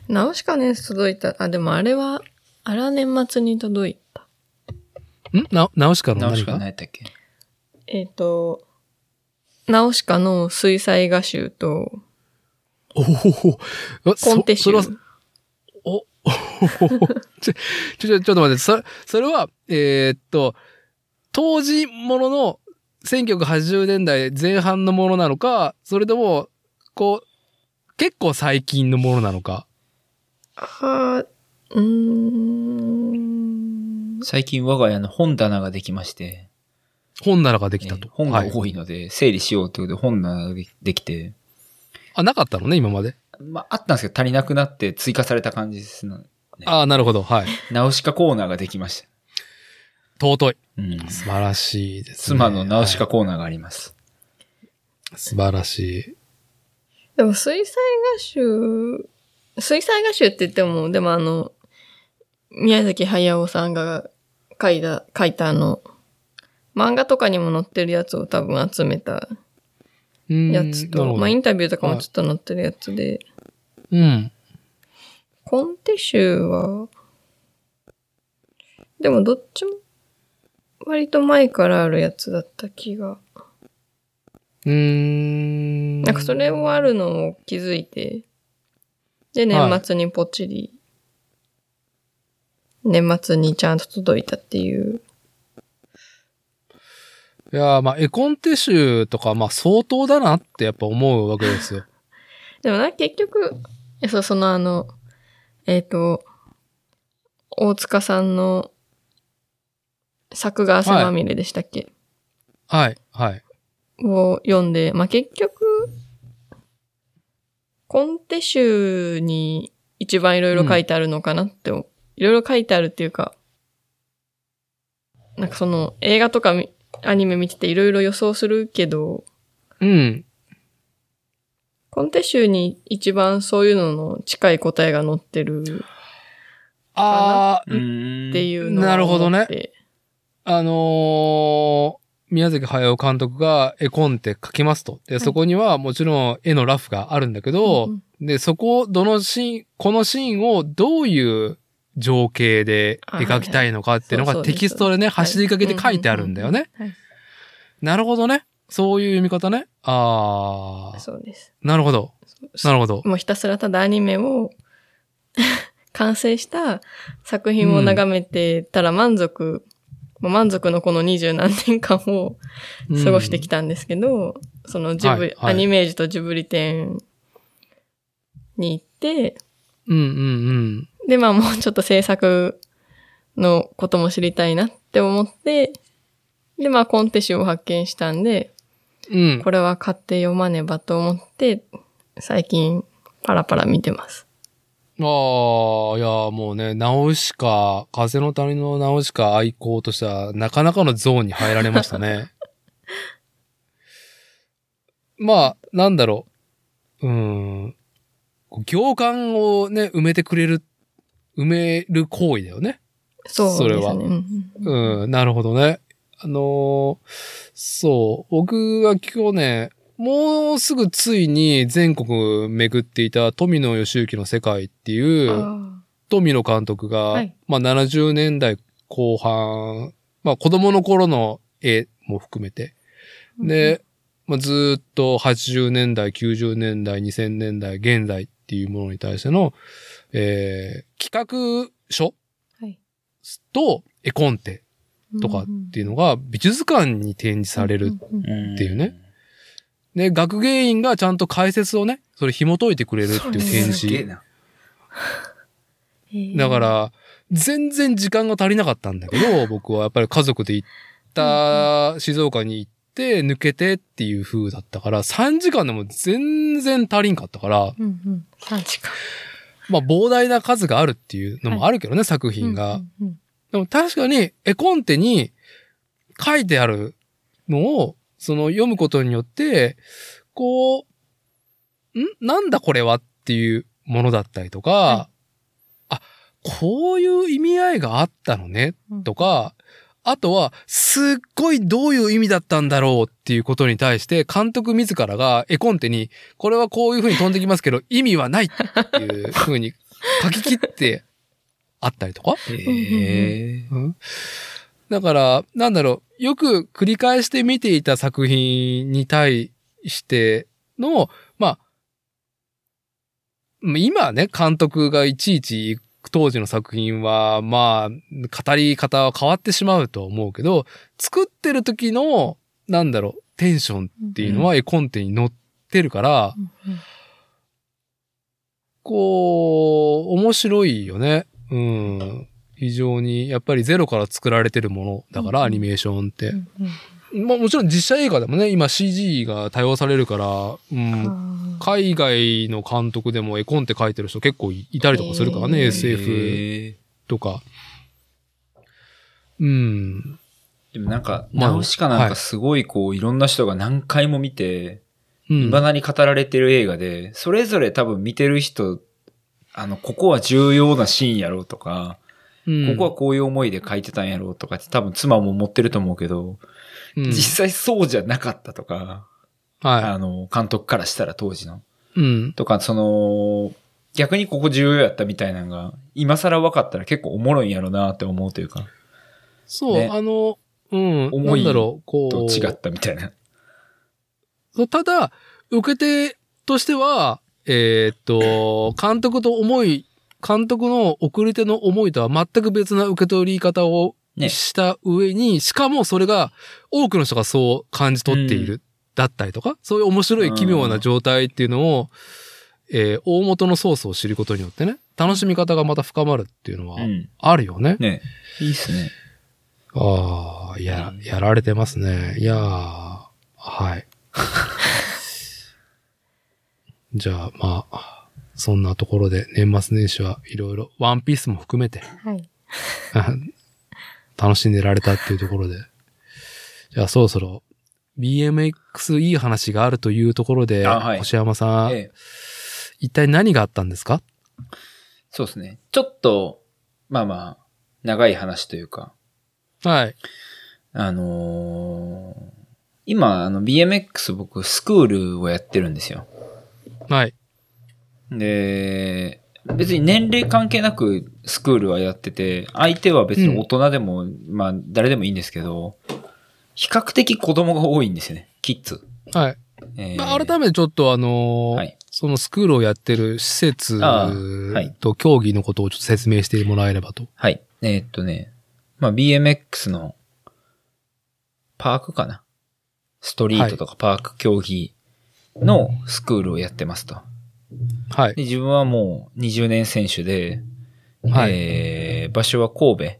[SPEAKER 3] ナウシカのやつ届いた。あ、でもあれは、あれは年末に届いた。
[SPEAKER 1] んな、直しかの
[SPEAKER 2] 直
[SPEAKER 1] 何
[SPEAKER 2] しか
[SPEAKER 1] か
[SPEAKER 2] ないったっけ
[SPEAKER 3] えっ、と、ナウシカの水彩画集と、
[SPEAKER 1] おおお
[SPEAKER 3] コンテ集。
[SPEAKER 1] そそれはお、ちょ、ちょ、ちょっと待って、それ、それは、えーっと、当時ものの1980年代前半のものなのか、それとも、こう、結構最近のものなのか。
[SPEAKER 3] は、うーん。
[SPEAKER 2] 最近我が家の本棚ができまして、
[SPEAKER 1] 本ならができた
[SPEAKER 2] え
[SPEAKER 1] と。
[SPEAKER 2] ー本が
[SPEAKER 1] はい
[SPEAKER 2] 多いので、整理しようということで本棚がでできて、
[SPEAKER 1] あ、なかったのね、今まで。
[SPEAKER 2] まあ、あったんですけど足りなくなって追加された感じですの。
[SPEAKER 1] ああ、なるほど。はい。
[SPEAKER 2] 直しかコーナーができました。
[SPEAKER 1] 尊い。
[SPEAKER 2] うん。
[SPEAKER 1] 素晴らしいです、ね。
[SPEAKER 2] 妻の直し
[SPEAKER 1] は
[SPEAKER 2] かコーナーがあります。
[SPEAKER 1] い素晴らしい。
[SPEAKER 3] でも水彩画集、水彩画集って言っても、でもあの、宮崎駿さんが書いた、書いたあの、漫画とかにも載ってるやつを多分集めた
[SPEAKER 1] うん
[SPEAKER 3] やつ
[SPEAKER 1] なる
[SPEAKER 3] と、
[SPEAKER 1] ほど
[SPEAKER 3] まあインタビューとかもちょっと載ってるやつで、
[SPEAKER 1] うん。
[SPEAKER 3] コンテ集は、でもどっちも割と前からあるやつだった気が。
[SPEAKER 1] うーん。
[SPEAKER 3] なんかそれをあるのを気づいて、で、年末にポチり、年末にちゃんと届いたっていう。
[SPEAKER 1] いやー、まあ、絵コンテ集とか、まあ、相当だなってやっぱ思うわけですよ。
[SPEAKER 3] でもな、結局、えそう、そのあの、えっ、と、大塚さんの作画汗まみれでしたっけ、
[SPEAKER 1] はい、はい。
[SPEAKER 3] を読んで、まあ、結局、コンテ集に一番いろいろ書いてあるのかなって、いろいろ書いてあるっていうか、なんかその映画とかみアニメ見てていろいろ予想するけど、
[SPEAKER 1] うん。
[SPEAKER 3] コンテ集に一番そういうのの近い答えが載ってる
[SPEAKER 1] あー、
[SPEAKER 2] ん
[SPEAKER 3] っていうのを思って。
[SPEAKER 1] なるほどねあのー、宮崎駿監督が絵コンテ描きますと。で、
[SPEAKER 3] い
[SPEAKER 1] そこにはもちろん絵のラフがあるんだけど、
[SPEAKER 3] うんうん
[SPEAKER 1] で、そこをどのシーン、このシーンをどういう情景で描きたいのかっていうの
[SPEAKER 3] あは
[SPEAKER 1] が
[SPEAKER 3] いはい
[SPEAKER 1] テキストでね、
[SPEAKER 3] そうです
[SPEAKER 1] 走りかけて書いてあるんだよね。。
[SPEAKER 3] はい
[SPEAKER 1] なるほどね。そういう読み方ね。あー、
[SPEAKER 3] そうです。
[SPEAKER 1] なるほど。なるほど。
[SPEAKER 3] もうひたすらただアニメを 完成した作品を眺めてたら満足、もう満足のこの二十何年間を
[SPEAKER 1] うん
[SPEAKER 3] 過ごしてきたんですけど、そのジブリ、
[SPEAKER 1] はいはい
[SPEAKER 3] アニメージとジブリ展に行って、
[SPEAKER 1] うんうんうん。
[SPEAKER 3] で、まあもうちょっと制作のことも知りたいなって思って、で、まあコンテ集を発見したんで、
[SPEAKER 1] うん。
[SPEAKER 3] これは買って読まねばと思って、最近パラパラ見てます。
[SPEAKER 1] ああ、いや、もうね、ナウシカ、風の谷のナウシカ愛好としては、なかなかのゾーンに入られましたね。 まあ、なんだろう。うーん。こう行間をね、埋めてくれる、埋める行為だよね。
[SPEAKER 3] そうですね。
[SPEAKER 1] それは
[SPEAKER 3] うんうん
[SPEAKER 1] うん、なるほどね。あのーそう、僕が去年、もうすぐついに全国巡っていた富野義行の世界っていう、
[SPEAKER 3] あ
[SPEAKER 1] 富野監督が、
[SPEAKER 3] はい
[SPEAKER 1] まあ70年代後半、まあ子供の頃の絵も含めて、
[SPEAKER 3] ー
[SPEAKER 1] で、まあ、ずーっと80年代、90年代、2000年代、現在っていうものに対しての、えー企画書
[SPEAKER 3] はい
[SPEAKER 1] と絵コンテとかっていうのが美術館に展示される。
[SPEAKER 3] うんうん
[SPEAKER 1] っていうね。で、学芸員がちゃんと解説をね、それ紐解いてくれるっていう展示。
[SPEAKER 2] すげえな。
[SPEAKER 3] へー
[SPEAKER 1] だから、全然時間が足りなかったんだけ ど、僕はやっぱり家族で行った、静岡に行って、抜けてっていう風だったから、3時間でも全然足りんかったから、
[SPEAKER 3] うんうん。3時間。
[SPEAKER 1] まあ膨大な数があるっていうのもあるけどね、作品が。
[SPEAKER 3] うんうんうん。
[SPEAKER 1] でも確かに絵コンテに書いてあるのを、その読むことによって、こう、んなんだこれはっていうものだったりとか、
[SPEAKER 3] は
[SPEAKER 1] あ、こういう意味合いがあったのね
[SPEAKER 3] うん
[SPEAKER 1] とか、あとは、すっごいどういう意味だったんだろうっていうことに対して、監督自らが絵コンテに、これはこういう風に飛んできますけど、意味はないっていう風に書き切ってあったりとか
[SPEAKER 2] へえ。
[SPEAKER 1] うんだから、なんだろう、よく繰り返して見ていた作品に対しての、まあ、まあ今はね、監督がいちいち当時の作品は、まあ、語り方は変わってしまうと思うけど、作ってる時の、なんだろう、テンションっていうのは絵コンテに乗ってるから、
[SPEAKER 3] うんうん
[SPEAKER 1] こう、面白いよね。うん。非常に、やっぱりゼロから作られてるものだから、
[SPEAKER 3] うん
[SPEAKER 1] アニメーションって
[SPEAKER 3] う。んうん
[SPEAKER 1] まあもちろん実写映画でもね、今 CG が多用されるから、うん。
[SPEAKER 3] あー
[SPEAKER 1] 海外の監督でも絵コンって書いてる人結構いいたりとかするからね、
[SPEAKER 3] へー
[SPEAKER 1] SF
[SPEAKER 2] へ
[SPEAKER 1] とか。うん。
[SPEAKER 2] ーでもなんか、
[SPEAKER 1] まあ
[SPEAKER 2] ナウシカなんかすごいこう、いろんな人が何回も見て、
[SPEAKER 1] うん。
[SPEAKER 2] 未だに語られてる映画で、それぞれ多分見てる人、あの、ここは重要なシーンやろうとか、
[SPEAKER 1] うん
[SPEAKER 2] ここはこういう思いで書いてたんやろうとかって多分妻も持ってると思うけど、
[SPEAKER 1] うん
[SPEAKER 2] 実際そうじゃなかったとか、
[SPEAKER 1] は
[SPEAKER 2] あの、監督からしたら当時の。
[SPEAKER 1] い。うん。
[SPEAKER 2] とか、その、逆にここ重要やったみたいなのが、今更分かったら結構おもろいんやろなって思うというか、
[SPEAKER 1] そう、
[SPEAKER 2] ね
[SPEAKER 1] あの、うん。な
[SPEAKER 2] 思い
[SPEAKER 1] んだろう、ことう。
[SPEAKER 2] 違ったみたいな。
[SPEAKER 1] そうただ、受け手としては、えーっと、監督と思い、監督の送り手の思いとは全く別な受け取り方を
[SPEAKER 2] ね
[SPEAKER 1] した上に、しかもそれが多くの人がそう感じ取っている、だったりとか、そういう面白い奇妙な状態っていうのを、えー大元のソースを知ることによってね、楽しみ方がまた深まるっていうのは
[SPEAKER 2] うん。
[SPEAKER 1] あるよね。
[SPEAKER 2] ね。いいっすね。
[SPEAKER 1] ああ、や、やられてますね。いやー はい。じゃあ、まあ、そんなところで年末年始はいろいろ、ワンピースも含めて、
[SPEAKER 3] はい。
[SPEAKER 1] 楽しんでられたっていうところで。じゃあ、そろそろ、BMX いい話があるというところで、
[SPEAKER 2] あはい
[SPEAKER 1] 星山さん、
[SPEAKER 2] ええ
[SPEAKER 1] 一体何があったんですか
[SPEAKER 2] そうですね。ちょっと、まあまあ、長い話というか、
[SPEAKER 1] はい。
[SPEAKER 2] あのー今、あの、BMX 僕、スクールをやってるんですよ。
[SPEAKER 1] はい。
[SPEAKER 2] で、別に年齢関係なくスクールはやってて、相手は別に大人でも、まあ誰でもいいんですけど、比較的子供が多いんですよね、キッズ。
[SPEAKER 1] はい。
[SPEAKER 2] えー
[SPEAKER 1] まあ改めてちょっとあのー
[SPEAKER 2] はい
[SPEAKER 1] そのスクールをやってる施設
[SPEAKER 2] あーはい
[SPEAKER 1] と競技のことをちょっと説明してもらえればと。
[SPEAKER 2] はい。えーっとね、まあ BMX のパークかな。ストリートとかパーク競技のスクールをやってますと。
[SPEAKER 1] はい。
[SPEAKER 2] で自分はもう20年選手で、
[SPEAKER 1] はい
[SPEAKER 2] えー場所は神戸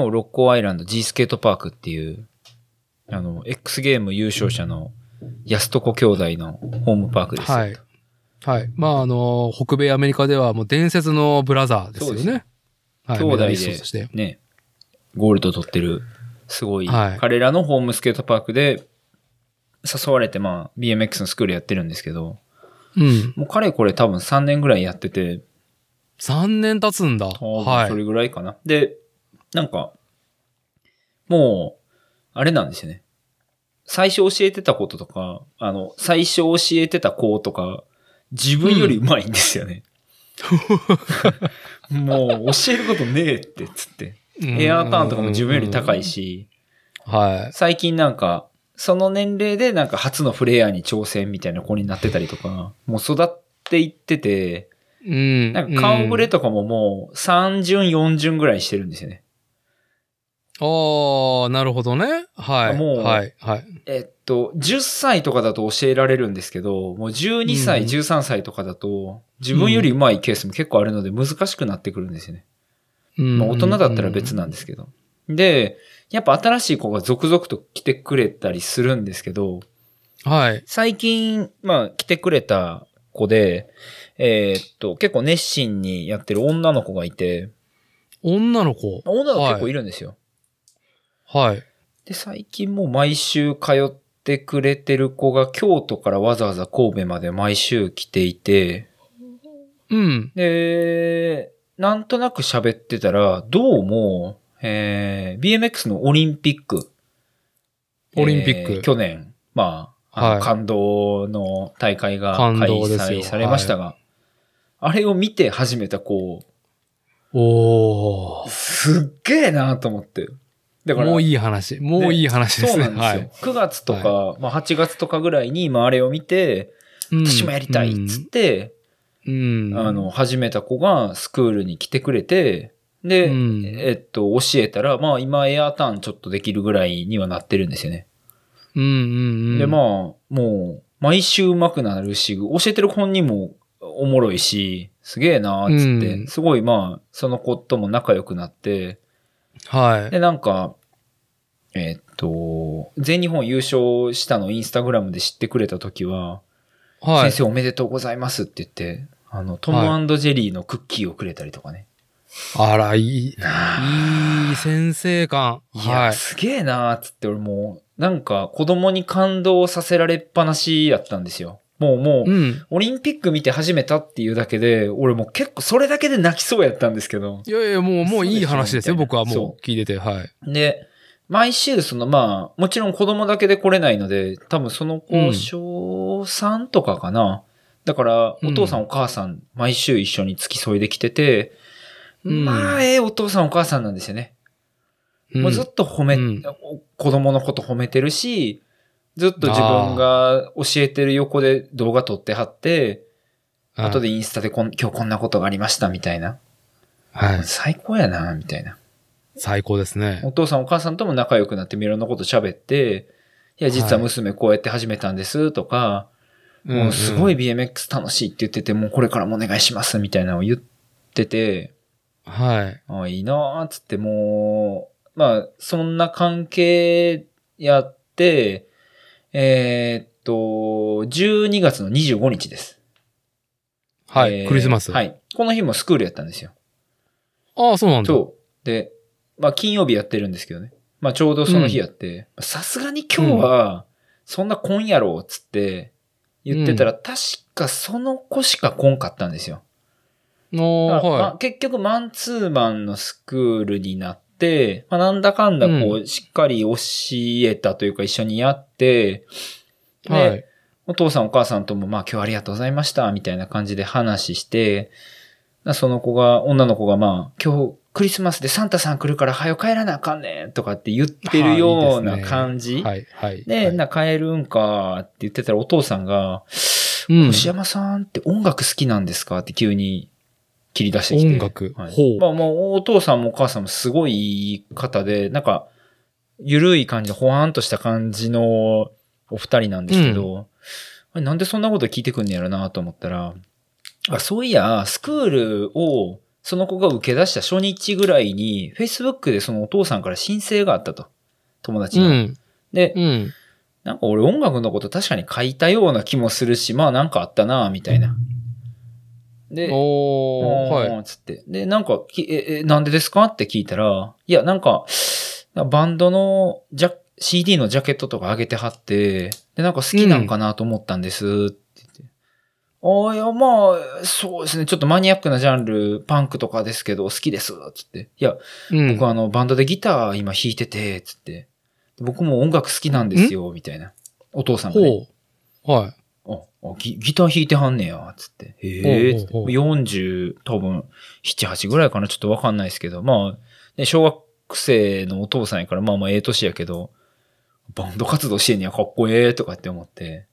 [SPEAKER 2] の六甲アイランド G スケートパークっていう、あの、X ゲーム優勝者の安床兄弟のホームパークですよ
[SPEAKER 1] はい。はい。まあ、あのー北米アメリカではもう伝説のブラザーですよ
[SPEAKER 2] そうです
[SPEAKER 1] ね。はい。
[SPEAKER 2] 兄弟
[SPEAKER 1] メダ
[SPEAKER 2] で
[SPEAKER 1] リストとして。
[SPEAKER 2] ね、ゴールド取ってる、すごい、
[SPEAKER 1] はい
[SPEAKER 2] 彼らのホームスケートパークで誘われて、まあ、BMX のスクールやってるんですけど、
[SPEAKER 1] うん。
[SPEAKER 2] もう彼これ多分3年ぐらいやってて、
[SPEAKER 1] 3年経つんだ。
[SPEAKER 2] 多分
[SPEAKER 1] はい
[SPEAKER 2] そ。れぐらいかな。で、なんか、もう、あれなんですよね。最初教えてたこととか、あの、最初教えてた子とか、自分より上手いんです よね。もう、教えることねえって、つって。
[SPEAKER 1] うん
[SPEAKER 2] エアーターンとかも自分より高い。し、
[SPEAKER 1] はい。
[SPEAKER 2] 最近なんか、その年齢でなんか初のフレアに挑戦みたいな子になってたりとか、もう育っていってて、
[SPEAKER 1] うん。
[SPEAKER 2] なんか顔ぶれ
[SPEAKER 1] うん
[SPEAKER 2] とかももう3巡4巡ぐらいしてるんですよね。
[SPEAKER 1] ああ、なるほどね。はい。
[SPEAKER 2] もう
[SPEAKER 1] はい。はい。
[SPEAKER 2] えっと、10歳とかだと教えられるんですけど、もう12歳、
[SPEAKER 1] うん
[SPEAKER 2] 13歳とかだと、自分より上手いケースも結構あるので難しくなってくるんですよね。
[SPEAKER 1] うん
[SPEAKER 2] まあ大人だったら別なんですけど。で、やっぱ新しい子が続々と来てくれたりするんですけど、
[SPEAKER 1] はい。
[SPEAKER 2] 最近、まあ来てくれた子で、えーっと、結構熱心にやってる女の子がいて、
[SPEAKER 1] 女の子。
[SPEAKER 2] 女の子結構いるんですよ。
[SPEAKER 1] はい。
[SPEAKER 2] で、最近もう毎週通ってくれてる子が京都からわざわざ神戸まで毎週来ていて、
[SPEAKER 1] うん。
[SPEAKER 2] で、なんとなく喋ってたら、どうも、えー、BMX のオリンピック。
[SPEAKER 1] オリンピック
[SPEAKER 2] えー去年、まあ、あの
[SPEAKER 1] はい
[SPEAKER 2] 感動の大会が開
[SPEAKER 1] 感動ですよ
[SPEAKER 2] 催されましたが、あれを見て始めた子、
[SPEAKER 1] おー。
[SPEAKER 2] すっげえなと思って。だから、
[SPEAKER 1] もういい話。もういい話ですね。
[SPEAKER 2] そうなんですよ。9月とか、まあ8月とかぐらいに、まああれを見て、
[SPEAKER 1] はい。
[SPEAKER 2] 私もやりたいっつって、
[SPEAKER 1] うん。うん
[SPEAKER 2] あ、の、始めた子がスクールに来てくれて、で、
[SPEAKER 1] うん
[SPEAKER 2] えっと、教えたら、まあ今エアターンちょっとできるぐらいにはなってるんですよね。
[SPEAKER 1] うんうんうん。
[SPEAKER 2] で、ま
[SPEAKER 1] あ、
[SPEAKER 2] あ、もう、毎週上手くなるし、教えてる本人もおもろいし、すげえなーっつって、
[SPEAKER 1] うん
[SPEAKER 2] すごいまあ、その子とも仲良くなって、
[SPEAKER 1] はい。
[SPEAKER 2] で、なんか、えーっと、全日本優勝したのをインスタグラムで知ってくれたときは、
[SPEAKER 1] はい。
[SPEAKER 2] 先生おめでとうございますって言って、あの、トムジェリーのクッキーをくれたりとかね。
[SPEAKER 1] あら、いい、
[SPEAKER 2] い
[SPEAKER 1] いい先生感。
[SPEAKER 2] や、
[SPEAKER 1] はい。
[SPEAKER 2] すげえなーっつって、俺もう、なんか子供に感動させられっぱなしやったんですよ。もうもう、
[SPEAKER 1] うん。
[SPEAKER 2] オリンピック見て始めたっていうだけで、俺もう結構それだけで泣きそうやったんですけど。
[SPEAKER 1] いやいや、もう、もういい話ですよ。
[SPEAKER 2] そうですよ
[SPEAKER 1] 僕は
[SPEAKER 2] そ
[SPEAKER 1] もう聞いてて、はい。
[SPEAKER 2] で、毎週そのまあ、もちろん子供だけで来れないので、多分その
[SPEAKER 1] う
[SPEAKER 2] 子、
[SPEAKER 1] ん
[SPEAKER 2] 小3とかかな。だから、
[SPEAKER 1] うん
[SPEAKER 2] お父さんお母さん、毎週一緒に付き添いで来てて、
[SPEAKER 1] うん
[SPEAKER 2] まあ、ええお父さんお母さんなんですよね。
[SPEAKER 1] うん
[SPEAKER 2] もうずっと褒め、
[SPEAKER 1] うん
[SPEAKER 2] 子供のこと褒めてるし、ずっと自分が教えてる横で動画撮ってはって、
[SPEAKER 1] はい
[SPEAKER 2] 後でインスタでこん今日こんなことがありましたみたいな。
[SPEAKER 1] はい。
[SPEAKER 2] 最高やな、みたいな。
[SPEAKER 1] 最高ですね。
[SPEAKER 2] お父さんお母さんとも仲良くなっていろんなこと喋って、いや、実
[SPEAKER 1] は
[SPEAKER 2] は
[SPEAKER 1] い
[SPEAKER 2] 娘こうやって始めたんですとか、もうすごい BMX 楽しいって言ってて、もうこれからもお願いしますみたいなのを言ってて、
[SPEAKER 1] うんうん。はい。
[SPEAKER 2] あいいなーっつってもう、まあ、そんな関係やって、えーっと、12月の25日です。
[SPEAKER 1] はい。
[SPEAKER 2] えー
[SPEAKER 1] クリスマス。。
[SPEAKER 2] はいい。この日もスクールやったんですよ。
[SPEAKER 1] ああ、そうなんだ。
[SPEAKER 2] そう。で、まあ金曜日やってるんですけどね。まあちょうどその日やって、さすがに今日は、そんな来んやろ、つって言ってたら、確かその子しか来んかったんですよ。
[SPEAKER 1] の
[SPEAKER 2] だからまあ
[SPEAKER 1] は
[SPEAKER 2] 結局マンツーマンのスクールになって、まあ、なんだかんだこう、しっかり教えたというか一緒にやって、
[SPEAKER 1] い。はい。
[SPEAKER 2] お父さんお母さんとも、まあ今日はありがとうございました、みたいな感じで話して、なその子が、女の子がまあ、今日クリスマスでサンタさん来るから早よ帰らなあかんねんとかって言ってるよう
[SPEAKER 1] はあいい
[SPEAKER 2] な
[SPEAKER 1] ですね
[SPEAKER 2] 感じ。
[SPEAKER 1] はい。はい。
[SPEAKER 2] で、
[SPEAKER 1] はい
[SPEAKER 2] な、帰るんかって言ってたらお父さんが、
[SPEAKER 1] うん。
[SPEAKER 2] 星山さんって音楽好きなんですかって急に切り出してきて。
[SPEAKER 1] 音楽。
[SPEAKER 2] はい
[SPEAKER 1] ほう。
[SPEAKER 2] まあもうお父さんもお母さんもすごいいい方で、なんか、ゆるい感じの、ほわんとした感じのお二人なんですけど、あれなんでそんなこと聞いてくんねやろなと思ったら、あそういや、スクールをその子が受け出した初日ぐらいに、Facebook でそのお父さんから申請があったと。友達
[SPEAKER 1] う
[SPEAKER 2] の。
[SPEAKER 1] ん。
[SPEAKER 2] で、
[SPEAKER 1] うん。
[SPEAKER 2] なんか俺音楽のこと確かに書いたような気もするし、まあなんかあったなみたいな。で、
[SPEAKER 1] おー。はい。
[SPEAKER 2] い。つって。で、なんか、きえ、え、なんでですかって聞いたら、いや、なんか、バンドのジャ、CD のジャケットとか上げてはって、で、なんか好きなんかなと思ったんですって言って。ああ、いや、まあ、そうですね。ちょっとマニアックなジャンル、パンクとかですけど、好きです。つって。いや、
[SPEAKER 1] うん。
[SPEAKER 2] 僕あの、バンドでギター今弾いてて、つって。で僕も音楽好きなんですよ、みたいな。お父さんが、ね。
[SPEAKER 1] ほう。はい。
[SPEAKER 2] あ、あギギター弾いてはんねや、つって。へえ、つって。
[SPEAKER 1] おうおうおう
[SPEAKER 2] 40、多分、7、8ぐらいかな、ちょっとわかんないですけど。まあ、ね、小学生のお父さんやから、まあまあ、ええ年やけど、バンド活動してんねや、かっこええ、とかって思って。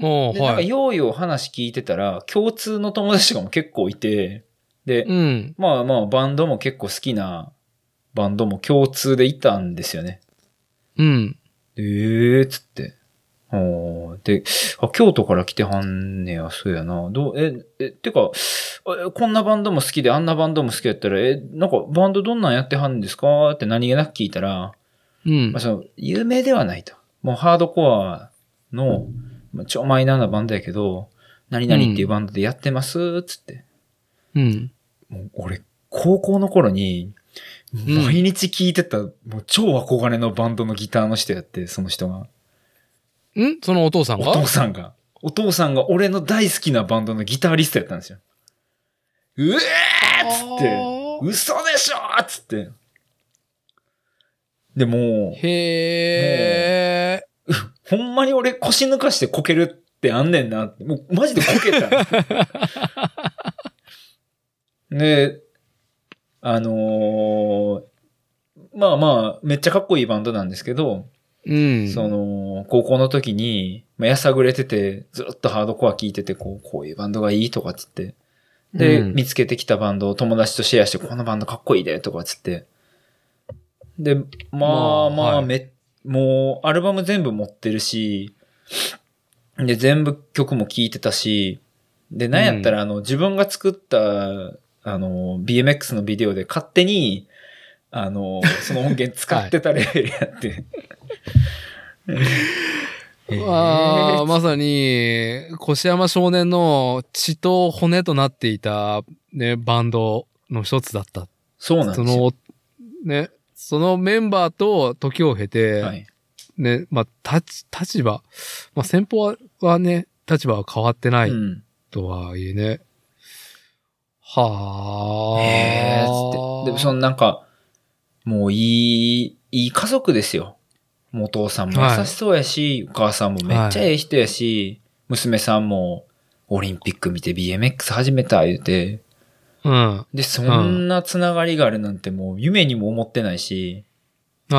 [SPEAKER 1] お
[SPEAKER 2] で、
[SPEAKER 1] ー、
[SPEAKER 2] なん
[SPEAKER 1] は
[SPEAKER 2] か、
[SPEAKER 1] い。
[SPEAKER 2] ようよう話聞いてたら、共通の友達とかも結構いて、で、
[SPEAKER 1] うん。
[SPEAKER 2] まあまあ、バンドも結構好きな、バンドも共通でいたんですよね。
[SPEAKER 1] うん。
[SPEAKER 2] ええー、つって。おで、あ、京都から来てはんねや、そうやな。どう、え、え、てか、えこんなバンドも好きで、あんなバンドも好きやったら、え、なんかバンドどんなんやってはんですかって何気なく聞いたら、
[SPEAKER 1] うん
[SPEAKER 2] まあ、。その、有名ではないと。もうハードコアの、まあ、超マイナーなバンドやけど、何々っていうバンドでやってます、つって。
[SPEAKER 1] うん。
[SPEAKER 2] もう俺、高校の頃に、
[SPEAKER 1] ん
[SPEAKER 2] 毎日聴いてた、もう超憧れのバンドのギターの人やって、その人が。
[SPEAKER 1] んそのお父さん
[SPEAKER 2] お
[SPEAKER 1] が
[SPEAKER 2] 父さんが。お父さんが俺の大好きなバンドのギタリストやったんですよ。うえーっつって、嘘でしょっつって。でも、
[SPEAKER 1] へえ。
[SPEAKER 2] ほんまに俺腰抜かしてこけるってあんねんなって。もうマジでこけた。 で、あのーまあまあ、めっちゃかっこいいバンドなんですけど、
[SPEAKER 1] うん。
[SPEAKER 2] その、高校の時に、まあ、やさぐれてて、ずっとハードコア聴いてて、こう、こういうバンドがいいとかっつって。で、
[SPEAKER 1] うん
[SPEAKER 2] 見つけてきたバンドを友達とシェアして、このバンドかっこいいで、とかっつって。で、まあ
[SPEAKER 1] まあ
[SPEAKER 2] まあ、
[SPEAKER 1] はい
[SPEAKER 2] め、もう、アルバム全部持ってるし、で、全部曲も聴いてたし、で、なんやったら、あの、自分が作った、あの、BMX のビデオで勝手に、あの、その音源使ってたレベルや って。 えー
[SPEAKER 1] ああ、まさに、越山少年の血と骨となっていた、ね、バンドの一つだった。
[SPEAKER 2] そうなん
[SPEAKER 1] そ
[SPEAKER 2] ですよ。
[SPEAKER 1] の、ね、そのメンバーと時を経て、
[SPEAKER 2] はい。
[SPEAKER 1] ね、まあ、立ち、立場、まあ、先方ははね、立場は変わってない
[SPEAKER 2] うん。
[SPEAKER 1] とはいえね。はあ。
[SPEAKER 2] ええつって。でもそのなんか、もういい、いい家族ですよ。もうお父さんも優しそうやし、お母さんもめっちゃええ人やし、娘さんもオリンピック見て BMX 始めた言うて。
[SPEAKER 1] うん。は
[SPEAKER 2] で、そんなつながりがあるなんてもう夢にも思ってないし、
[SPEAKER 1] い。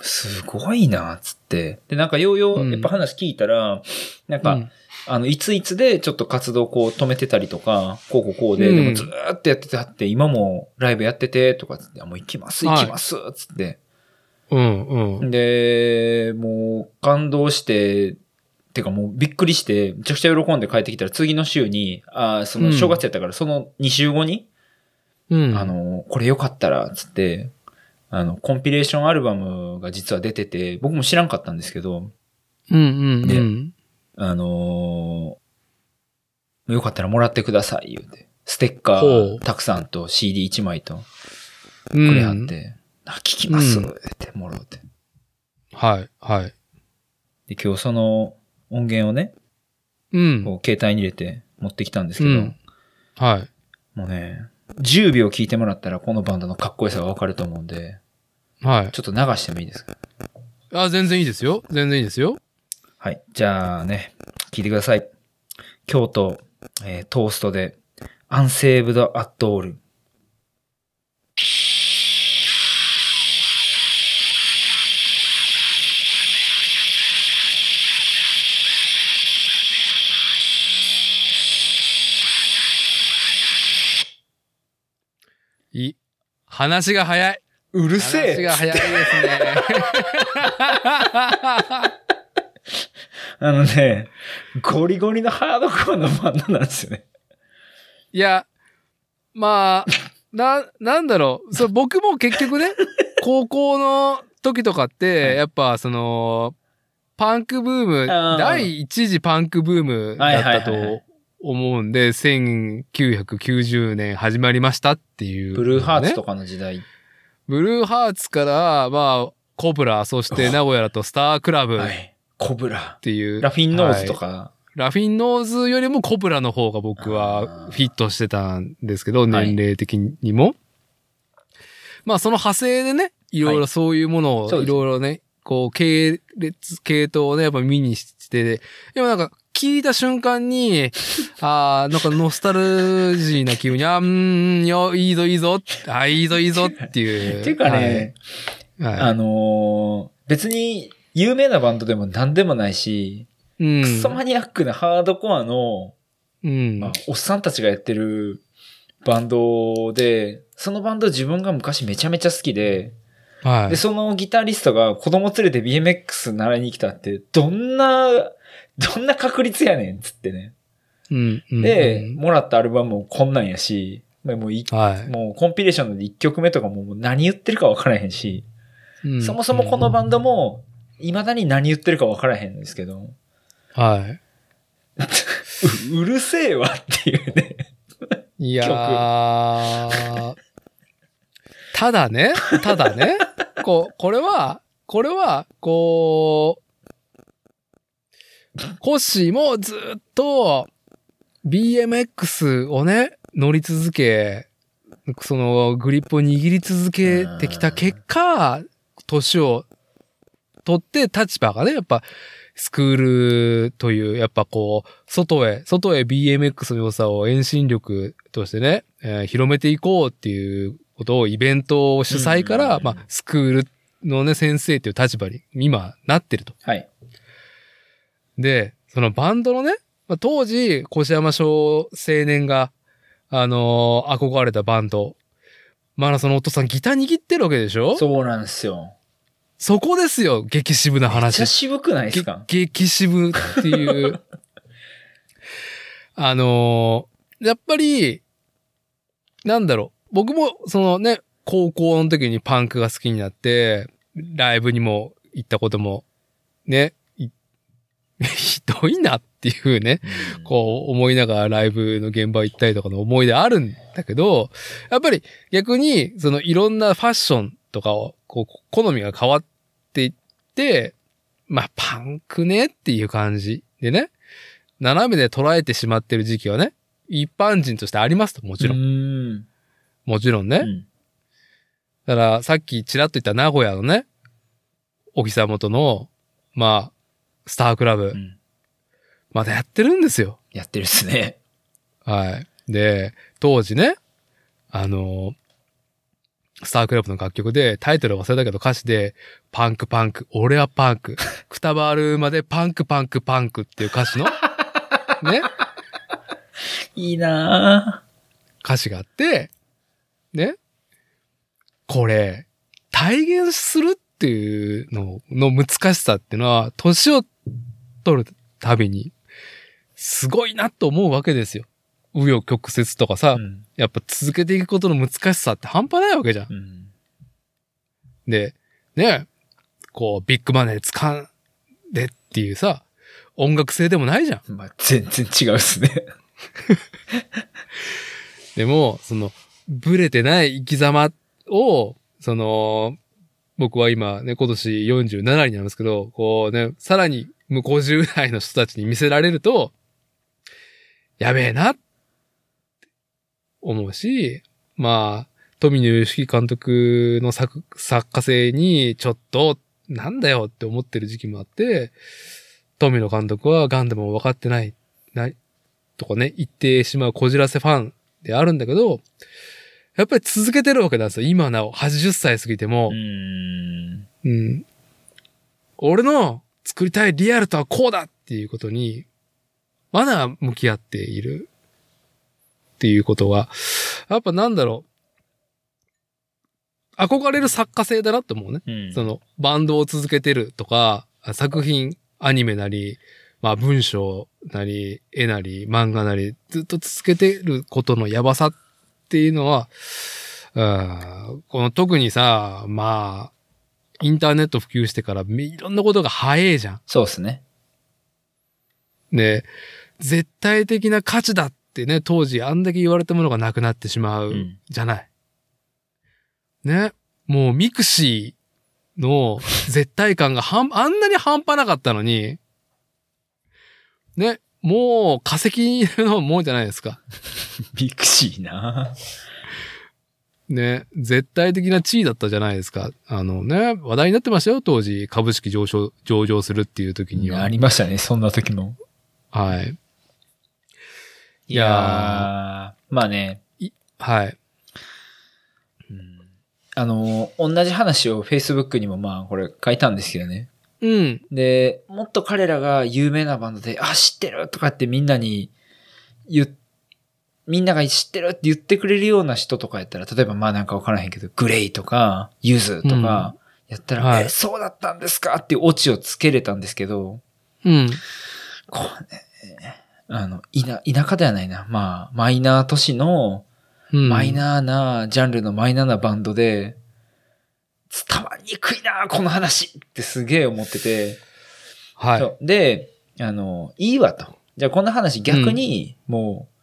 [SPEAKER 2] すごいな、つって。で、なんかようよ
[SPEAKER 1] う
[SPEAKER 2] うんやっぱ話聞いたら、なん
[SPEAKER 1] う
[SPEAKER 2] か、
[SPEAKER 1] ん
[SPEAKER 2] あの、いついつでちょっと活動こう止めてたりとか、こうこうこうで、
[SPEAKER 1] うん
[SPEAKER 2] でもずーっとやってたって、今もライブやってて、とかっつって、あもう行きます、行
[SPEAKER 1] はい
[SPEAKER 2] きます、つって。
[SPEAKER 1] うん、うん。
[SPEAKER 2] で、もう感動して、てかもうびっくりして、めちゃくちゃ喜んで帰ってきたら次の週に、あーその正月やったから、その2週後に、
[SPEAKER 1] うん。
[SPEAKER 2] あ、の、これよかったら、つって、あの、コンピレーションアルバムが実は出てて、僕も知らんかったんですけど、
[SPEAKER 1] うん、うん、うん。
[SPEAKER 2] あのーよかったらもらってください、言うて。ステッカ
[SPEAKER 1] ほ
[SPEAKER 2] ー
[SPEAKER 1] う
[SPEAKER 2] たくさんと CD1 枚と、こ
[SPEAKER 1] うん
[SPEAKER 2] れあって、あ、聞きます、
[SPEAKER 1] うん
[SPEAKER 2] 言うて、もろうて。
[SPEAKER 1] はい、はい。
[SPEAKER 2] で、今日その音源をね、
[SPEAKER 1] うん。
[SPEAKER 2] こう携帯に入れて持ってきたんですけ
[SPEAKER 1] う
[SPEAKER 2] ど、
[SPEAKER 1] ん。はい。
[SPEAKER 2] もうね、10秒聞いてもらったらこのバンドのかっこよさがわかると思うんで、
[SPEAKER 1] はい。
[SPEAKER 2] ちょっと流してもいいですか
[SPEAKER 1] あ、全然いいですよ。全然いいですよ。
[SPEAKER 2] はい。じゃあね、聞いてください。京都、えートーストで、アンセーブドアットオール。
[SPEAKER 1] いい。話が早い。
[SPEAKER 2] うる
[SPEAKER 1] 話が早いです ね。
[SPEAKER 2] あのね、ゴリゴリのハードコアのバンドなんですよね。
[SPEAKER 1] いや、まあ、 な、なんだろう。そう僕も結局ね、高校の時とかって、
[SPEAKER 2] はい
[SPEAKER 1] やっぱその、パンクブーム、
[SPEAKER 2] あー
[SPEAKER 1] 第一次パンクブームだった
[SPEAKER 2] はいはいはいは
[SPEAKER 1] と思うんで、1990年始まりましたっていう、
[SPEAKER 2] ブルーハーツ
[SPEAKER 1] ね
[SPEAKER 2] とかの時代。
[SPEAKER 1] ブルーハーツから、まあ、コブラ、そして名古屋だとスタークラブっ
[SPEAKER 2] い。コブラ。
[SPEAKER 1] ていう。
[SPEAKER 2] ラフィンノーズと
[SPEAKER 1] はい
[SPEAKER 2] か。
[SPEAKER 1] ラフィンノーズよりもコブラの方が僕は
[SPEAKER 2] あー
[SPEAKER 1] フィットしてたんですけど、
[SPEAKER 2] はい
[SPEAKER 1] 年齢的にも。まあその派生でね、いろい
[SPEAKER 2] は
[SPEAKER 1] ろそういうものを、
[SPEAKER 2] そう
[SPEAKER 1] い
[SPEAKER 2] です
[SPEAKER 1] ろいろね、こう系列、系統をね、やっぱ見にして、でもなんか聞いた瞬間に、 ああ、なんかノスタルジーな気分に、あーうーん、よ、いいぞいいぞ、あーいいぞいいぞっていう。
[SPEAKER 2] っていうかね、
[SPEAKER 1] はい、はい
[SPEAKER 2] あのー別に有名なバンドでも何でもないし、
[SPEAKER 1] うん。
[SPEAKER 2] クソマニアックなハードコアの、
[SPEAKER 1] うん。
[SPEAKER 2] まあ、おっさんたちがやってるバンドで、そのバンド自分が昔めちゃめちゃ好きで、
[SPEAKER 1] はい
[SPEAKER 2] で、。そのギタリストが子供連れて BMX 習いに来たって、どんな、どんな確率やねんっつってね。
[SPEAKER 1] うんうん
[SPEAKER 2] で、
[SPEAKER 1] うん
[SPEAKER 2] もらったアルバムもこんなんやし、まあもうい
[SPEAKER 1] はい。
[SPEAKER 2] もうコンピレーションで1曲目とかももう何言ってるか分からへんし、
[SPEAKER 1] うん
[SPEAKER 2] そもそもこのバンドも、未だに何言ってるか分からへんんです けど、
[SPEAKER 1] はい。
[SPEAKER 2] ううるせえわっていうね。
[SPEAKER 1] いやー、ただね、ただね、こう、これは、これは、こう、コッシーもずっと BMX をね、乗り続け、そのグリップを握り続けてきた結果、年を取って立場がね、やっぱスクールという、やっぱこう、外へ、外へ BMX の良さを遠心力としてね、えー広めていこうっていうことをイベントを主催か
[SPEAKER 2] うんうん
[SPEAKER 1] ら、
[SPEAKER 2] うん
[SPEAKER 1] まあ、スクールのね、先生という立場に今なってると。
[SPEAKER 2] はい。
[SPEAKER 1] で、そのバンドのね、まあ当時、越山小青年が、あのー憧れたバンド。まだそのお父さんギター握ってるわけでしょそ
[SPEAKER 2] そうなんですよ。
[SPEAKER 1] こですよ、激渋な
[SPEAKER 2] めっち
[SPEAKER 1] 話
[SPEAKER 2] ゃ。渋くないですか
[SPEAKER 1] げ激渋っていう。 あのーやっぱり、なんだろう。僕も、そのね、高校の時にパンクが好きになって、ライブにも行ったことも、ね、い ひどいなっていうね、こう思いながらライブの現場行ったりとかの思い出あるんだけど、やっぱり逆に、そのいろんなファッションとかを、こう、好みが変わっていって、まあ、パンクねっていう感じでね、斜めで捉えてしまってる時期はね、一般人としてありますと、もちろん。
[SPEAKER 2] ん。
[SPEAKER 1] もちろんね。
[SPEAKER 2] うん
[SPEAKER 1] だから、さっきちらっと言った名古屋のね、沖沢元の、まあ、スタークラブ、
[SPEAKER 2] うん
[SPEAKER 1] まだやってるんですよ。
[SPEAKER 2] やってるっすね。
[SPEAKER 1] はい。で、当時ね、あの、スタークラブの楽曲で、タイトル忘れたけど歌詞で、パンクパンク、俺はパンク、くたばるまでパンクパンクパンクっていう歌詞の、ね、
[SPEAKER 2] いいな
[SPEAKER 1] 歌詞があって、ね、これ、体現するっていうのの難しさっていうのは、年を取るたびに、すごいなと思うわけですよ。紆余曲折とかさ、
[SPEAKER 2] うん。
[SPEAKER 1] やっぱ続けていくことの難しさって半端ないわけじゃん。
[SPEAKER 2] うん。
[SPEAKER 1] で、ね、こう、ビッグマネー掴んでっていうさ、音楽性でもないじゃん。
[SPEAKER 2] まあ、全然違うっすね。
[SPEAKER 1] でも、その、ブレてない生き様を、その、僕は今ね、今年47になりますけど、こうね、さらに向こう10代の人たちに見せられると、やべえな、って思うし、まあ、富野由樹監督の作、作家性に、ちょっと、なんだよって思ってる時期もあって、富野監督はガンダムを分かってない、ない、とかね、言ってしまうこじらせファンであるんだけど、やっぱり続けてるわけなんですよ。今なお、80歳過ぎても
[SPEAKER 2] う、ん。
[SPEAKER 1] うん。俺の作りたいリアルとはこうだっていうことに、まだ向き合っているっていうことが、やっぱなんだろう。憧れる作家性だなって思うね。
[SPEAKER 2] うん。
[SPEAKER 1] その、バンドを続けてるとか、作品、アニメなり、まあ文章なり、絵なり、漫画なり、ずっと続けてることのやばさっていうのは、うん、この特にさ、まあ、インターネット普及してからみいろんなことが早いじゃん。
[SPEAKER 2] そうっすね。
[SPEAKER 1] ね、絶対的な価値だってね、当時あんだけ言われたものがなくなってしま
[SPEAKER 2] う
[SPEAKER 1] う。
[SPEAKER 2] ん。
[SPEAKER 1] じゃない。ね。もうミクシーの絶対感がはん、あんなに半端なかったのに、ね。もう化石のもんじゃないですか。
[SPEAKER 2] ビクシーな
[SPEAKER 1] ね。絶対的な地位だったじゃないですか。あのね、話題になってましたよ、当時。株式上昇、上場するっていう時には。
[SPEAKER 2] ありましたね、そんな時も。
[SPEAKER 1] はい。い
[SPEAKER 2] い
[SPEAKER 1] やー
[SPEAKER 2] やー、まあね、
[SPEAKER 1] はい。
[SPEAKER 2] うんあの、同じ話を Facebook にもまあこれ書いたんですけどね。
[SPEAKER 1] うん。
[SPEAKER 2] で、もっと彼らが有名なバンドで、あ、知ってるとかってみんなに言っみんなが知ってるって言ってくれるような人とかやったら、例えばまあなんかわからへんけど、グレイとか、ユズとか、やったら、
[SPEAKER 1] はい
[SPEAKER 2] え、そうだったんですかっていうオチをつけれたんですけど、
[SPEAKER 1] うん。
[SPEAKER 2] こうね、あの、田、田舎ではないな。まあ、マイナー都市の、
[SPEAKER 1] うん。
[SPEAKER 2] マイナーな、ジャンルのマイナーなバンドで、伝わりにくいな、この話ってすげえ思ってて、
[SPEAKER 1] はい。
[SPEAKER 2] そうで、あの、いいわと。じゃあこんな話逆に、もう、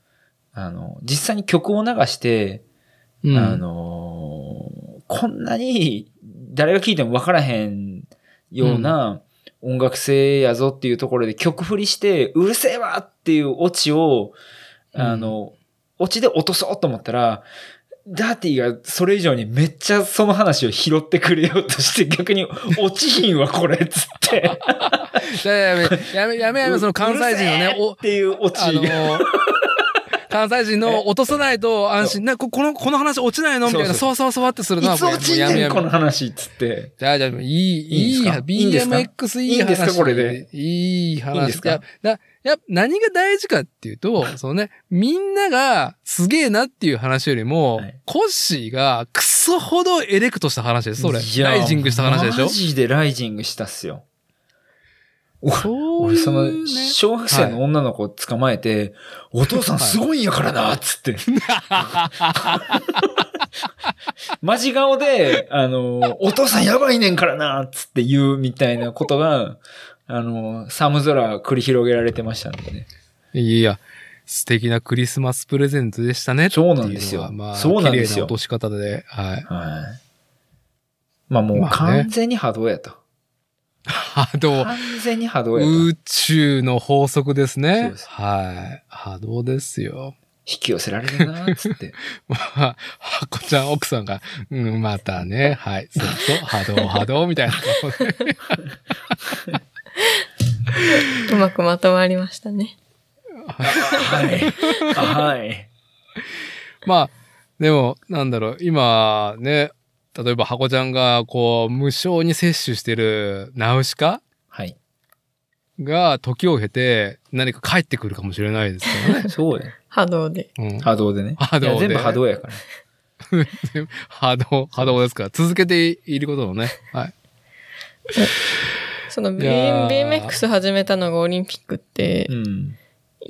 [SPEAKER 2] あの、実際に曲を流して、
[SPEAKER 1] うん
[SPEAKER 2] あのー、こんなに誰が聴いても分からへんような音楽性やぞっていうところで曲振りして、うるせえわっていうオチを、
[SPEAKER 1] うん
[SPEAKER 2] あの、オチで落とそうと思ったら、ダーティがそれ以上にめっちゃその話を拾ってくれようとして逆に落ちひんわこれっつって。
[SPEAKER 1] いやいややめ、やめ、や め、やめ、その関西人のね、
[SPEAKER 2] お
[SPEAKER 1] お
[SPEAKER 2] っていうオチ
[SPEAKER 1] あの
[SPEAKER 2] が。
[SPEAKER 1] ー関西人の落とさないと安心。な、ここの、この話落ちないのみたいな、
[SPEAKER 2] そ
[SPEAKER 1] そうそうそうってするな。
[SPEAKER 2] いつ落ちんねんこの
[SPEAKER 1] の。
[SPEAKER 2] 話っつって。
[SPEAKER 1] じゃあ、じゃあ、いい、
[SPEAKER 2] いい
[SPEAKER 1] い
[SPEAKER 2] ん
[SPEAKER 1] い
[SPEAKER 2] です
[SPEAKER 1] や、
[SPEAKER 2] かいいんですか
[SPEAKER 1] BMX いい話。
[SPEAKER 2] いいんですかこれで。
[SPEAKER 1] いい話。
[SPEAKER 2] いいんですか
[SPEAKER 1] いやな、や、何が大事かっていう と、そのね、みんながすげえなっていう話よりも、
[SPEAKER 2] はい
[SPEAKER 1] コッシーがクソほどエレクトした話です、それ。
[SPEAKER 2] いや
[SPEAKER 1] ライジングした話でしょ
[SPEAKER 2] マジでライジングしたっすよ。
[SPEAKER 1] そう
[SPEAKER 2] 俺、そ
[SPEAKER 1] い
[SPEAKER 2] の、
[SPEAKER 1] うね。
[SPEAKER 2] 小学生の女の子を捕まえて、お父さんすごいんやからな、っつ って。マジ顔で、あの、お父さんやばいねんからな、っつって言うみたいなことが、あの、寒空繰り広げられてましたんでね。
[SPEAKER 1] いや、素敵なクリスマスプレゼントでしたね。
[SPEAKER 2] そうなんですよ
[SPEAKER 1] っていうのがまあ、
[SPEAKER 2] そうなんで
[SPEAKER 1] 綺麗
[SPEAKER 2] す
[SPEAKER 1] な
[SPEAKER 2] よ
[SPEAKER 1] 落とし方で、はい。
[SPEAKER 2] はい。まあもう
[SPEAKER 1] まあね
[SPEAKER 2] 完全に波動やと。
[SPEAKER 1] 波動。
[SPEAKER 2] 完全に波動やった。引
[SPEAKER 1] 宇宙の法則です
[SPEAKER 2] そ
[SPEAKER 1] ね
[SPEAKER 2] うです
[SPEAKER 1] はい。波動ですよ。
[SPEAKER 2] き寄せられるなーっつって。
[SPEAKER 1] まあ、はっこちゃん、奥さんが、うん、またね、はい、ずっと波動、波動、みたいな。
[SPEAKER 3] うまくまとまりましたね。
[SPEAKER 2] はい。はい。
[SPEAKER 1] まあ、でも、なんだろう、今、ね、例えば、はこちゃんが、こう、無償に摂取してる、ナウシカ
[SPEAKER 2] はい。
[SPEAKER 1] が、時を経て、何か帰ってくるかもしれないですからね。
[SPEAKER 2] そうや。
[SPEAKER 3] 波動で。
[SPEAKER 1] うん、
[SPEAKER 2] 波動でね。
[SPEAKER 1] 波動で
[SPEAKER 2] いや全部波動やから。
[SPEAKER 1] 波動、波動ですから、続けていることをね。はい。
[SPEAKER 3] その B-
[SPEAKER 1] いやー
[SPEAKER 3] BMX 始めたのがオリンピックって
[SPEAKER 2] うん。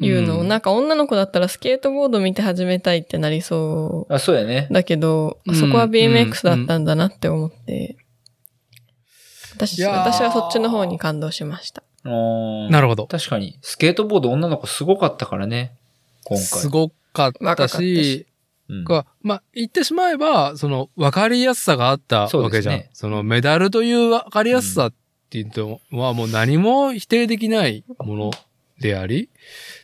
[SPEAKER 3] いうのを、
[SPEAKER 1] うん
[SPEAKER 3] なんか女の子だったらスケートボード見て始めたいってなりそ
[SPEAKER 2] あ、そうやね
[SPEAKER 3] う。。だけど、あそ
[SPEAKER 1] う
[SPEAKER 3] こは
[SPEAKER 1] ん
[SPEAKER 3] BMX だったんだなって思って、私、
[SPEAKER 1] いやー
[SPEAKER 3] 私はそっちの方に感動しました。
[SPEAKER 1] な
[SPEAKER 2] な
[SPEAKER 1] るほど。
[SPEAKER 2] 確かに、スケートボード女の子すごかったからね。今回。
[SPEAKER 1] すごかっ
[SPEAKER 3] 若か
[SPEAKER 1] た
[SPEAKER 3] った
[SPEAKER 1] し
[SPEAKER 3] し、
[SPEAKER 2] うん
[SPEAKER 1] が、まあ、言ってしまえば、その、分かりやすさがあった
[SPEAKER 2] そ
[SPEAKER 1] わ
[SPEAKER 2] うで
[SPEAKER 1] け
[SPEAKER 2] す
[SPEAKER 1] じゃ
[SPEAKER 2] ね
[SPEAKER 1] ん。そ,、の、メダルという分かりやすさっていうのは、もう何も否定できないものであり、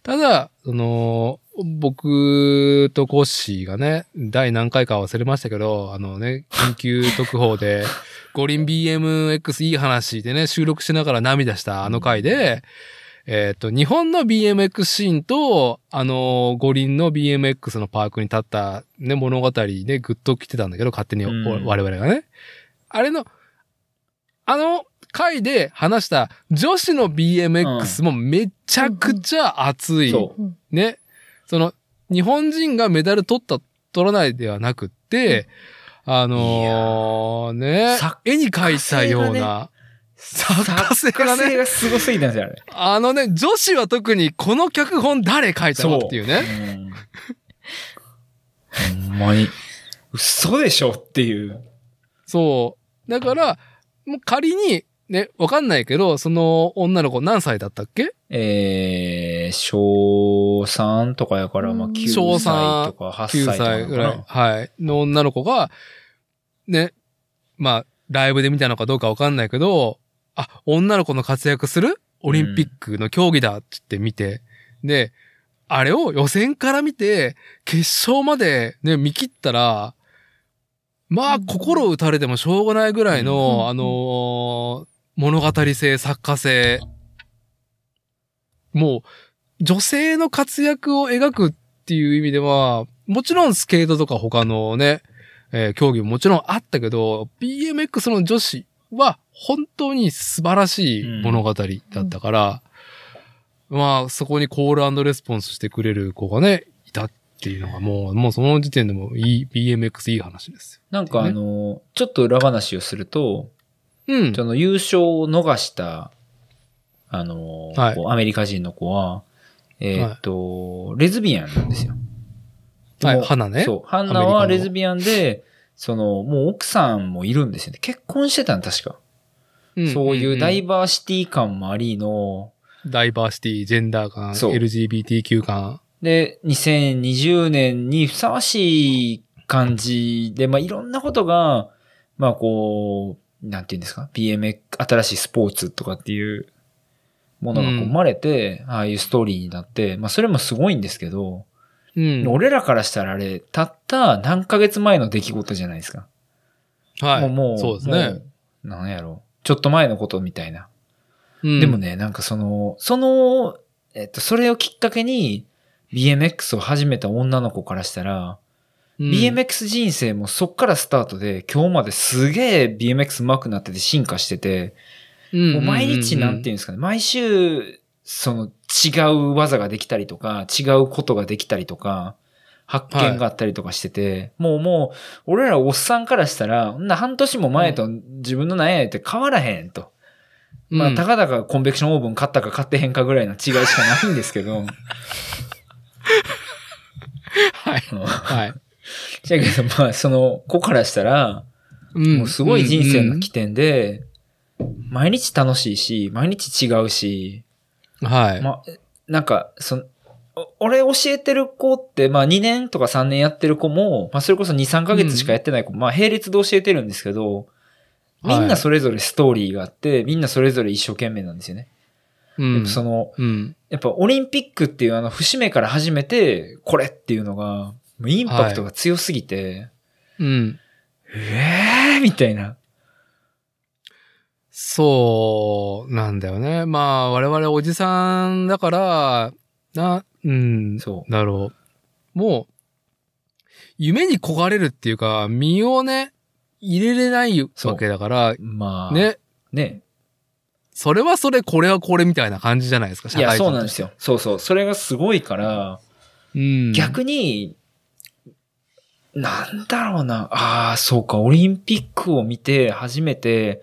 [SPEAKER 1] ただ、その、僕とコッシーがね、第何回か忘れましたけど、あのね、緊急特報で、 五輪 BMX いい話でね、収録しながら涙したあの回で、えっ、と、日本の BMX シーンと、あのー五輪の BMX のパークに立ったね、物語でグッと来てたんだけど、勝手に、
[SPEAKER 2] うん
[SPEAKER 1] お我々がね。あれの、あの回で話した女子の BMX もめちゃくちゃ熱い。
[SPEAKER 2] そう。
[SPEAKER 3] うん
[SPEAKER 1] ね、その、日本人がメダル取った、取らないではなくって、あ
[SPEAKER 2] いや
[SPEAKER 1] のーね
[SPEAKER 2] サッ、
[SPEAKER 1] 絵に描いたよう
[SPEAKER 2] 作家性
[SPEAKER 1] な、
[SPEAKER 2] 作
[SPEAKER 1] 家性がね
[SPEAKER 2] 作家性がすごすぎたんですよ、あれ。
[SPEAKER 1] あのね、女子は特にこの脚本誰書いたのっていうね。
[SPEAKER 2] うん。ほんまに。嘘でしょっていう。
[SPEAKER 1] そう。だから、もう仮に、ね、わかんないけど、その女の子何歳だったっけ
[SPEAKER 2] えー、小3とかやから、まあ、
[SPEAKER 3] うん
[SPEAKER 2] 9
[SPEAKER 1] 小三
[SPEAKER 2] 歳とか8
[SPEAKER 1] ?9
[SPEAKER 2] 歳と
[SPEAKER 1] 歳
[SPEAKER 2] かなの
[SPEAKER 1] ぐ
[SPEAKER 2] から
[SPEAKER 1] い
[SPEAKER 2] な。。
[SPEAKER 1] はい。の女の子が、ね、まあ、ライブで見たのかどうかわかんないけど、あ、女の子の活躍するオリンピックの競技だって言って見て、で、あれを予選から見て、決勝までね、見切ったら、まあ、
[SPEAKER 3] うん
[SPEAKER 1] 心打たれてもしょうがないぐらいの、
[SPEAKER 3] うん
[SPEAKER 1] あのー物語性、作家性。もう、女性の活躍を描くっていう意味では、もちろんスケートとか他のね、えー競技ももちろんあったけど、BMX の女子は本当に素晴らしい物語だったから、まあ、そこにコールレスポンスしてくれる子がね、いたっていうのがもう、もうその時点でもいい、BMX いい話です
[SPEAKER 2] なんかあの、ちょっと裏話をすると、
[SPEAKER 1] よ。うん。
[SPEAKER 2] その優勝を逃した、あの、
[SPEAKER 1] はい
[SPEAKER 2] こうアメリカ人の子は、えーっと、レズビアンなんですよ。
[SPEAKER 1] はい
[SPEAKER 2] もう
[SPEAKER 1] 花ね
[SPEAKER 2] そう。ハン
[SPEAKER 1] アメ
[SPEAKER 2] ナ
[SPEAKER 1] リカの
[SPEAKER 2] はレズビアンで、その、もう奥さんもいるんですよね。結婚してたん、確か。
[SPEAKER 1] ん
[SPEAKER 2] そういうダイ
[SPEAKER 1] ん
[SPEAKER 2] バーシティ感もありの、
[SPEAKER 1] ダイバーシティ、ジェンダー感、
[SPEAKER 2] そう
[SPEAKER 1] LGBTQ 感。
[SPEAKER 2] で、2020年にふさわしい感じで、まあ、いろんなことが、まあ、こう、なんていうんですか、BMX、新しいスポーツとかっていうものがこう
[SPEAKER 1] うん
[SPEAKER 2] 生まれて、ああいうストーリーになって、まあ、それもすごいんですけど、
[SPEAKER 1] うん。
[SPEAKER 2] 俺らからしたらあれ、たった何ヶ月前の出来事じゃないですか。
[SPEAKER 1] はい。
[SPEAKER 2] もう、もう、
[SPEAKER 1] そうです
[SPEAKER 2] も
[SPEAKER 1] ね。
[SPEAKER 2] う。なんやろう。ちょっと前のことみたいな。
[SPEAKER 1] うん
[SPEAKER 2] でも。ね、なんかその、その、えっと、それをきっかけに、BMX を始めた女の子からしたら、
[SPEAKER 1] うん
[SPEAKER 2] BMX 人生もそっからスタートで、今日まですげえ BMX 上手くなってて進化してて、もう毎日なんていうんですかね、毎週、その違う技ができたりとか、違うことができたりとか、発見があったりとかしてて、もうもう、俺らおっさんからしたら、んな半年も前と自分の悩みって変わらへんと。
[SPEAKER 1] うん
[SPEAKER 2] まあ、たかだかコンベクションオーブン買ったか買ってへんかぐらいの違いしかないんですけど。
[SPEAKER 1] はい。
[SPEAKER 2] うん
[SPEAKER 1] はい。
[SPEAKER 2] だけど、まあ、その子からしたら、
[SPEAKER 1] うん
[SPEAKER 2] もうすごい人生の起点で、毎日楽しいし、毎日違うし、
[SPEAKER 1] うんうんはい。
[SPEAKER 2] まあ、なんか、その、お俺教えてる子って、まあ2年とか3年やってる子も、まあそれこそ2、3ヶ月しかやってない子、まあ並列で教えてるんですけど、みん
[SPEAKER 1] はい
[SPEAKER 2] なそれぞれストーリーがあって、みんなそれぞれ一生懸命なんですよね。
[SPEAKER 1] う
[SPEAKER 2] やっ
[SPEAKER 1] ん
[SPEAKER 2] ぱ。その、
[SPEAKER 1] うん。
[SPEAKER 2] やっぱオリンピックっていうあの節目から始めて、これっていうのが、もうインパクトが強すぎて、
[SPEAKER 1] うん。
[SPEAKER 2] えーみたいな。
[SPEAKER 1] そうなんだよね。まあ、我々おじさんだから、な、うん、
[SPEAKER 2] そ
[SPEAKER 1] だろう。もう、夢に焦がれるっていうか、身をね、入れれないわけだから、
[SPEAKER 2] う。まあ、ね。
[SPEAKER 1] ね、それはそれ、これはこれみたいな感じじゃないですか、社
[SPEAKER 2] いや、
[SPEAKER 1] 会人
[SPEAKER 2] そうなんですよ。そうそう。それがすごいから、
[SPEAKER 1] うん。
[SPEAKER 2] 逆に、なんだろうな。ああ、そうか。オリンピックを見て、初めて、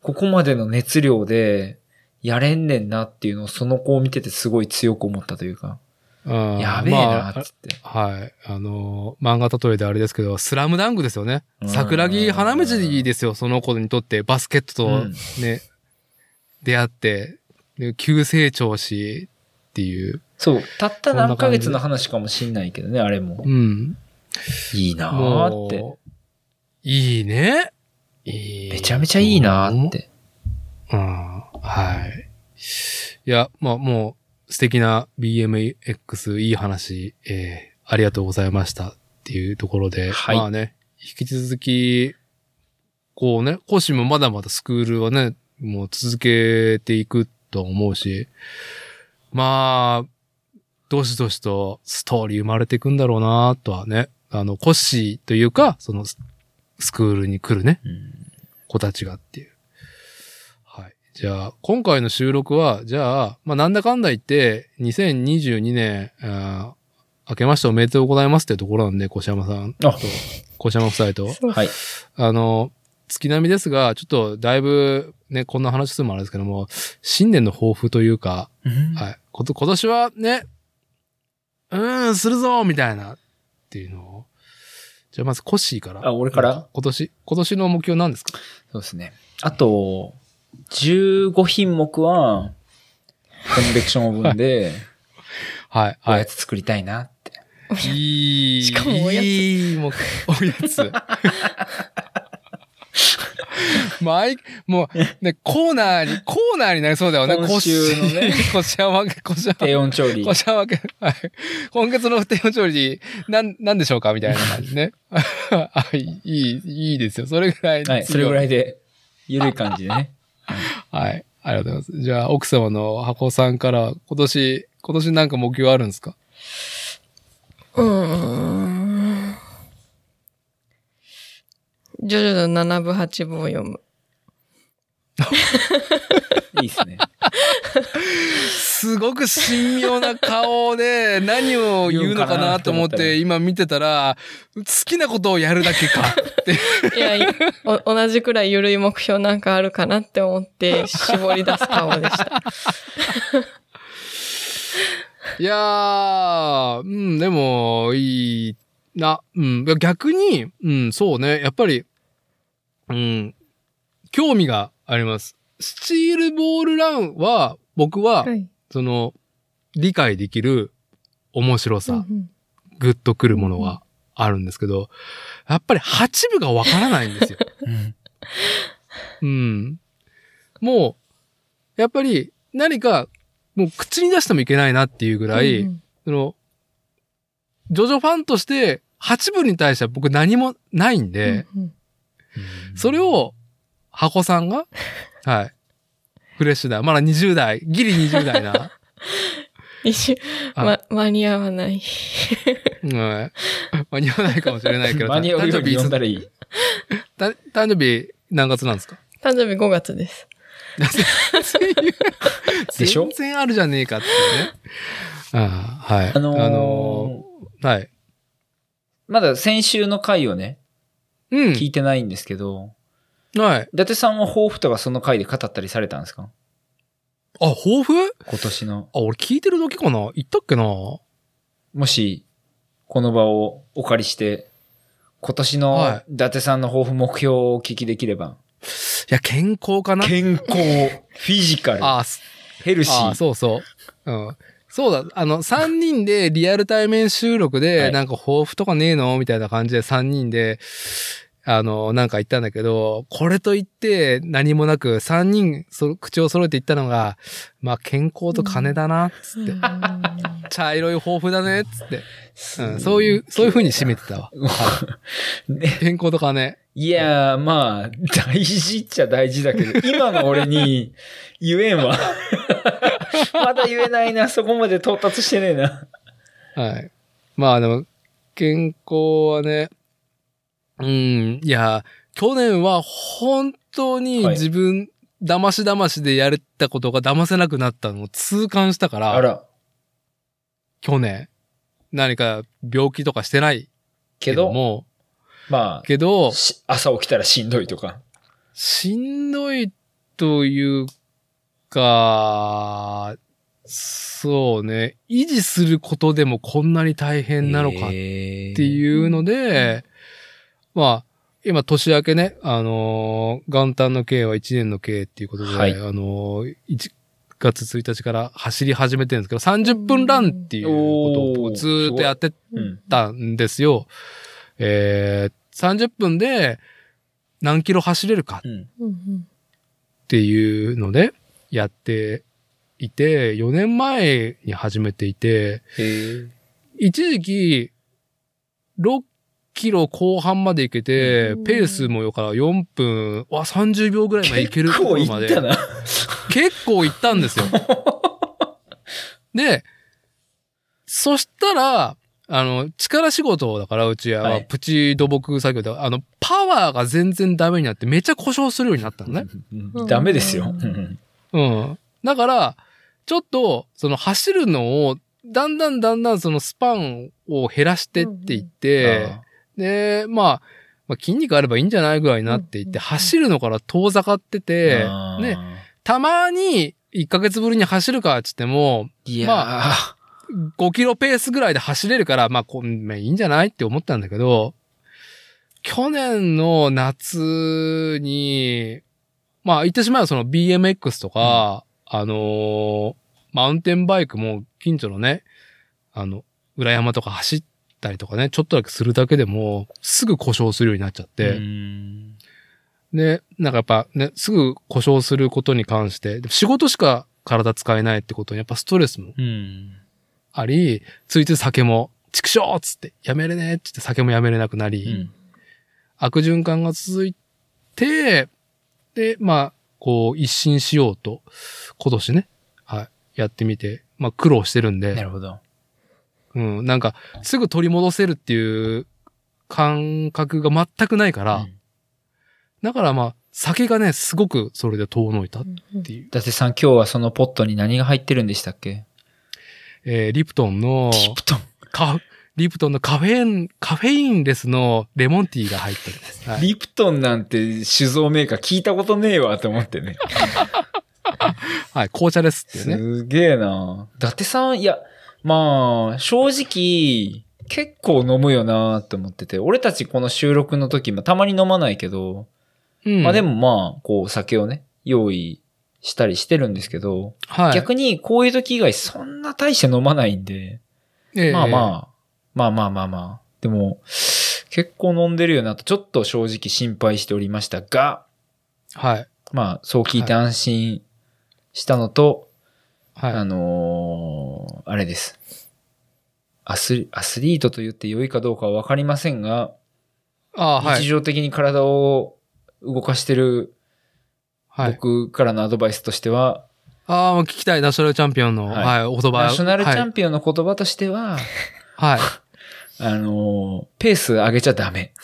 [SPEAKER 2] ここまでの熱量で、やれんねんなっていうのを、その子を見ててすごい強く思ったというか、
[SPEAKER 1] うん
[SPEAKER 2] やべえ
[SPEAKER 1] ま
[SPEAKER 2] な
[SPEAKER 1] あ
[SPEAKER 2] っつって。
[SPEAKER 1] はい。あの、漫画例えであれですけど、スラムダンクですよね
[SPEAKER 2] う。ん
[SPEAKER 1] 桜木花道ですよ、その子にとって。バスケットと
[SPEAKER 2] うん
[SPEAKER 1] ね、出会って、で急成長し、っていう。
[SPEAKER 2] そう。たった
[SPEAKER 1] そんな感じ
[SPEAKER 2] 何ヶ月の話かもしんないけどね、あれも
[SPEAKER 1] う。ん。
[SPEAKER 2] いいなーって。
[SPEAKER 1] もう、いいね。いい
[SPEAKER 2] めちゃめちゃいいなーって。
[SPEAKER 1] うん。はい。いや、まあもう素敵な BMX いい話、えーありがとうございましたっていうところで、
[SPEAKER 2] はい
[SPEAKER 1] まあね、引き続き、こうね、講師もまだまだスクールはね、もう続けていくと思うし、まあ、どしどしとストーリー生まれていくんだろうなとはね、あの、コッシーというか、その、ススクールに来るね、
[SPEAKER 2] うん
[SPEAKER 1] 子たちがっていう。はい。じゃあ、今回の収録は、じゃあ、まあ、なんだかんだ言って、2022年、あー明けましておめでとうございますっていうところなんで、越山さんと
[SPEAKER 2] あ、
[SPEAKER 1] 越山夫妻と。
[SPEAKER 2] はい。
[SPEAKER 1] あの、月並みですが、ちょっとだいぶ、ね、こんな話するのもあれですけども、新年の抱負というか、はい。こと、今年はね、うーん、するぞみたいな、っていうのを。じゃあ、まず、コッシーから。
[SPEAKER 2] あ俺から
[SPEAKER 1] 今年、今年の目標何ですか
[SPEAKER 2] そうですね。あと、15品目は、コンベクションオーブ ンで、
[SPEAKER 1] はい。
[SPEAKER 2] お
[SPEAKER 1] はい
[SPEAKER 2] や。つ作りたいなって。
[SPEAKER 1] いい。
[SPEAKER 3] しかもおやつ
[SPEAKER 1] いいもうおやつ。毎、もう、ね、コーナーに、コーナーになりそうだよね。
[SPEAKER 2] 今週のね
[SPEAKER 1] こしあわけ、こしあわ
[SPEAKER 2] 低温調 理。
[SPEAKER 1] こしあわけ、はい。今月の不定の調理、なん、なんでしょうかみたいな感じね。あ、いい、いいいいですよ。それぐらい。
[SPEAKER 2] はい、それぐら
[SPEAKER 1] い。
[SPEAKER 2] いで、ゆるい感じ でね。
[SPEAKER 1] はい。ありがとうございます。じゃあ、奥様の箱さんから、今年、今年なんか目標あるんですか
[SPEAKER 3] うーん。ジョジョの7部8部を読む。
[SPEAKER 2] いいですね。
[SPEAKER 1] すごく神妙な顔 で何を言うのかなと思って今見てたら、好きなことをやるだ けかって。
[SPEAKER 3] いや、いお同じくらい緩い目標なんかあるかなって思 って絞り出す顔でした。
[SPEAKER 1] いやー、うん、でも、いいな、うん。いや逆に、うん、そうね、やっぱり、うん、興味があります。スチールボールランは、僕は、
[SPEAKER 3] い。
[SPEAKER 1] その、理解できる面白さ。
[SPEAKER 3] うん
[SPEAKER 1] グッとくるものがあるんですけど、やっぱり8部がわからないんですよ。うん。もう、やっぱり何か、もう口に出してもいけないなっていうぐらい、
[SPEAKER 3] うん
[SPEAKER 1] その、ジョジョファンとして8部に対しては僕何もないんで、
[SPEAKER 3] うん
[SPEAKER 1] それ、を、箱さん が、はい。フレッシュだ。まだ20代、ギリ20代な。
[SPEAKER 3] 一
[SPEAKER 1] あ
[SPEAKER 3] 瞬、 ま、間に合わない。
[SPEAKER 1] うん。間に合わないかもしれない けど、
[SPEAKER 2] マニアを
[SPEAKER 1] 誕
[SPEAKER 2] よ
[SPEAKER 1] 生
[SPEAKER 2] り
[SPEAKER 1] 日
[SPEAKER 2] 読んだらいい。
[SPEAKER 1] た誕生日何月なんです か
[SPEAKER 3] 誕生日5月です。
[SPEAKER 2] でしょ
[SPEAKER 1] 全然あるじゃねえかっていうね。ああはい。
[SPEAKER 2] あのー
[SPEAKER 1] ーはい。
[SPEAKER 2] まだ先週の回をね、
[SPEAKER 1] う
[SPEAKER 2] 聞いてないんですけど、
[SPEAKER 1] ん。はい。
[SPEAKER 2] 伊達さんは抱負とかその回で語ったりされたんですか
[SPEAKER 1] あ、抱負あ、
[SPEAKER 2] 今年の。
[SPEAKER 1] 俺聞いてるだけかな言ったっけな
[SPEAKER 2] もし、この場をお借りして、今年
[SPEAKER 1] は
[SPEAKER 2] の伊達さんの抱負目標をお聞きできれば、
[SPEAKER 1] いや、健康かな
[SPEAKER 2] 健 康、フィジカル、
[SPEAKER 1] あす
[SPEAKER 2] ヘルシ
[SPEAKER 1] あ、
[SPEAKER 2] ー。
[SPEAKER 1] そうそう。うん。そうだ、あの、3人でリアル対面収録
[SPEAKER 2] は
[SPEAKER 1] で、
[SPEAKER 2] い
[SPEAKER 1] なんか抱負とかねえのみたいな感じで3人で、あの、なんか言ったんだけど、これと言って何もなく3人そ口を揃えて言ったのが、まあ健康と金だな、つって。茶色い豊富だね、つって。うん、そういう、そういう風に締めてたわ。
[SPEAKER 2] ね
[SPEAKER 1] 健康と金。
[SPEAKER 2] いやー、まあ、大事っちゃ大事だけど、今の俺に言えんわ。 まだ言えないな、そこまで到達してねえな。
[SPEAKER 1] はい。まあでも、健康はね、うん、いや、去年は本当に
[SPEAKER 2] はい
[SPEAKER 1] 自分、騙し騙しでやれたことが騙せなくなったのを痛感したから、
[SPEAKER 2] あら、
[SPEAKER 1] 去年、何か病気とかしてない
[SPEAKER 2] け
[SPEAKER 1] けど
[SPEAKER 2] ど、
[SPEAKER 1] も、
[SPEAKER 2] ま
[SPEAKER 1] け
[SPEAKER 2] あ、
[SPEAKER 1] ど、
[SPEAKER 2] し朝起きたらしんどいとか。
[SPEAKER 1] しんどいというか、そうね、維持することでもこんなに大変なのかっ
[SPEAKER 2] え
[SPEAKER 1] って
[SPEAKER 2] う。
[SPEAKER 1] いうので、まあ、今年明けね、あのー元旦の刑は1年の刑っていうことで、
[SPEAKER 2] はい
[SPEAKER 1] あのー1月1日から走り始めてるんですけど、30分ランっていうことをずーっとやって
[SPEAKER 2] うん。
[SPEAKER 1] たんですよ。えー、30分で何キロ走れるか
[SPEAKER 2] うん。
[SPEAKER 3] うん
[SPEAKER 1] っていうので、やっていて、4年前に始めていて、
[SPEAKER 2] へー
[SPEAKER 1] 一時期、6キロ後半まで行けて、
[SPEAKER 3] うん
[SPEAKER 1] ペースもよから4分、わ、30秒ぐらいまで行ける
[SPEAKER 2] 結
[SPEAKER 1] とこ
[SPEAKER 2] 構
[SPEAKER 1] ろ
[SPEAKER 2] い
[SPEAKER 1] まで。
[SPEAKER 2] ったな。
[SPEAKER 1] 結構行ったんですよ。 で、そしたら、あの、力仕事だから、うちは、
[SPEAKER 2] はい
[SPEAKER 1] プチ土木作業で、あの、パワーが全然ダメになって、めっちゃ故障するようになったのね。
[SPEAKER 2] うんダメですよ。うん
[SPEAKER 1] うん。だから、ちょっと、その走るのを、だんだんだんだんそのスパンを減らしてっていって、
[SPEAKER 2] あ
[SPEAKER 1] で、まあ、まあ筋肉あればいいんじゃないぐらいになっていって、
[SPEAKER 3] うんうんうん
[SPEAKER 1] 走るのから遠ざかってて、
[SPEAKER 2] あー
[SPEAKER 1] ね、たまに1ヶ月ぶりに走るかっつっても、
[SPEAKER 2] いやー、
[SPEAKER 1] ま5キロペースぐらいで走れるから、まあ、こうまあいいんじゃないって思ったんだけど、去年の夏に、まあ、言ってしまえばその BMX とか、あのーマウンテンバイクも近所のね、あの、裏山とか走ったりとかね、ちょっとだけするだけでも、すぐ故障するようになっちゃって、
[SPEAKER 2] うん
[SPEAKER 1] で、なんかやっぱね、すぐ故障することに関して、でも仕事しか体使えないってことにやっぱストレスも
[SPEAKER 2] うん。
[SPEAKER 1] あり、ついて酒も、畜生っつって、やめれねえっつって酒もやめれなくなり、
[SPEAKER 2] うん
[SPEAKER 1] 悪循環が続いて、で、まあ、こう、一新しようと、今年ね、はい、やってみて、まあ、苦労してるん
[SPEAKER 2] な
[SPEAKER 1] で、
[SPEAKER 2] るほど。
[SPEAKER 1] うん、なんか、すぐ取り戻せるっていう感覚が全くないから、
[SPEAKER 2] うん
[SPEAKER 1] だからまあ、酒がね、すごくそれで遠のいたっていう。
[SPEAKER 2] 伊達さん、今日はそのポットに何が入ってるんでしたっけ
[SPEAKER 1] えー、リプトンの、
[SPEAKER 2] リプトン。
[SPEAKER 1] カフリプトンのカフェイン、カフェインレスのレモンティーが入ってるんです。はい
[SPEAKER 2] リプトンなんて酒造メーカー聞いたことねえわと思ってね。
[SPEAKER 1] はい、紅茶ですっていうね。
[SPEAKER 2] すげえな伊達さん、いや、まあ、正直、結構飲むよなと思ってて、俺たちこの収録の時もたまに飲まないけど、
[SPEAKER 1] うん
[SPEAKER 2] まあで、もまあ、こう酒をね、用意したりしてるんですけど、
[SPEAKER 1] はい、
[SPEAKER 2] 逆にこういう時以外そんな大して飲まないんで、まあ
[SPEAKER 1] あ。
[SPEAKER 2] まあ、まあまあまあまあ。でも、結構飲んでるよなと、ちょっと正直心配しておりましたが、
[SPEAKER 1] はい。
[SPEAKER 2] まあ、そう聞いて安心したのと、あ
[SPEAKER 1] は
[SPEAKER 2] のーあれです。アスリ、アスリートと言って良いかどうかはわかりませんが、
[SPEAKER 1] い。ああー、は
[SPEAKER 2] 日
[SPEAKER 1] い。
[SPEAKER 2] 常的に体を動かしてる
[SPEAKER 1] はい、
[SPEAKER 2] 僕からのアドバイスとしては、
[SPEAKER 1] ああ、もう聞きたい。ナショナルチャンピオンの、
[SPEAKER 2] は
[SPEAKER 1] はいい、お言葉。
[SPEAKER 2] ナショナルチャ
[SPEAKER 1] ン
[SPEAKER 2] ンピオンの言葉として
[SPEAKER 1] は
[SPEAKER 2] は、
[SPEAKER 1] い。はい、
[SPEAKER 2] あのーペース上げちゃダメ。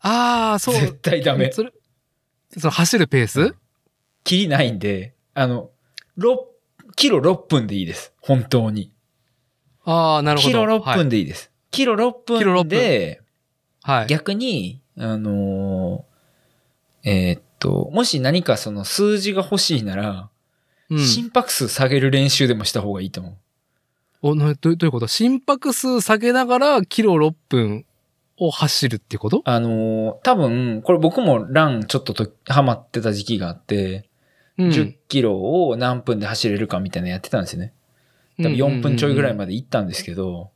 [SPEAKER 1] ああ、そう。
[SPEAKER 2] 絶対ダメ。
[SPEAKER 1] それ、その走るペース
[SPEAKER 2] きりないんで、あの、六キロ6分でいいです。本当に。
[SPEAKER 1] ああ、なるほど。
[SPEAKER 2] キロ6
[SPEAKER 1] はい
[SPEAKER 2] 分。でいいです。キロ
[SPEAKER 1] キロ
[SPEAKER 2] 6
[SPEAKER 1] 6
[SPEAKER 2] 分で、
[SPEAKER 1] はい。
[SPEAKER 2] 逆に、あのーえーっと、もし何かその数字が欲しいなら、
[SPEAKER 1] うん
[SPEAKER 2] 心拍数下げる練習でもした方がいいと思う。
[SPEAKER 1] おなどう。どういうこと心拍数下げながら、キロ6分を走るってこと
[SPEAKER 2] あのー多分、これ僕もランちょっととハマってた時期があって、
[SPEAKER 1] うん。
[SPEAKER 2] 10キロを何分で走れるかみたいなのやってたんですよね。多分4分ちょいぐらいまで行ったんですけど、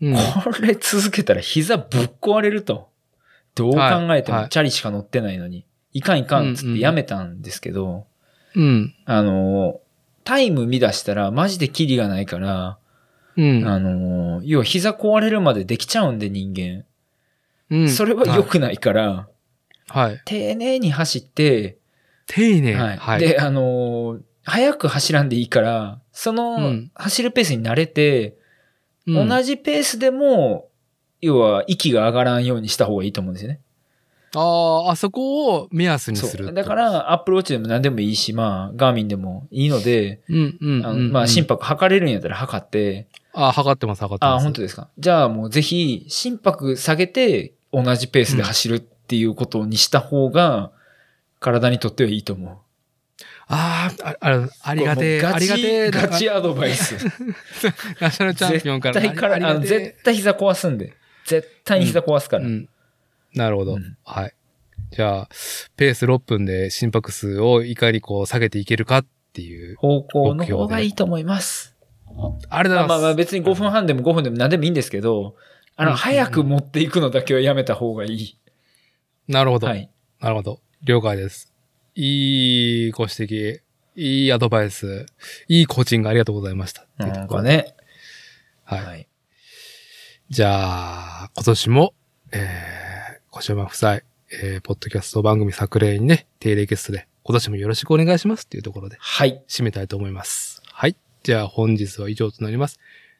[SPEAKER 1] で。うん
[SPEAKER 2] これ続けたら膝ぶっ壊れると。どう考えて
[SPEAKER 1] はいは
[SPEAKER 2] も
[SPEAKER 1] い
[SPEAKER 2] チャリしか乗ってないのに、いかんいかんっつってやめたんですけど、
[SPEAKER 1] うん。
[SPEAKER 2] あの、タイム乱したらマジでキリがないから、
[SPEAKER 1] うん。
[SPEAKER 2] あの、要は膝壊れるまでできちゃうんで人間。
[SPEAKER 1] うん。
[SPEAKER 2] それは良くないから、
[SPEAKER 1] はい。はい。
[SPEAKER 2] 丁寧に走って、
[SPEAKER 1] 丁寧。
[SPEAKER 2] はい。
[SPEAKER 1] はい。
[SPEAKER 2] で、あのー早く走らんでいいから、その
[SPEAKER 1] うん
[SPEAKER 2] 走るペースに慣れて、
[SPEAKER 1] うん
[SPEAKER 2] 同じペースでも、要は息が上がらんようにした方がいいと思うんですよね。
[SPEAKER 1] ああ、あそこを目安にす
[SPEAKER 2] そ
[SPEAKER 1] る
[SPEAKER 2] う。
[SPEAKER 1] と。
[SPEAKER 2] だから、アップローチでも何でもいいし、まあ、ガーミンでもいいので、
[SPEAKER 1] うん、うん、
[SPEAKER 2] あ
[SPEAKER 1] う
[SPEAKER 2] の
[SPEAKER 1] ん。
[SPEAKER 2] まあ、心
[SPEAKER 1] 拍。
[SPEAKER 2] 拍測れるんやったら測って、
[SPEAKER 1] あー測ってます、測って
[SPEAKER 2] あ
[SPEAKER 1] ま
[SPEAKER 2] あ、
[SPEAKER 1] す。
[SPEAKER 2] 本当ですか。じゃあもうぜひ、心拍下げて、同じペースで走るっていうことにした方が、体にとってはいいと思う。
[SPEAKER 1] あーあ、あありがてえ、
[SPEAKER 2] これもう
[SPEAKER 1] あ
[SPEAKER 2] ガ
[SPEAKER 1] り
[SPEAKER 2] チ
[SPEAKER 1] がてえ、
[SPEAKER 2] ガチアドバイス。
[SPEAKER 1] ナショナルチャンピオンから。
[SPEAKER 2] 絶対から、
[SPEAKER 1] あり
[SPEAKER 2] あの、
[SPEAKER 1] がてえ
[SPEAKER 2] 絶対膝壊すんで。絶対に膝壊すから。
[SPEAKER 1] うん。なるほど。
[SPEAKER 2] うん
[SPEAKER 1] はい。じゃあ、ペース6分で心拍数をいかにこう下げていけるかっていう。
[SPEAKER 2] 方向の方がいいと思います。
[SPEAKER 1] あり
[SPEAKER 2] ま
[SPEAKER 1] がと
[SPEAKER 2] あ
[SPEAKER 1] うご
[SPEAKER 2] まあま
[SPEAKER 1] ざ
[SPEAKER 2] あ
[SPEAKER 1] います。
[SPEAKER 2] 別に5分半でも5分でも何でもいいんですけど、あ
[SPEAKER 1] うん
[SPEAKER 2] の、早く持っていくのだけはやめた方がいい。
[SPEAKER 1] なるほど。
[SPEAKER 2] はい。
[SPEAKER 1] なるほど。了解です。いいご指摘。いいアドバイス。いいコーチングありがとうございました。
[SPEAKER 2] なんか。ね。
[SPEAKER 1] はい。
[SPEAKER 2] はい。
[SPEAKER 1] じゃあ、今年も、えー、小島夫妻、えー、ポッドキャスト番組作例にね、定例ゲストで、今年もよろしくお願いしますっていうところで、
[SPEAKER 2] はい。
[SPEAKER 1] 締めたいと思います。はい。じゃあ、本日は以上となります。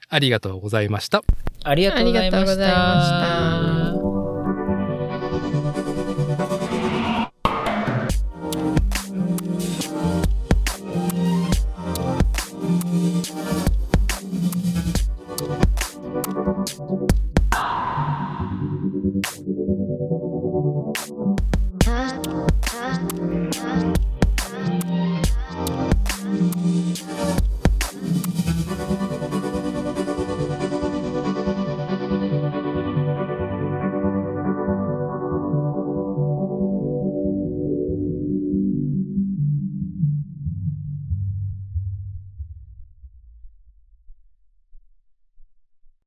[SPEAKER 1] ありがとうございました。
[SPEAKER 2] ありがとうございま
[SPEAKER 3] ありがとうございま
[SPEAKER 2] し
[SPEAKER 3] したた。